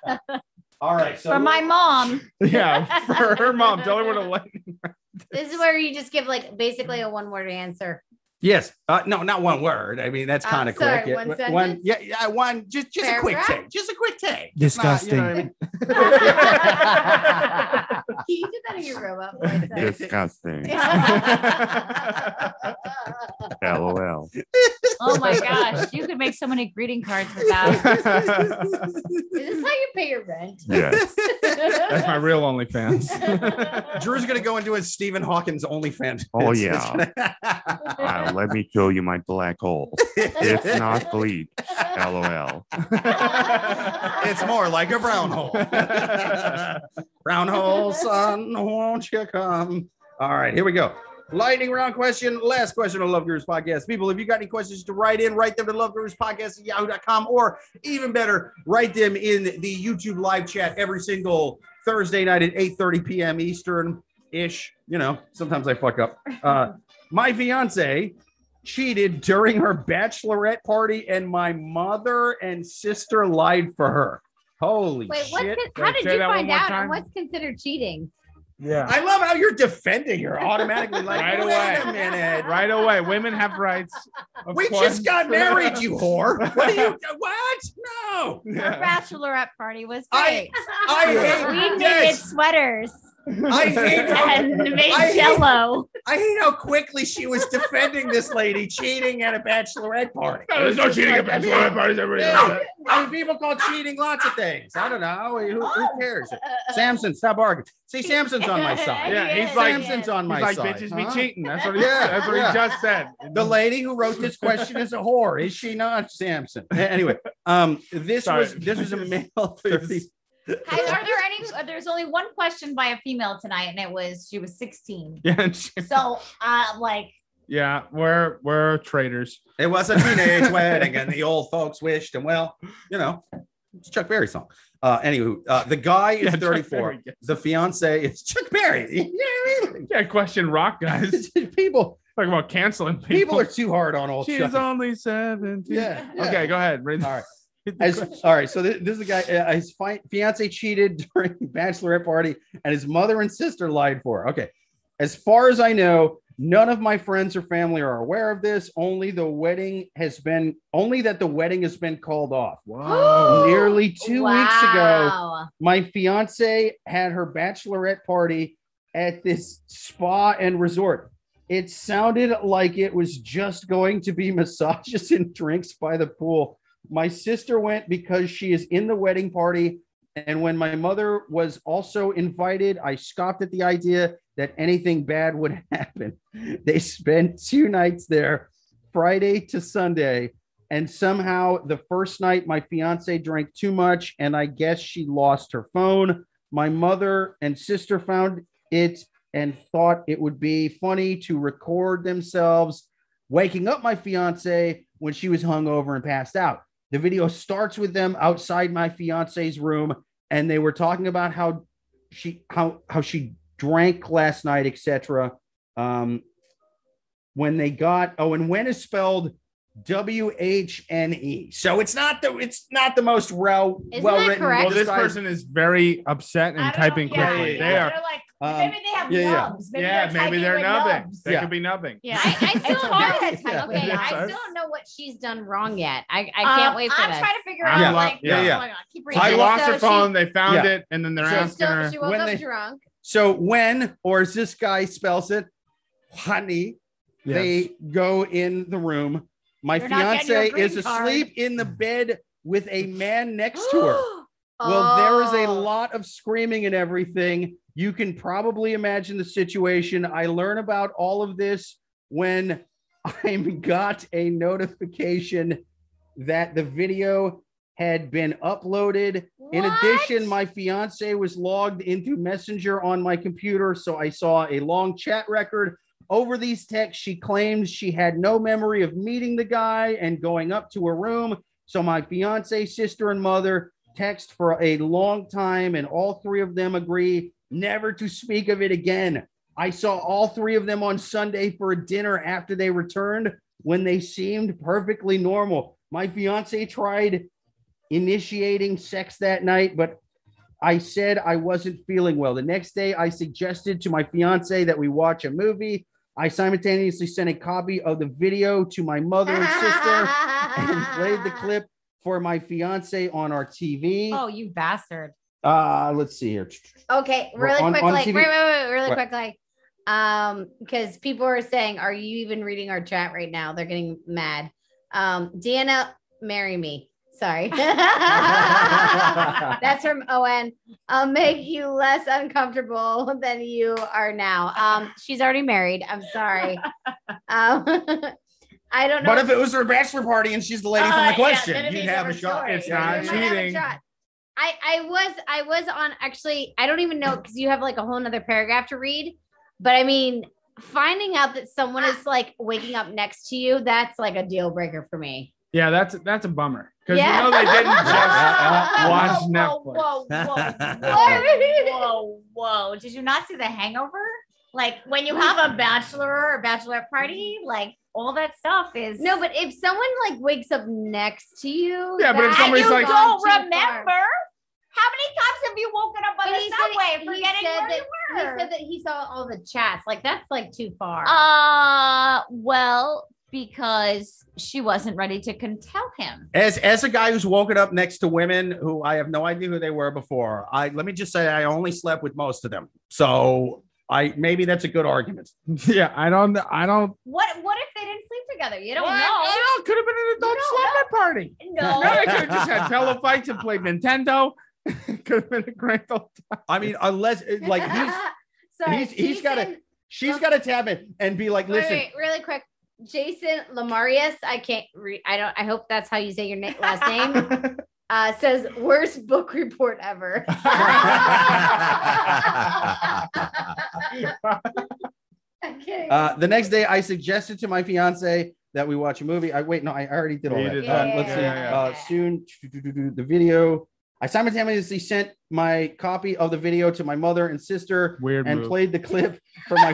J: All right. So
B: for my mom.
D: yeah, for her mom, tell her what a lightning.
C: This is where you just give like basically a one word answer.
A: Yes. Uh, no, not one word. I mean, that's
C: Uh,
A: kind of
C: sorry,
A: quick. Yeah,
C: one
A: w-
C: sentence?
A: yeah, yeah, one. Just, just a quick
C: Paragraph?
A: take. Just a quick take.
D: Disgusting.
C: you did that in your robot voice.
I: Disgusting.
C: though.
I: LOL.
A: now.
K: Oh my gosh, you could make so many greeting cards with that.
C: Is this how you pay your rent?
I: Yes.
D: That's my real OnlyFans.
A: Drew's gonna go and do his Stephen Hawkins OnlyFans.
I: Oh, yeah. Uh, let me show you my black hole. It's not bleach. LOL.
A: it's more like a brown hole. brown hole, son, won't you come? All right, here we go. Lightning round question. Last question on Love Gurus Podcast. People, if you got any questions to write in, write them to Love Gurus Podcast at yahoo.com, or even better, write them in the YouTube live chat every single Thursday night at 8 30 p.m. Eastern ish. You know, sometimes I fuck up. Uh, my fiance cheated during her bachelorette party, and my mother and sister lied for her. Holy
C: Wait, what's
A: shit.
C: con- how did
D: say
C: you
D: that one
C: find
D: more
C: out?
D: time.
C: And what's considered cheating?
L: Yeah.
A: I love how you're defending her automatically. Like,
D: Right
A: wait
D: away.
A: a minute.
D: right away. Women have rights. of
A: We
D: course.
A: just got married, you whore. What are you? What? No.
G: Her bachelorette party was
A: I-
G: great.
A: I hate
G: we knitted
A: yes.
G: sweaters
A: I hate, how,
G: and made
A: I hate-
G: jello.
A: I hate how quickly she was defending this lady cheating at a bachelorette party.
D: No, there's no cheating at bachelorette parties. Everybody knows that.
A: I mean, people call cheating lots of things. I don't know. Who, who cares? Samson, stop arguing. See, Samson's on my side.
D: Yeah, he's like-
A: Samson's on my
D: He's like
A: side.
D: bitches be
A: huh?
D: cheating. That's what he.
A: Yeah,
D: that's what
A: yeah.
D: he just said.
A: The lady who wrote this question is a whore, is she not, Samson? A- Anyway, um, this
D: Sorry.
A: was this was a male thirty.
B: Hey, are there any? uh, There's only one question by a female tonight, and it was she was 16.
D: Yeah, and she-
B: So, uh, like,
D: yeah, we're we're traitors.
A: It was a teenage wedding, and the old folks wished, and well, you know, it's a Chuck Berry song. Uh, anywho, uh, the guy is
D: Yeah, Chuck
A: thirty four.
D: Berry, yes.
A: The fiance is Chuck Berry. You know what I mean?
D: Yeah, question rock guys.
A: people,
D: Talking about canceling people.
A: people are too hard on old
D: She's
A: Chuck.
D: only seventeen.
A: Yeah, yeah.
D: Okay, go ahead. Read
A: All right. As, all right, so this, this is a guy. Uh, his fi- fiance cheated during the bachelorette party, and his mother and sister lied for. Her. Okay, as far as I know, none of my friends or family are aware of this. Only the wedding has been only that the wedding has been called off.
D: Wow.
A: Nearly two weeks ago,
B: wow.
A: my fiance had her bachelorette party at this spa and resort. It sounded like it was just going to be massages and drinks by the pool. My sister went because she is in the wedding party. And when my mother was also invited, I scoffed at the idea that anything bad would happen. They spent two nights there, Friday to Sunday. And somehow the first night, my fiance drank too much, and I guess she lost her phone. My mother and sister found it and thought it would be funny to record themselves waking up my fiance when she was hungover and passed out. The video starts with them outside my fiance's room, and they were talking about how she how how she drank last night, etc. Um, when they got oh, and when is spelled W H N E. So it's not the it's not the most well
C: Isn't that
A: well written.
C: correct?
D: Well, this person is very upset and typing
A: yeah,
D: quickly.
A: yeah,
D: They
A: yeah.
D: are.
B: They're like,
A: Um,
B: maybe they have
A: yeah, yeah.
B: nubs. Maybe
D: yeah,
B: they're
D: maybe
B: typing
D: they're
B: with
D: nubbing.
B: nubs.
D: They
A: Yeah.
D: could be nubbing.
G: Yeah.
C: I, I still
G: It's
C: don't
G: hard
C: know.
G: to type.
C: Okay,
D: Yeah,
C: I
D: sorry.
C: still don't know what she's done wrong yet. I, I can't
B: Um,
C: wait for
B: I'm
C: this.
B: trying to figure
D: I'm
B: out
D: lo-
B: like
D: yeah,
B: what's
D: yeah.
B: going on. Keep reading.
D: She
C: I-
D: lost
C: So
D: her
C: she-
D: phone. They found
A: Yeah.
D: it, and then they're
C: she,
D: asking
C: still-
D: her.
C: she woke
A: when
C: up
A: they-
C: drunk.
A: So when, or as this guy spells it, honey, they go in the room. My
G: You're not getting your
A: fiance is
G: green card.
A: asleep in the bed with a man next to her. Well, there is a
C: Oh.
A: lot of screaming and everything. You can probably imagine the situation. I learn about all of this when I got a notification that the video had been uploaded. In addition, my fiance was logged into Messenger on my computer, so I saw a long chat record. Over these texts, she claims she had no memory of meeting the guy and going up to her room. So my fiance, sister, and mother text for a long time, and all three of them agree never to speak of it again. I saw all three of them on Sunday for a dinner after they returned when they seemed perfectly normal. My fiance tried initiating sex that night, but I said I wasn't feeling well. The next day, I suggested to my fiance that we watch a movie. I simultaneously sent a copy of the video to my mother and sister and played the clip for my fiance on our TV.
K: Oh, you bastard.
A: Uh, let's see here.
C: Okay,
A: We're
C: really
A: on-
C: quick,
A: on
C: like
A: TV.
C: wait, wait, wait, really
A: What?
C: quick, like um because people are saying are you even reading our chat right now they're getting mad um deanna marry me sorry that's from owen i'll make you less uncomfortable than you are now um she's already married i'm sorry um i don't know
G: But if it was her bachelor party and she's the lady
C: Uh,
G: from
C: yeah,
G: the question,
C: then it'd be
G: you'd have a
C: different
G: shot.
C: story.
D: It's
C: You
D: not
C: might have a
D: cheating.
C: shot. I, I was I was on actually I don't even know because you have like a whole nother paragraph to read, but I mean finding out that someone is like waking up next to you that's like a deal breaker for me.
D: Yeah, that's that's a bummer because
C: Yeah.
D: you know they didn't just. watch
B: whoa,
D: Netflix.
B: whoa, whoa, whoa, whoa, whoa. Did you not see the hangover? Like when you have a bachelor or bachelorette party, like all that stuff is
C: no, but if someone like wakes up next to you,
D: Yeah, but if
C: that-
D: somebody's
C: you
D: like-
C: don't
H: remember? How many times have you woken up on the
C: But he said-
H: subway
C: he
H: forgetting
C: said
H: where
C: that-
H: you
C: He
H: were?
C: said that he saw all the chats. Like that's like too far.
B: uh well, because she wasn't ready to con- tell him.
G: As as a guy who's woken up next to women who I have no idea who they were before, I let me just say I only slept with most of them. So I maybe that's a good argument.
D: Yeah, I don't. I don't.
B: What what if they didn't sleep together? You don't
D: Well,
B: know.
D: I don't. Could have been an adult
B: don't
D: slumber party.
B: No.
C: Oh.
D: No, I could have just had telefights and played Nintendo. could have been a great old.
G: I mean, unless uh, like he's
C: Sorry,
G: he's- he's gotta-
C: Jason-
G: she's got to tap it and be like,
C: Wait,
G: listen,
C: wait, really quick. Jason Lamarius, I can't re- I don't I hope that's how you say your na- last name. Uh, says worst book report ever. okay.
G: Uh, the next day, I suggested to my fiance that we watch a movie. I wait, no, I already did all
D: You
G: that.
D: did
G: Um,
C: that.
G: let's see.
D: Yeah,
C: yeah,
G: Uh,
C: yeah.
G: soon, the video. I simultaneously sent my copy of the video to my mother and sister,
D: Weird
G: and
D: move.
G: played the clip for my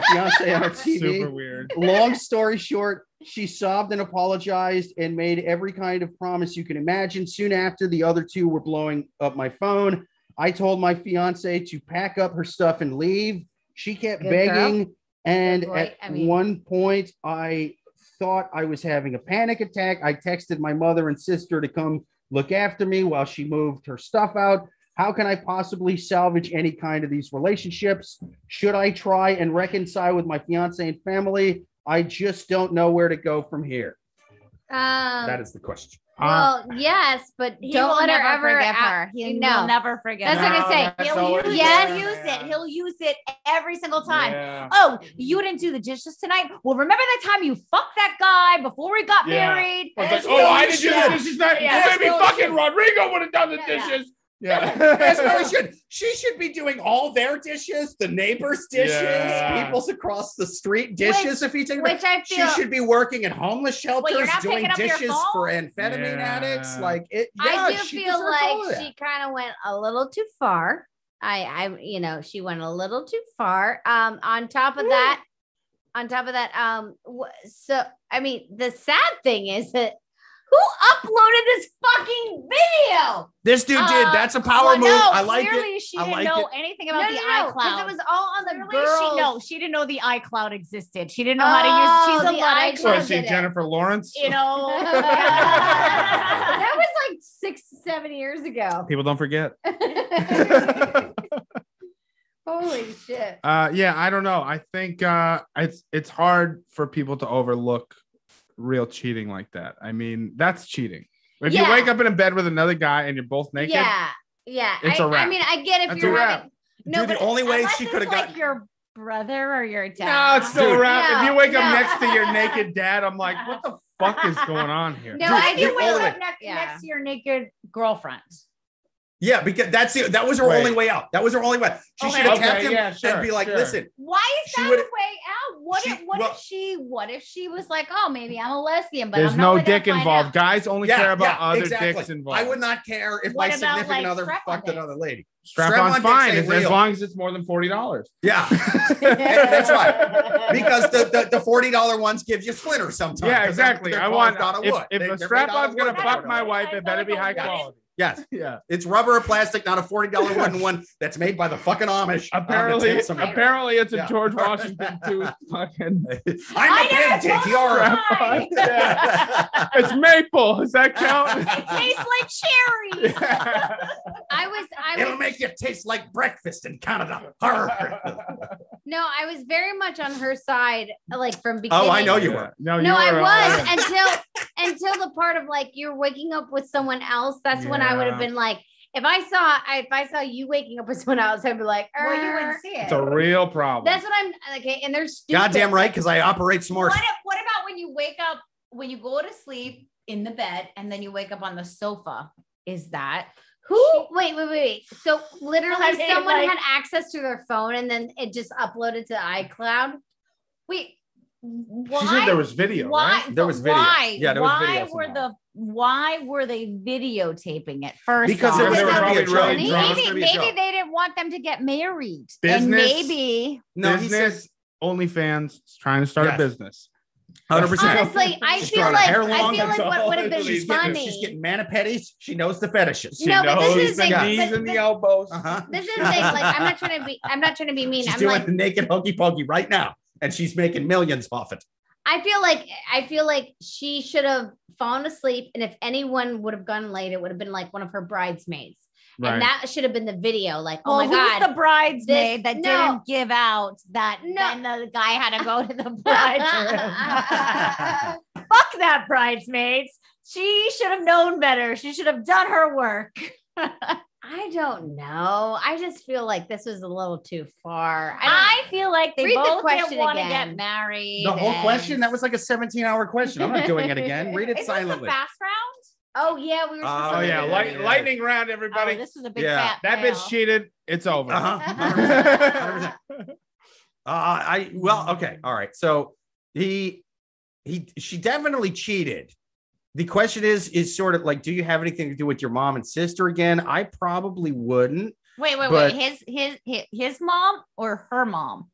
G: fiance on TV.
D: Super weird.
G: Long story short, she sobbed and apologized and made every kind of promise you can imagine. Soon after, the other two were blowing up my phone. I told my fiance to pack up her stuff and leave. She kept
C: Good
G: begging. And
C: Good boy.
G: at
C: I mean-
G: one point, I thought I was having a panic attack. I texted my mother and sister to come look after me while she moved her stuff out. How can I possibly salvage any kind of these relationships? Should I try and reconcile with my fiance and family? I just don't know where to go from here.
C: Um,
G: that is the question.
D: Uh,
C: well, yes, but
B: He
C: don't
B: will
C: let her
B: never
C: ever
B: forgive
C: out-
B: her. He
C: no.
B: will never forgive
C: That's
B: her.
C: what I'm gonna say.
D: Uh, that's
B: He'll
D: always
B: use,
C: Yes.
B: he'll
D: there,
B: use it.
D: man.
B: He'll use it every single time.
D: Yeah.
B: Oh, you didn't do the dishes tonight. Well, remember that time you fucked that guy before we got
D: Yeah.
B: married?
D: I was like,
B: There's
D: oh,
B: no
D: I didn't do
B: shit.
D: the dishes tonight.
B: Yeah.
D: Well, maybe fucking Rodrigo would have done the
C: Yeah.
D: dishes. Yeah.
G: That's what it should. She should be doing all their dishes, the neighbors' dishes,
D: Yeah.
G: people's across the street dishes. if you take
C: Which I
G: she
C: feel
G: should be working at homeless
B: you're
G: shelters,
B: not
G: doing
B: picking up your
G: dishes for
D: Yeah.
G: amphetamine addicts. Like it,
C: I do
G: yeah, she
C: feel
G: deserves all of
C: like
G: that.
C: she kind of went a little too far. I, I, you know, she went a little too far. Um, on top of that, on top of that, um, wh- so I mean, the sad thing is that who uploaded this fucking video?
G: This dude did.
B: Uh,
G: That's a
B: Well,
G: power move.
B: no,
G: I like it.
B: clearly She
G: I
B: didn't
G: like
B: know anything about the iCloud.
C: because it was all on the
B: Clearly
C: girls.
B: she no, she didn't know the iCloud existed. She didn't know how to use.
C: Oh,
B: She's
C: the
B: a lot
C: iCloud.
B: of
D: So is she
C: did it.
D: Jennifer Lawrence?
B: you know.
C: that was like six, seven years ago.
D: People don't forget.
C: Holy shit!
D: Uh, yeah, I don't know. I think uh, it's it's hard for people to overlook real cheating like that. I mean, that's cheating. If
C: Yeah.
D: you wake up in a bed with another guy and you're both naked,
C: Yeah, yeah.
D: It's
C: I,
D: a
C: I
D: wrap.
C: mean, I get if
D: That's a
C: you're
D: wrap.
C: having no,
G: Dude,
C: but
G: the only way
B: Unless
G: she
B: it's
G: could have
B: like
G: got.
B: your brother or your dad.
D: no, it's still
G: Dude.
D: a wrap. if
C: No,
D: you wake
C: no.
D: up next to your naked dad, I'm like, what the fuck is going on here?
C: No,
G: Dude,
C: I
B: If you
G: the
C: do.
B: wake
G: only
B: up
G: way-
B: next,
C: Yeah.
B: next to your naked girlfriend.
G: Yeah, because that's it. That was her
D: Wait.
G: only way out. That was her only way. She
B: Oh, Okay.
G: should have
D: Okay,
G: kept him
D: yeah, sure,
G: and be like,
D: sure.
G: listen,
B: Why is
G: She
B: that a way
G: would-
B: out? What
G: she-
B: if what
G: well-
B: if she what if she was like, oh, maybe I'm a lesbian, but
D: There's
B: I'm not
D: no
B: with that
D: dick
B: by now."
D: involved. Guys only
G: yeah,
D: care about
G: yeah,
D: other
G: exactly.
D: dicks involved.
G: I would not care if
B: What
G: my
B: about,
G: significant
B: like,
G: other
B: strap-on
G: fucked
B: dicks?
G: another lady.
D: Strap
G: Strap-on
D: on's
G: dicks
D: fine
G: ain't
D: as, as
G: real.
D: long as it's more than forty dollars.
G: Yeah, that's right. Because the, the, the forty dollar ones give you splinters sometimes.
D: Yeah,
G: 'cause they're-
D: exactly.
G: they're
D: I
G: carved
D: want
G: out of
D: if,
G: wood. They-
D: if
G: they're
D: a
G: made
D: strap
G: out of
D: on's gonna
G: wood.
D: fuck my wife,
B: I
D: it better
B: feel
D: be
B: like
D: high
B: a woman-
D: quality.
G: Yes,
D: Yeah.
G: it's rubber or plastic, not a forty dollar wooden one that's made by the fucking Amish. on the
D: Apparently,
G: tin somewhere.
D: apparently it's a
G: Yeah.
D: George Washington tooth fucking.
G: I'm a
B: I
G: pig, Dick. You're a
B: Why?
D: Yeah. It's maple. Does that count?
B: It tastes like cherries.
D: Yeah.
C: I was, I
G: It'll
C: was,
G: make you taste like breakfast in Canada. Arr.
C: No, I was very much on her side, like from beginning.
G: Oh, I know you were.
D: No,
C: No, I
D: were, uh,
C: was
D: yeah.
C: until until the part of like you're waking up with someone else. That's when I would have
D: Yeah.
C: been like, if I saw I- if I saw you waking up with someone else, I'd be like,
H: Well, you
C: "Er."
H: wouldn't see it.
D: It's a real problem.
C: That's what I'm okay. And they're stupid.
G: Goddamn right, because I operate smart.
B: What, if- what about when you wake up, when you go to sleep in the bed and then you wake up on the sofa? Is that
C: Who? Wait, wait, wait, wait. So literally,
H: Okay,
C: someone
H: like-
C: had access to their phone, and then it just uploaded to iCloud. Wait,
B: why?
D: She said there was video,
B: why?
D: right?
G: There was video.
B: Why?
G: Yeah, there was
B: why
G: video
B: were
G: somehow.
B: the why were they videotaping it first?
G: Because
B: off?
G: it was
D: They were
G: going to be
D: probably
G: a
D: really
G: joke.
H: Maybe,
D: drunk.
G: It was
H: maybe,
G: gonna be a joke.
H: they didn't want them to get married.
D: Business.
H: And maybe
G: No, he said
D: business, OnlyFans, trying to start
G: Yes.
D: a business.
G: 100%.
C: honestly, I
G: She's
C: feel
G: growing a
C: like I
G: hair long,
C: feel like
D: that's
C: what
D: all.
C: would have been
D: She's
G: Getting- She's
C: funny.
G: getting manipetties. She knows the fetishes.
D: She
C: No, but this
D: knows
C: is
D: the
C: the-
D: knees
C: but
D: and the
C: the-
D: elbows.
G: Uh-huh.
C: This is the thing. Like, I'm not trying to be. I'm not trying to be mean.
G: She's
C: I'm
G: doing
C: like,
G: the naked hokey pokey right now, and she's making millions off it.
C: I feel like I feel like she should have fallen asleep, and if anyone would have gone late, it would have been like one of her bridesmaids,
D: Right.
C: and that should have been the video. Like,
B: Well,
C: oh my god,
B: who's the bridesmaid
C: this-
B: that
C: no.
B: didn't give out that
C: No.
B: then the guy had to go to the bridegroom?
C: I
B: Fuck that bridesmaids. She should have known better. She should have done her work.
C: don't know. I just feel like this was a little too far. I,
B: I, feel like they
C: Read the
B: both didn't
C: question
B: want to
C: again.
B: get married.
G: The whole
B: and-
G: question that was like a 17 hour question. I'm not doing it again. Read it
B: Is this a
G: silently.
B: fast round?
C: don't, oh yeah, we were.
G: Oh,
D: Oh
C: Supposed
D: yeah,
G: yeah,
D: light,
G: yeah.
D: lightning round,
B: Oh,
D: everybody.
B: this is a big
G: Yeah.
B: fat
D: that bitch
B: fail.
D: cheated. It's over.
G: Uh-huh.
C: to.
G: 100%. Uh, I well, okay, all right. So he he she definitely cheated. The question is is sort of like, do you have anything to do with your mom and sister again? I probably wouldn't.
B: Wait, wait, wait.
G: But-
B: His, his his his mom or her mom?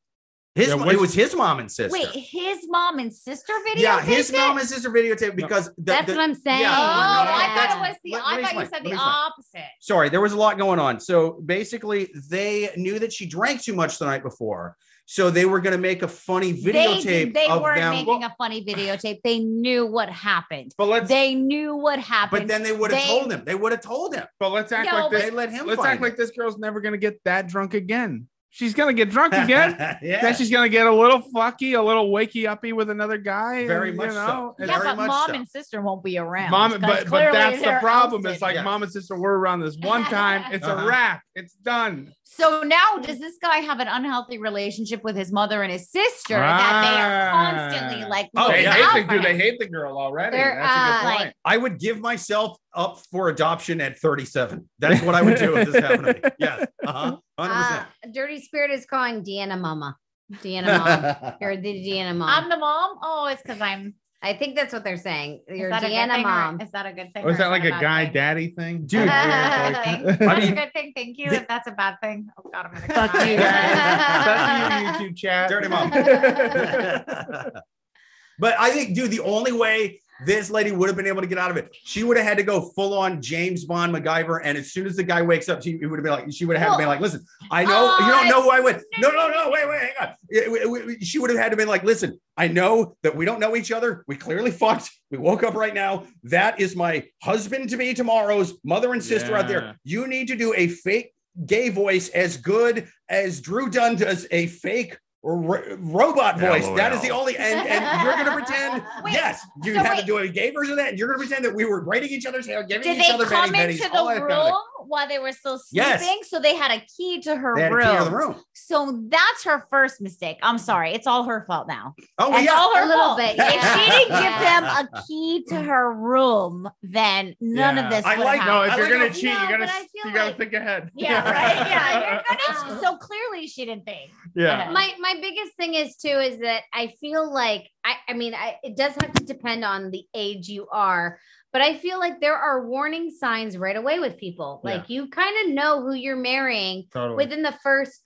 G: His
D: Yeah,
G: mo-
D: which-
G: it was his mom and sister.
B: Wait, his mom and sister video?
G: yeah, his mom and sister videotape because the,
C: That's
G: the-
C: what I'm saying.
B: Oh,
G: yeah,
B: I
G: that's-
B: thought it was the.
G: let- let
B: I
G: me
B: thought you
G: explain,
B: said
G: let me
B: the
G: explain.
B: opposite.
G: sorry, there was a lot going on. So basically, they knew that she drank too much the night before, so they were going to make a funny videotape
B: They, they
G: of
B: weren't
G: them.
B: making a funny videotape. They knew what happened.
D: But let's
B: They knew what happened.
G: but then they would have
B: They-
G: told him. They would have told him.
D: but let's act
B: No,
D: like
G: They
D: this.
G: let him.
D: Let's
G: find
D: act
G: it.
D: like this girl's never gonna get that drunk again. She's gonna get drunk again.
G: yeah.
D: Then she's gonna get a little fucky, a little wakey uppy with another guy.
G: Very
D: and,
G: much
D: you
G: so.
D: know,
B: yeah,
D: it's-
G: very
B: but
G: much
B: mom
G: so.
B: and sister won't be around.
D: Mom,
B: 'cause
D: but
B: clearly
D: but that's the
B: they're
D: problem.
B: ousted.
D: It's like
G: Yes.
D: mom and sister were around this one time. It's
G: Uh-huh.
D: a wrap. It's done.
B: so now does this guy have an unhealthy relationship with his mother and his sister that they are constantly
D: Ah.
B: like
G: Oh,
B: looking
D: they
G: yeah.
B: out for
D: hate the,
B: him?
D: dude, they hate the girl already.
C: They're,
D: That's a
C: uh,
D: good point.
G: I would give myself up for adoption at 37. That's what I would do if this happened to me. Yes. Uh-huh. 100%.
C: Uh, Dirty Spirit is calling Deanna Mama. Deanna Mom.
G: Uh,
C: You're the Deanna Mom.
B: I'm the mom. Oh, it's because I'm.
C: I think that's what they're saying.
B: Is
C: You're
B: that a good
C: Deanna
B: thing or-
C: Mom.
B: Is that a
G: Oh,
B: good thing?
D: Or is
B: or
D: that like a
B: bad
D: guy
B: thing?
D: daddy thing?
G: Dude.
B: That's
G: I
B: a
G: mean,
B: good thing. Thank you.
G: the-
B: If that's a bad thing, oh god, I'm gonna
D: Fuck
B: cry.
D: you, guys. Fuck you, YouTube chat.
G: Dirty mom. but I think, dude, the only way this lady would have been able to get out of it, she would have had to go full on James Bond MacGyver. And as soon as the guy wakes up, she would have been like, she would have had to be like, listen, I know you don't know who I went. No, no, no, wait, wait, hang on. It- it- it- it- she would have had to been like, listen, I know that we don't know each other. We clearly fucked. We woke up right now. That is my husband to be tomorrow's mother and sister out
D: Yeah.
G: there. You need to do a fake gay voice as good as Drew Dunn does a fake ro- robot voice. That is the
I: LOL.
G: only, and, and you're going to pretend,
B: Wait,
G: yes, you
B: so
G: have to
B: wait.
G: do a gay version of that. And you're going to pretend that we were braiding each other's hair, giving
B: Did
G: each
B: they
G: other
B: come
G: many Oh,
B: into the room while they were still sleeping?
G: Yes.
B: So they had a key to her
G: They had a
B: room.
G: key out of the room.
B: So that's her first mistake. I'm sorry. It's all her fault now.
G: Oh, well,
B: It's
G: yeah.
B: all her
C: A little
B: fault.
C: bit,
B: If she
C: yeah.
B: didn't give them a key to her room, then none
D: Yeah.
B: of this
G: I
B: would
G: like-
B: happen.
D: No, if
G: I
D: you're
G: like
D: gonna
G: how-
D: cheat,
C: No,
D: you gotta
C: but I
D: you
C: feel
D: gotta
C: like-
D: think ahead.
B: Yeah, right. Yeah, you're gonna. So clearly, she didn't think.
D: yeah.
C: my my biggest thing is too is that I feel like I I mean I, it does have to depend on the age you are, but I feel like there are warning signs right away with people. Like you kind of know who you're marrying
D: Totally.
C: within the first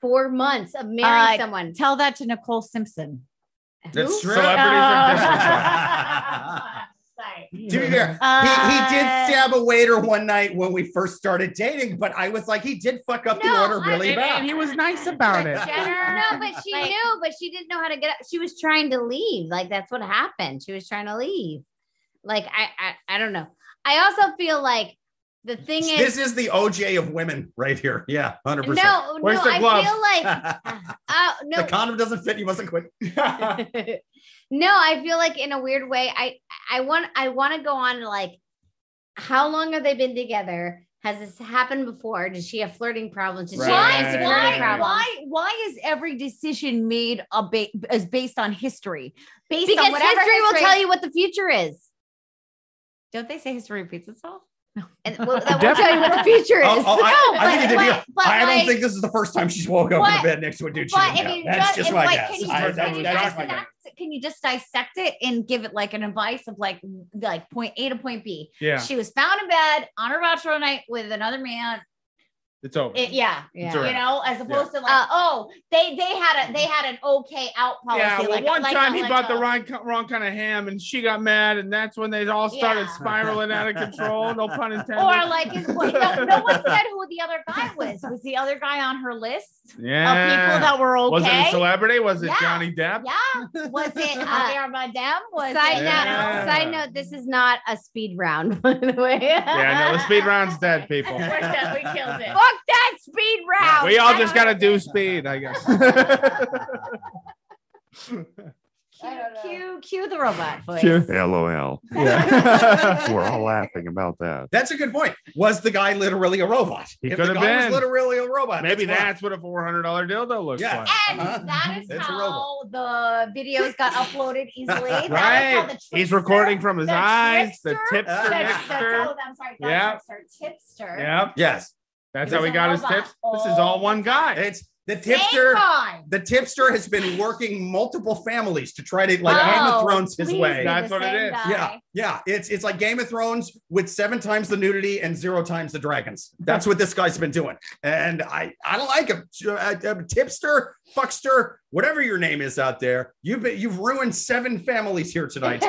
C: four months of
B: Uh,
C: marrying someone.
B: Tell that to Nicole Simpson.
G: That's true.
B: Oh.
D: Celebrities are different.
G: To be fair, he, he
B: Uh,
G: did stab a waiter one night when we first started dating, but I was like, he did fuck up the
C: No,
G: order
C: I-
G: really
D: And,
G: bad.
D: and he was nice about it.
C: No, but she
B: Like-
C: knew, but she didn't know how to get up. She was trying to leave. Like that's what happened. She was trying to leave. Like I I, I don't know. I also feel like the thing is
G: This is the OJ of women right here. Yeah, 100%.
C: no, no,
D: Where's the
C: I
D: glove?
C: feel like I no,
G: The condom doesn't fit. You mustn't quit.
C: no, I feel like in a weird way, I I want I want to go on like, how long have they been together? Has this happened before? Does she have flirting problems? Does she have
B: Why,
D: Right.
C: insecurity
B: why,
C: problems?
B: why, why is every decision made a ba- is based on history? Based
C: Because
B: on
C: history,
B: whatever
C: will tell you what the future is,
B: Don't they say history repeats itself?
C: and well, that will tell you what the future
G: Oh,
C: is.
G: oh, I, I think it did.
B: but-
G: yeah.
B: but
G: I
B: like-
G: don't think this is the first time she's woke up in
B: But-
G: bed next to a dude. she
B: But
G: didn't
B: if
G: know.
B: you
G: That's
B: just,
G: just
B: and,
G: my
B: like,
G: guess.
B: Can you,
G: I-
B: just,
G: that
B: can,
G: was-
B: you
G: that was my guess.
B: dissect, can you just dissect it and give it like an advice of like like point A to point B?
D: Yeah,
B: She was found in bed on her bachelor night with another man.
D: it's over.
B: It- yeah,
D: It's
C: yeah.
D: all
B: you
D: right.
B: know, as opposed to like,
C: Uh,
B: oh, they they had a they had an okay out policy.
D: Mm-hmm. Yeah, well,
B: like,
D: one
B: like
D: time
B: a-
D: he
B: like
D: bought the
B: a-
D: wrong, wrong kind of ham, and she got mad, and that's when they all started
B: Yeah.
D: spiraling out of control. No pun intended.
B: Or like, is- well, no, no one said who the other guy was. Was the other guy on her list of people
D: yeah.
B: that were okay?
D: Was it Eh. a celebrity? Was it
B: Yeah.
D: Johnny Depp?
B: yeah. Was it Javier Bardem? Was
C: Side
B: it,
D: Yeah.
C: note, side note, this is not a speed round, by the way.
D: Yeah, no, the speed round's dead, people.
B: We're done. We killed it.
H: Fuck that speed round.
D: We all just
H: I
D: gotta do speed, I guess.
B: Cue, cue, cue the robot voice.
I: LOL. We're all laughing about that.
G: That's a good point. Was the guy literally a robot?
D: He
G: If
D: could have
G: the guy
D: been.
G: Was literally a robot.
D: Maybe
G: why.
D: that's what a four hundred dollar dildo looks
G: Yeah.
D: like.
B: And
G: Uh-huh.
B: that is
G: It's a
B: how the videos got uploaded easily. That is how
D: Right.
B: the
D: He's
B: Twitster-
D: recording from his
B: the
D: eyes. The
B: trickster-
D: tipster,
B: the- the-
D: mixer.
B: oh, I'm sorry, not
D: Yeah.
B: trickster, tipster.
D: Yep.
G: Yes.
D: That's
B: He
D: how
B: was
D: he
B: a
D: got his
B: robot
D: tips. This is all one guy.
G: It's the
B: Same
G: tipster.
B: time.
G: The tipster has been working multiple families to try to like Game
B: Oh,
G: of Thrones his
B: please be
G: way.
B: the
D: That's what it
B: same
D: is.
B: guy.
G: Yeah, yeah. It's it's like Game of Thrones with seven times the nudity and zero times the dragons. That's what this guy's been doing, and I I don't like him. Uh, uh, tipster, fuckster, whatever your name is out there, you've been, you've ruined seven families here tonight,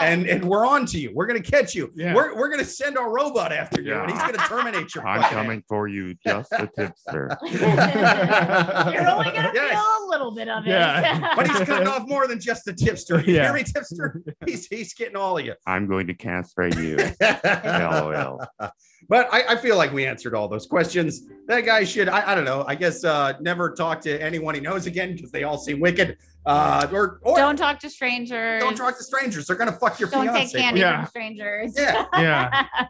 G: and and we're on to you. We're gonna catch you.
D: Yeah.
G: We're we're gonna send our robot after you, and he's gonna terminate your.
I: I'm
G: fucking
I: coming for you, just the tipster.
B: You're only gonna
G: Yes.
B: feel a little bit of it.
D: Yeah.
G: But he's cutting off more than just the tipster. You
D: Yeah.
G: hear me, tipster? He's he's getting all of you.
I: I'm going to castrate you. LOL.
G: But I, I feel like we answered all those questions. That guy should, I, I don't know, I guess uh, never talk to anyone he knows again because they all seem wicked. Uh, or or
B: don't
G: don't,
B: talk to strangers.
G: talk to strangers. They're going to fuck your
B: Don't
G: fiance.
B: take candy
D: Yeah.
B: from strangers.
G: Yeah.
D: Yeah.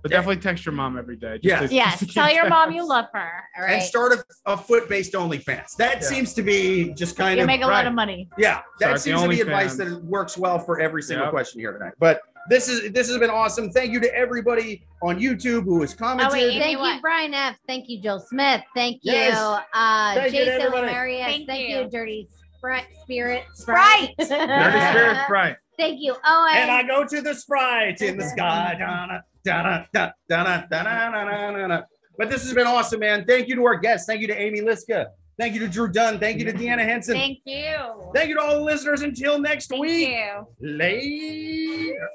D: But definitely text your mom every day.
G: Yeah.
D: to-
B: Yes.
D: just to
B: Tell
D: keep
B: your
D: tabs.
B: mom you love her.
C: All
G: And
C: right.
G: start a, a foot based OnlyFans. That
D: Yeah.
G: seems to be just kind
B: You
G: of.
B: make a
D: right.
B: lot of money.
G: Yeah, that
D: Start the
G: seems to be advice
D: OnlyFans.
G: that works well for every single
D: Yep.
G: question here tonight. But this is this has been awesome. Thank you to everybody on YouTube who has commented.
B: Oh, wait,
C: Thank you,
B: Anyway.
C: Brian F. Thank you, Joel Smith. Thank you,
G: Yes.
C: uh,
G: Thank you to
C: Jason
G: everybody.
C: Marius. Thank,
B: Thank
C: you.
B: you.
C: Dirty Sprite, Spirit.
B: Sprite.
D: Dirty spirits, right?
C: Thank you,
G: and I
C: Owen.
G: go to the sprite in the sky. Da-na, da-na, da- da-na, da-na, na-na, na-na. But this has been awesome, man. Thank you to our guests. Thank you to Amy Liska. Thank you to Drew Dunn. Thank you to Deanna Henson. Thank,
B: Thank you.
G: you to all the listeners. Until next
B: Thank
G: week,
B: you.
G: later.